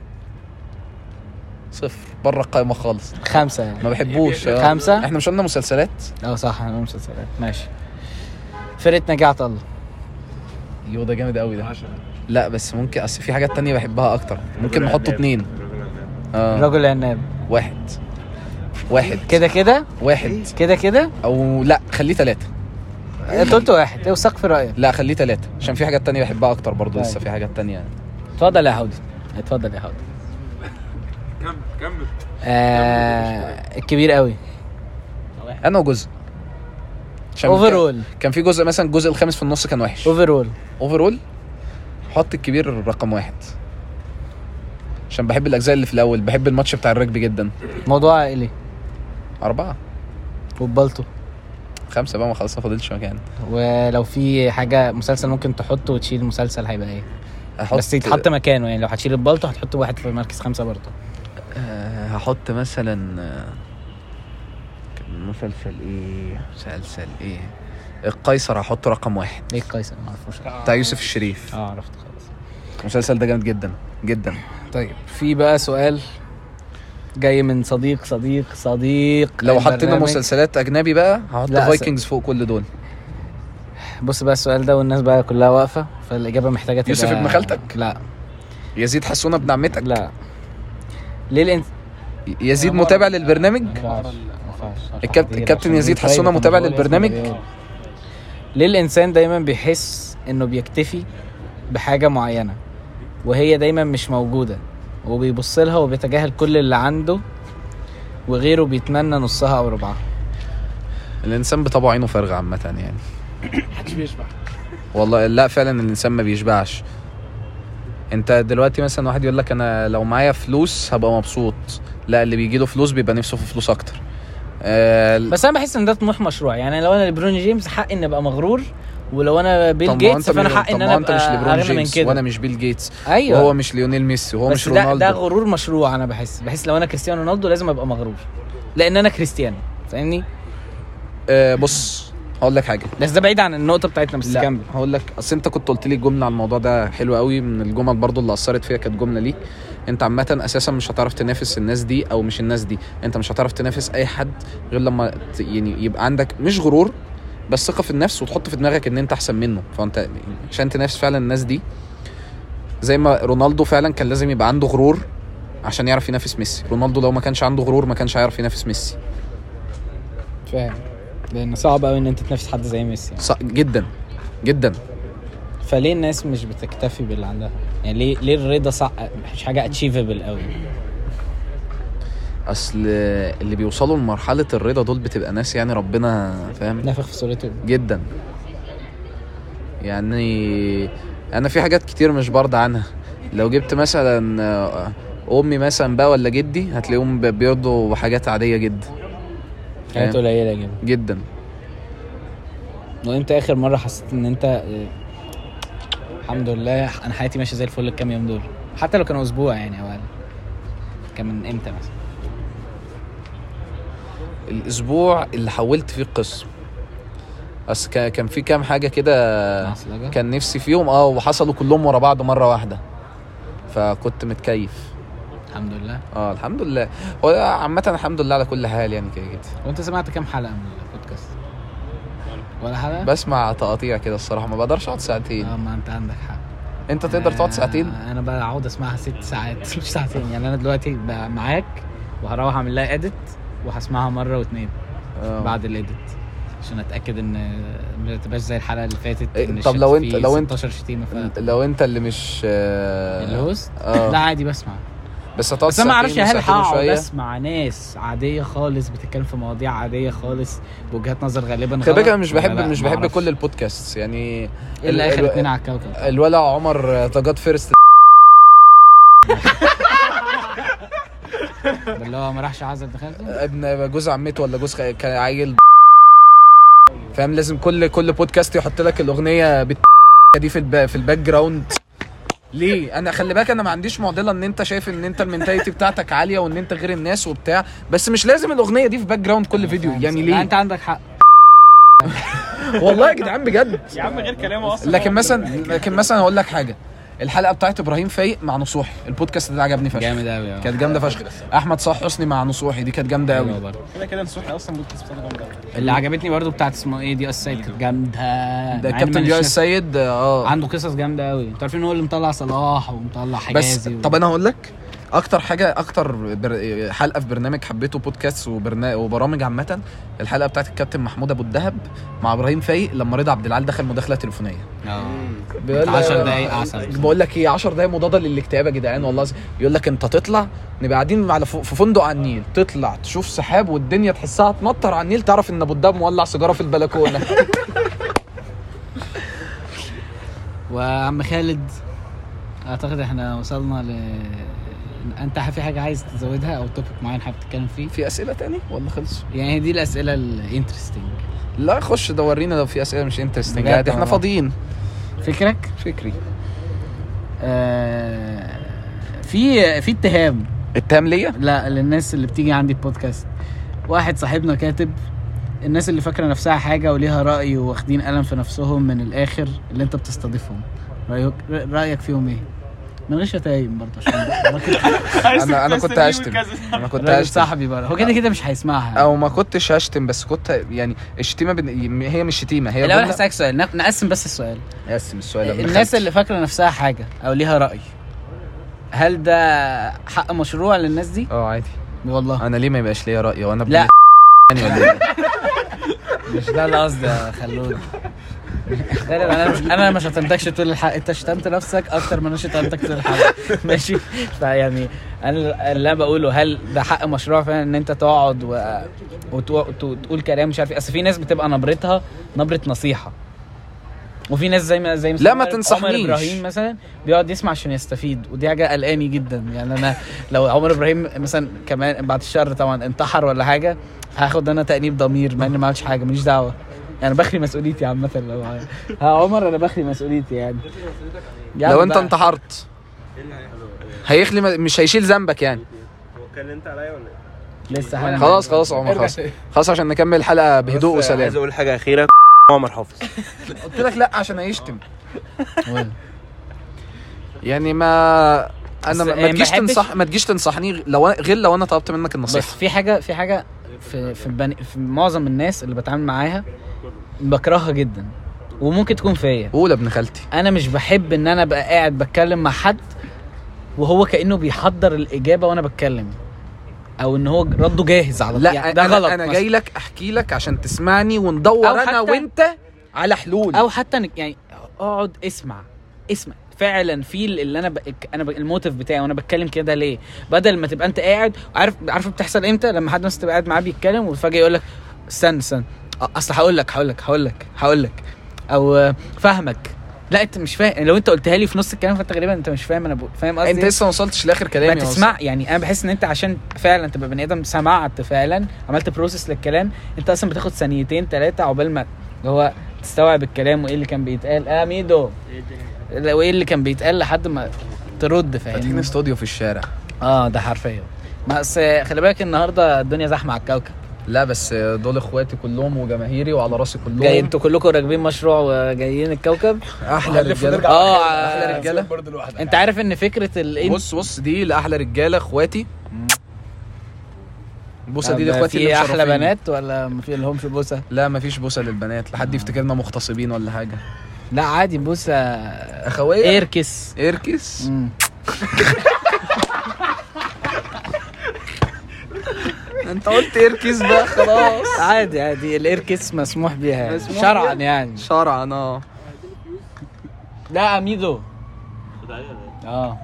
B: صفر بره القائمه خالص
C: خمسه يعني
B: ما بحبوش آه.
C: <laughs> خمسة؟
B: احنا مش قلنا مسلسلات
C: اه صح انا مسلسلات ماشي فرقة نجاة عطا الله
B: يو ده جامد قوي ده لا بس ممكن اصل في حاجات تانية بحبها اكتر ممكن نحط اتنين اه
C: الرجل العناب
B: واحد واحد
C: كده كده
B: واحد
C: كده كده
B: او لا خليه ثلاثة
C: انت قلت واحد اوثق في رأيك
B: لا خليه ثلاثة عشان في حاجات تانية بحبها اكتر برضو
C: طيب.
B: لسه في حاجات تانية يعني.
C: اتفضل يا هودي اتفضل يا هودي آه الكبير قوي
B: انا وجزء عشان
C: اوفرول
B: كان- كان في جزء مثلا الجزء الخامس في النص كان وحش
C: اوفرول
B: اوفرول حط الكبير رقم واحد عشان بحب الاجزاء اللي في الاول بحب الماتش بتاع الرجبي جدا
C: موضوع عائلي
B: اربعة
C: وبلطو
B: خمسة بقى ما خلاص ما فاضلش مكان
C: ولو في حاجة مسلسل ممكن تحطه وتشيل المسلسل هيبقى ايه
B: هحط
C: بس يتحط مكانه يعني لو هتشيل البلطو هتحط واحد في مركز خمسة برضه
B: آه، هحط مثلا آه، كان مسلسل ايه مسلسل ايه القيصر هحطه رقم واحد
C: ليه قيصر ما اعرفوش اه
B: بتاع يوسف الشريف
C: عرفت خلاص
B: المسلسل ده جامد جدا جدا
C: طيب في بقى سؤال جاي من صديق صديق صديق
B: لو
C: البرنامج.
B: حطينا مسلسلات اجنبي بقى هحط
C: لا،
B: فايكنجز فوق كل دول
C: بص بقى السؤال ده والناس بقى كلها واقفه فالاجابه محتاجه تبقى
B: يوسف ابن خالتك؟
C: لا
B: يزيد حسونه ابن عمتك
C: لا ليه الانت
B: يزيد متابع للبرنامج الكابت- الكابتن يزيد حسونة متابع للبرنامج؟
C: ليه الانسان دايما بيحس انه بيكتفي بحاجه معينه وهي دايما مش موجوده وبيبص لها وبيتجاهل كل اللي عنده وغيره بيتمنى نصها او ربعها
B: الانسان بطبعه عينه فارغه عامه يعني
E: محدش بيشبع
B: والله لا فعلا الانسان ما بيشبعش انت دلوقتي مثلا واحد يقول لك انا لو معايا فلوس هبقى مبسوط لا اللي بيجي له فلوس بيبقى نفسه في فلوس اكتر آه
C: بس انا بحس ان ده طموح مشروع يعني لو انا لبرون جيمس حقي اني ابقى مغرور ولو انا بيل
B: طب ما هو
C: جيتس
B: انت
C: فانا
B: مش-
C: حقي
B: طب
C: ان
B: ما
C: انا
B: هو انت
C: ابقى
B: مش ليبرون
C: اغنى من
B: جيمس
C: كده
B: وانا مش بيل جيتس
C: ايوه
B: وهو مش ليونيل ميسي وهو
C: بس
B: مش
C: ده,
B: رونالدو
C: ده غرور مشروع انا بحس بحس لو انا كريستيانو رونالدو لازم ابقى مغرور لان انا كريستيانو فاهمني
B: آه بص هقول لك حاجه
C: بس ده بعيد عن النقطه بتاعتنا بس
B: لا،
C: كمل
B: هقول لك اصل انت كنت قلت لي جمله على الموضوع ده حلوه قوي من الجمل برضو اللي اثرت فيها كانت جمله ليك انت عامه اساسا مش هتعرف تنافس الناس دي او مش الناس دي انت مش هتعرف تنافس اي حد غير لما ت- يعني يبقى عندك مش غرور بس ثقه في النفس وتحط في دماغك ان انت احسن منه فانت عشان تنافس فعلا الناس دي زي ما رونالدو فعلا كان لازم يبقى عنده غرور عشان يعرف ينافس ميسي رونالدو لو ما كانش عنده غرور ما كانش هيعرف ينافس ميسي
C: فاهم لان صعب قوي ان انت تنافس حد زي ميسي يعني.
B: ص- جدا جدا
C: فليه الناس مش بتكتفي باللي عندها يعني ليه ليه الرضا صع... مش حاجه اتشيفبل قوي
B: اصل اللي بيوصلوا لمرحله الرضا دول بتبقى ناس يعني ربنا فاهم
C: نافخ في صورته
B: جدا يعني انا في حاجات كتير مش برضى عنها لو جبت مثلا آه، امي مثلا بقى ولا جدي هتلاقيهم ب- بيرضوا حاجات عاديه جدا
C: حاجات
B: فاهم؟
C: قليله جدا
B: جدا
C: وامتى اخر مره حسيت ان انت آه، الحمد لله انا حياتي ماشيه زي الفل الكام يوم دول حتى لو كانوا اسبوع يعني او اقل كان من امتى مثلا
B: الاسبوع اللي حولت فيه القسم بس كان في كام حاجه كده
C: عسلجة؟
B: كان نفسي فيهم اه وحصلوا كلهم ورا بعض مره واحده فكنت متكيف
C: الحمد لله
B: اه الحمد لله هو عامه الحمد لله على كل حال يعني كده كده
C: وانت سمعت كام حلقه من البودكاست ولا حلقه
B: بسمع تقاطيع كده الصراحه ما بقدرش اقعد ساعتين
C: اه ما انت عندك حق
B: انت تقدر تقعد ساعتين
C: آه، انا بقعد اسمعها ست ساعات <laughs> مش ساعتين يعني انا دلوقتي بقى معاك وهروح اعمل لها اديت وهسمعها مره واتنين
B: آه.
C: بعد الاديت عشان اتاكد ان ما تبقاش زي الحلقه اللي فاتت
B: إيه،
C: إن
B: طب
C: الشت
B: لو أنت-
C: فيه
B: لو أنت-
C: 16 شتيمه ف
B: لو انت اللي مش آه،
C: الهوست
B: آه.
C: لا عادي بسمع
B: بس هتقعد
C: بس انا ما اعرفش
B: ساعتين
C: هل
B: وساعتين
C: هقعد
B: وشوية.
C: اسمع ناس عاديه خالص بتتكلم في مواضيع عاديه خالص بوجهات نظر غالبا
B: خلي بالك
C: غلط
B: انا مش
C: ولا
B: بحب
C: لا،
B: مش
C: ما
B: بحب
C: أعرفش.
B: كل البودكاست يعني ال-
C: الا اخر
B: ال-
C: اتنين على الكوكب
B: الولع عمر آه، تجاد فيرست
C: ده اللي هو ما راحش عزل دخلته
B: ابن جوز عمته ولا جوز خ- كان عيل فاهم لازم كل كل بودكاست يحط لك الاغنيه بت... دي في الب... في الباك جراوند ليه انا خلي بالك انا ما عنديش معضله ان انت شايف ان انت المنتاليتي بتاعتك عاليه وان انت غير الناس وبتاع بس مش لازم الاغنيه دي في باك جراوند كل فيديو يعني
C: لا
B: ليه
C: انت عندك حق
B: والله يا جدعان بجد
D: يا عم غير كلامه اصلا
B: لكن مثلا لكن مثلا هقول لك حاجه الحلقه بتاعت ابراهيم فايق مع نصوحي البودكاست ده عجبني فشخ
C: جامد قوي
B: كانت جامده فشخ احمد صلاح حسني مع نصوحي دي كانت جامده قوي
D: كده كده نصوحي اصلا بودكاست بتاعته جامده أوي.
C: اللي عجبتني برضو بتاعت اسمه ايه دي اس سيد كانت جامده مع
B: ده
C: إن
B: كابتن
C: ماليش
B: لؤي
C: ناس-
B: السيد اه
C: عنده قصص جامده قوي انت عارفين هو اللي مطلع صلاح ومطلع
B: بس
C: حجازي
B: طب انا هقول لك اكتر حاجه اكتر بر... حلقه في برنامج حبيته بودكاست وبرنا... وبرامج عامه الحلقه بتاعت الكابتن محمود ابو الدهب مع ابراهيم فايق لما رضا عبد العال دخل مداخله تليفونيه بيقول
C: 10 آه. دقايق عسل
B: بقول لك ايه 10 دقايق مضاده للاكتئاب يا جدعان والله العظيم. يقول لك انت تطلع نبقى قاعدين على ف- في فندق على النيل تطلع تشوف سحاب والدنيا تحسها تمطر على النيل تعرف ان ابو الدهب مولع سيجاره في
C: <laughs>
B: البلكونه
C: وعم خالد اعتقد احنا وصلنا ل انت في حاجه عايز تزودها او توبيك معين حابب تتكلم فيه
B: في اسئله تاني ولا خلصوا
C: يعني دي الاسئله الانترستنج
B: لا خش ده ورينا لو في اسئله مش انترستنج
C: بجد
B: عادي احنا
C: والله.
B: فاضيين
C: فكرك
B: فكري
C: آه، في في اتهام
B: التام
C: <laughs>
B: ليا
C: لا للناس اللي بتيجي عندي البودكاست واحد صاحبنا كاتب الناس اللي فاكره نفسها حاجه وليها راي واخدين قلم في نفسهم من الاخر اللي انت بتستضيفهم رايك رايك فيهم ايه من غير شتايم برضه عشان الراجل-
B: انا انا كنت
D: القصة دي
B: هشتم
D: والكذا.
B: انا كنت
C: الراجل
B: هشتم
C: صاحبي بره هو كده كده مش هيسمعها
B: او ما كنتش هشتم بس كنت يعني الشتيمه بن... هي مش شتيمه هي
C: الاول
B: جملة-
C: هسألك سؤال نق- نقسم بس السؤال
B: قسم السؤال أنا
C: الناس
B: دخلت.
C: اللي فاكره نفسها حاجه او ليها راي هل ده حق مشروع للناس دي
B: اه عادي
C: والله
B: انا ليه ما يبقاش ليا راي وانا
C: لا.
B: ابن يعني ولا إيه؟
C: مش ده اللي قصدي يا خلود غالب انا مش انا ما شتمتكش طول الحلقه انت شتمت نفسك اكتر من انا شتمتك طول الحلقه
B: <laughs>
C: ماشي فيعني انا اللي انا بقوله هل ده حق مشروع فعلا ان انت تقعد و... وتو- وت- وتقول كلام مش عارف ايه اصل في ناس بتبقى نبرتها نبره نصيحه وفي ناس زي ما زي مثلا
B: لا، ما
C: عمر-
B: تنصحنيش.
C: عمر ابراهيم مثلا بيقعد يسمع عشان يستفيد ودي حاجه قلقاني جدا يعني انا لو عمر ابراهيم مثلا كمان بعد الشر طبعا انتحر ولا حاجه هاخد انا تأنيب ضمير مع اني ما عملتش حاجه ماليش دعوه يعني بخلي مسؤوليتي عامه لو ها عمر انا بخلي مسؤوليتي يعني يا عم
B: لو انت
C: بقى.
B: انتحرت هيخلي ما- مش هيشيل ذنبك يعني
C: لسه هعمل-
B: خلاص خلاص يا عمر خلاص خلاص عشان نكمل الحلقه بهدوء
G: عايز
B: وسلام
G: اقول حاجه اخيره عمر
C: <laughs>
G: حافظ
B: قلت لك لا عشان هيشتم يعني ما انا
C: بس
B: ما- ما
C: يعني
B: تجيش
C: بحبش-
B: تنصح ما تجيش تنصحني لو غير لو انا طلبت منك
C: بس
B: النصيحه
C: في حاجه في حاجه في في, البني في معظم الناس اللي بتعامل معاها بكرهها جدا وممكن تكون فيا
B: قول يا ابن خالتي
C: انا مش بحب ان انا ابقى قاعد بتكلم مع حد وهو كانه بيحضر الاجابه وانا بتكلم او ان هو رده جاهز على طول.
B: لا
C: يعني
B: ده أنا غلط انا
C: مثلاً.
B: جاي لك احكي لك عشان تسمعني وندور
C: أو
B: انا
C: حتى-
B: وانت على حلول
C: او حتى إنك يعني اقعد اسمع اسمع فعلا في اللي انا بك انا بك الموتيف بتاعي وانا بتكلم كده ليه بدل ما تبقى انت قاعد عارف عارف بتحصل امتى لما حد مثلا تبقى قاعد معاه بيتكلم وفجاه يقول لك استنى استنى أ- اصل هقول لك هقول لك هقول لك هقول لك او آه، فاهمك لا انت مش فاهم لو انت قلتها لي في نص الكلام فانت غالبا انت مش فاهم انا بقول فاهم قصدي
B: انت
C: إيه؟
B: لسه ما وصلتش لاخر
C: ما
B: كلامي يا
C: تسمع يعني انا بحس ان انت عشان فعلا تبقى بني ادم سمعت فعلا عملت بروسس للكلام انت اصلا بتاخد ثانيتين ثلاثه عقبال ما اللي هو تستوعب الكلام وايه اللي كان بيتقال اه ميدو لا، وايه اللي كان بيتقال لحد ما ترد
B: فاتحين
C: فاهم
B: استوديو في الشارع
C: اه ده حرفيا بس خلي بالك النهارده الدنيا زحمه على الكوكب
B: لا بس دول اخواتي كلهم وجماهيري وعلى راسي كلهم
C: جاي انتوا كلكم راكبين مشروع وجايين الكوكب
B: احلى رجاله
C: اه
B: احلى
C: آه،
B: رجاله
E: برضه لوحدك
C: انت عارف ان فكره الانت
B: بص بص دي لاحلى رجاله اخواتي البوسه دي لاخواتي اللي
C: في احلى
B: مشرفيني.
C: بنات ولا ما في لهمش بوسه
B: لا مفيش بوسه للبنات لحد يفتكرنا مغتصبين ولا حاجه
C: لا عادي بوسه
B: اخويا
C: ايركس
B: ايركس <laughs>
C: مم.
B: انت قلت ايركس بقى خلاص
C: عادي عادي الايركس مسموح بيها
B: مسموح
C: شرعا يعني
B: شرعا اه
C: لا اميدو اه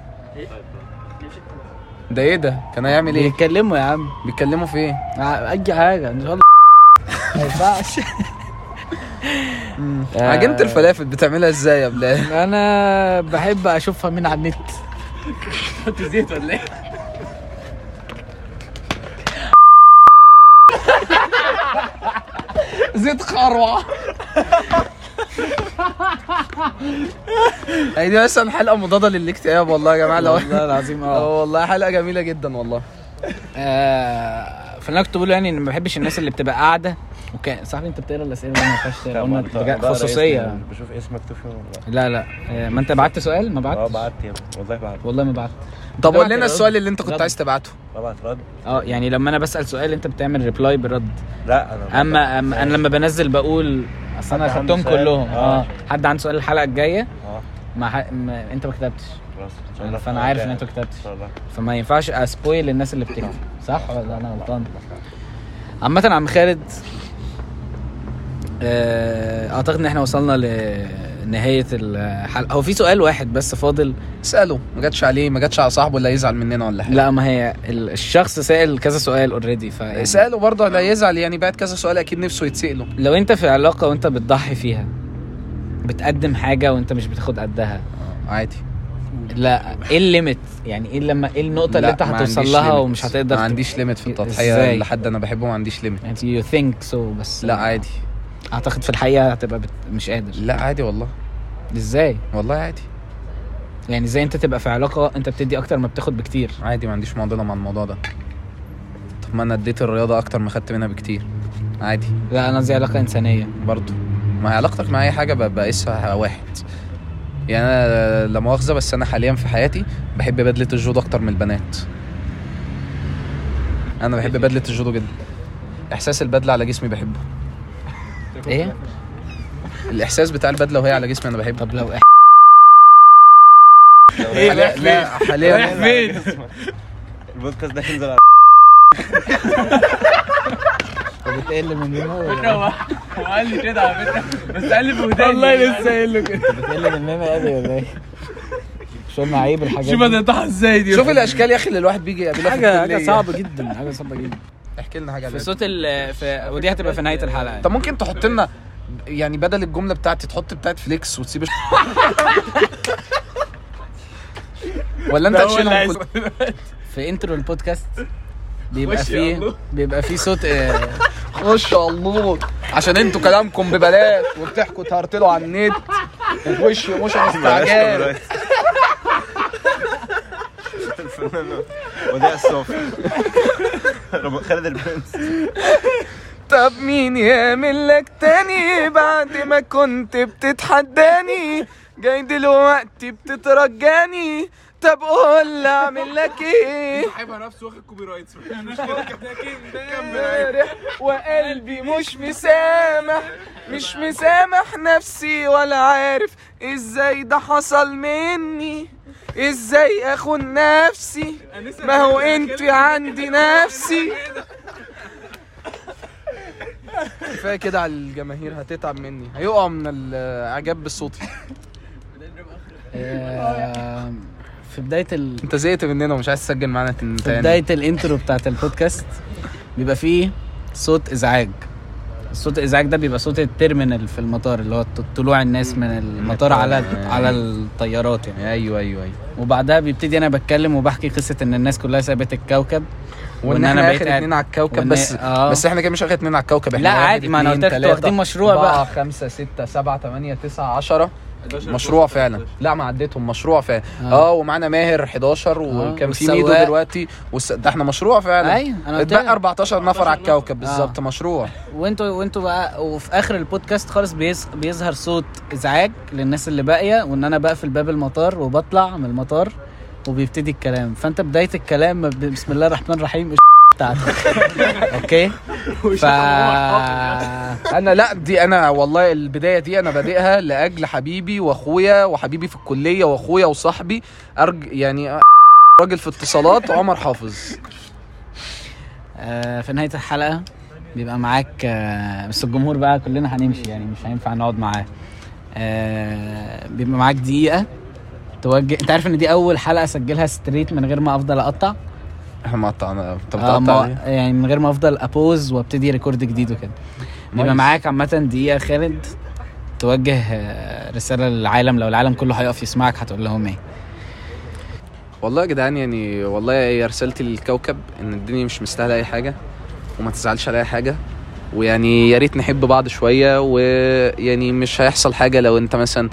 B: ده ايه ده كان هيعمل ايه
C: بيتكلموا يا عم آه،
B: بيتكلموا في ايه
C: ع- اي حاجه ان شاء الله ما ينفعش
B: <laughs>
C: آه.
B: عجينه الفلافل بتعملها ازاي يا بلال
C: انا آه، بحب اشوفها من على النت
B: زيت خروع هي دي مثلا حلقه مضاده للاكتئاب والله يا جماعه لو
C: والله العظيم اه
B: اه <laughs> والله حلقه جميله جدا والله
C: آه، فاللي انا كنت بقوله يعني ان ما بحبش الناس اللي بتبقى قاعده وكان صاحبي انت بتقرا <laughs> الاسئله ولا ما ينفعش تقرا قلنا بجا- خصوصيه
H: بشوف اسمك مكتوب فين ولا لا
C: لا لا آه، ما انت آه، بعت سؤال ما
H: اه
C: بعتش
H: بعت يا ابني، والله بعت
C: والله ما بعت
B: طب
C: طبعا
B: قول لنا
C: كده.
B: السؤال اللي انت كنت
C: يلا.
B: عايز تبعته
H: ببعت رد
C: اه يعني لما انا بسال سؤال انت بتعمل ريبلاي برد
H: لا انا
C: اما أما انا لما بنزل بقول اصل انا
H: حد عنده
C: خدتهم
H: سؤال؟
C: كلهم
H: آه.
C: اه حد عنده سؤال الحلقه الجايه
H: اه
C: ما, ح... ما انت ما كتبتش
H: خلاص ان شاء الله
C: يعني فانا عارف ان انت ما كتبتش
H: ان شاء الله
C: فما ينفعش اسبويل الناس اللي بتكتب صح ولا انا غلطان عامة عم خالد آه، اعتقد ان احنا وصلنا لنهاية الحلقة هو في سؤال واحد بس فاضل
B: اساله ما جاتش عليه ما جاتش على صاحبه اللي هيزعل مننا ولا حاجه
C: لا ما هي ال- الشخص سائل كذا سؤال اوريدي ف
B: اساله برضه اللي هيزعل يعني بعد كذا سؤال اكيد نفسه يتساله
C: لو انت في علاقة وانت بتضحي فيها بتقدم حاجة وانت مش بتاخد قدها
B: عادي
C: لا ايه الليميت يعني ايه لما ايه النقطه اللي
B: لا،
C: انت
B: ما عنديش
C: هتوصل لها
B: limit.
C: ومش هتقدر
B: ما عنديش ليميت في التضحيه
C: إزاي؟
B: اللي حد انا بحبه ما عنديش ليميت
C: يو ثينك سو بس
B: لا عادي
C: اعتقد في الحقيقه هتبقى بت... مش قادر
B: لا عادي والله
C: ازاي
B: والله عادي
C: يعني ازاي انت تبقى في علاقه انت بتدي اكتر ما بتاخد بكتير
B: عادي ما عنديش معضله مع الموضوع ده طب ما انا اديت الرياضه اكتر ما خدت منها بكتير عادي
C: لا انا زي علاقه انسانيه
B: برضه ما هي علاقتك مع اي حاجه ب- بقيسها واحد يعني انا لا مؤاخذه بس انا حاليا في حياتي بحب بدله الجودو اكتر من البنات انا بحب بدله الجودو جدا احساس البدله على جسمي بحبه
C: ايه
B: الاحساس بتاع البدله وهي على جسمي انا بحبه
C: طب لو
B: ايه لا لا حاليا
H: البودكاست ده هينزل على
C: <laughs> احنا بتقل مننا
D: هو قال لي كده على فكره بس قال لي في وداني
C: والله لسه قايل له كده بتقل مننا قوي ولا ايه شو ما عيب الحاجات
D: شوف انا طاح ازاي دي
B: شوف الاشكال يا اخي اللي الواحد بيجي يقابلها في
C: حاجه حاجه
B: الكلية.
C: صعبه جدا حاجه صعبه جدا
B: احكي لنا حاجه على
C: في صوت ال في ودي هتبقى في نهايه الحلقه يعني.
B: طب ممكن تحط لنا يعني بدل الجمله بتاعتي تحط بتاعت فليكس وتسيب الش- <laughs> ولا انت هتشيلهم كل-
C: في انترو البودكاست بيبقى فيه بيبقى فيه صوت آه،
B: خش يا الله عشان انتوا كلامكم ببلاش وبتحكوا تهرتلوا على النت وش مش مستعجل
H: ودي الصوف خالد البرنس
B: طب مين يعمل لك تاني بعد ما كنت بتتحداني جاي دلوقتي بتترجاني طب قول لي اعمل لك ايه
E: حايبها نفسه واخد كوبي رايتس
B: <laughs> امبارح وقلبي مش مسامح مش مسامح نفسي ولا عارف ازاي ده حصل مني ازاي اخون نفسي ما هو انت عندي نفسي كفايه كده على الجماهير هتتعب مني هيقع من الاعجاب بالصوتي
C: آه، في بدايه ال...
B: <laughs> انت زهقت مننا ومش عايز تسجل معانا
C: في بدايه الانترو بتاعت البودكاست بيبقى فيه صوت ازعاج صوت الازعاج ده بيبقى صوت التيرمينال في المطار اللي هو ط- طلوع الناس من المطار على على الطيارات يعني
F: ايوه
B: أيوة،
F: ايوه ايوه
C: وبعدها بيبتدي انا بتكلم وبحكي قصه ان الناس كلها سابت الكوكب
B: وان احنا
C: بقيت
B: اخر
C: قاعد-
B: اتنين على الكوكب
C: وإن-
B: بس
C: آه.
B: بس احنا كده مش اخر اتنين على الكوكب احنا
C: لا
B: واحد،
C: عادي، ما أنا
B: اتنين،
C: قلت لك انتوا
B: تلاتة،
C: واخدين مشروع
B: أربعة،
C: بقى.
B: خمسة ستة سبعة تمانية تسعة عشرة مشروع فعلا لا ما عديتهم مشروع فعلا
C: آه.
B: اه ومعانا ماهر 11 وكان في ميدو
C: والسواق.
B: دلوقتي والس... ده احنا مشروع فعلا
C: ايوه انا قلت
B: اتبقى
C: لك. آه.
B: 14 نفر على الكوكب بالظبط مشروع
C: وانتوا وانتوا بقى وفي اخر البودكاست خالص بيز بيظهر صوت ازعاج للناس اللي باقيه وان انا بقفل باب المطار وبطلع من المطار وبيبتدي الكلام فانت بدايه الكلام ب- بسم الله الرحمن الرحيم إيش بتاعتك اوكي ف
B: انا لا دي انا والله البدايه دي انا بادئها لاجل حبيبي واخويا وحبيبي في الكليه واخويا وصاحبي ارج يعني راجل في اتصالات عمر حافظ
C: آه، في نهايه الحلقه بيبقى معاك آه، بس الجمهور بقى كلنا هنمشي يعني مش هينفع نقعد معاه آه، بيبقى معاك دقيقه توجه انت عارف ان دي اول حلقه اسجلها ستريت من غير ما افضل اقطع
B: احنا ما قطعنا انت
C: آه،
B: بتقطع
C: ما-
B: ليه؟
C: يعني من غير ما افضل ابوز وابتدي ريكورد جديد وكده بيبقى
B: نايس.
C: معاك عامه دقيقه خالد توجه آه، رساله للعالم لو العالم كله هيقف يسمعك هتقول لهم ايه
B: والله يا جدعان يعني والله هي رسالتي للكوكب ان الدنيا مش مستاهله اي حاجه وما تزعلش على اي حاجه ويعني يا ريت نحب بعض شويه ويعني مش هيحصل حاجه لو انت مثلا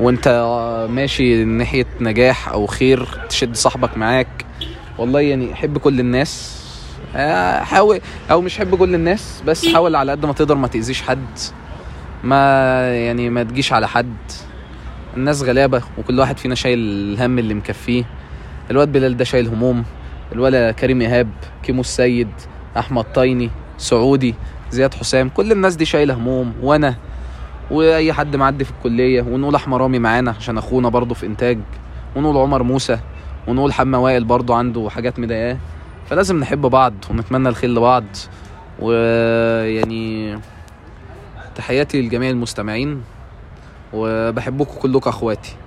B: وانت ماشي ناحيه نجاح او خير تشد صاحبك معاك والله يعني حب كل الناس آه، حاول او مش حب كل الناس بس حاول على قد ما تقدر ما تاذيش حد ما يعني ما تجيش على حد الناس غلابه وكل واحد فينا شايل الهم اللي مكفيه الواد بلال ده شايل هموم الولا كريم ايهاب كيمو السيد احمد طيني سعودي زياد حسام كل الناس دي شايله هموم وانا واي حد معدي في الكليه ونقول احمد رامي معانا عشان اخونا برضه في انتاج ونقول عمر موسى ونقول حما وائل برضه عنده حاجات مضايقاه فلازم نحب بعض ونتمنى الخير لبعض ويعني تحياتي لجميع المستمعين وبحبكم كلكم اخواتي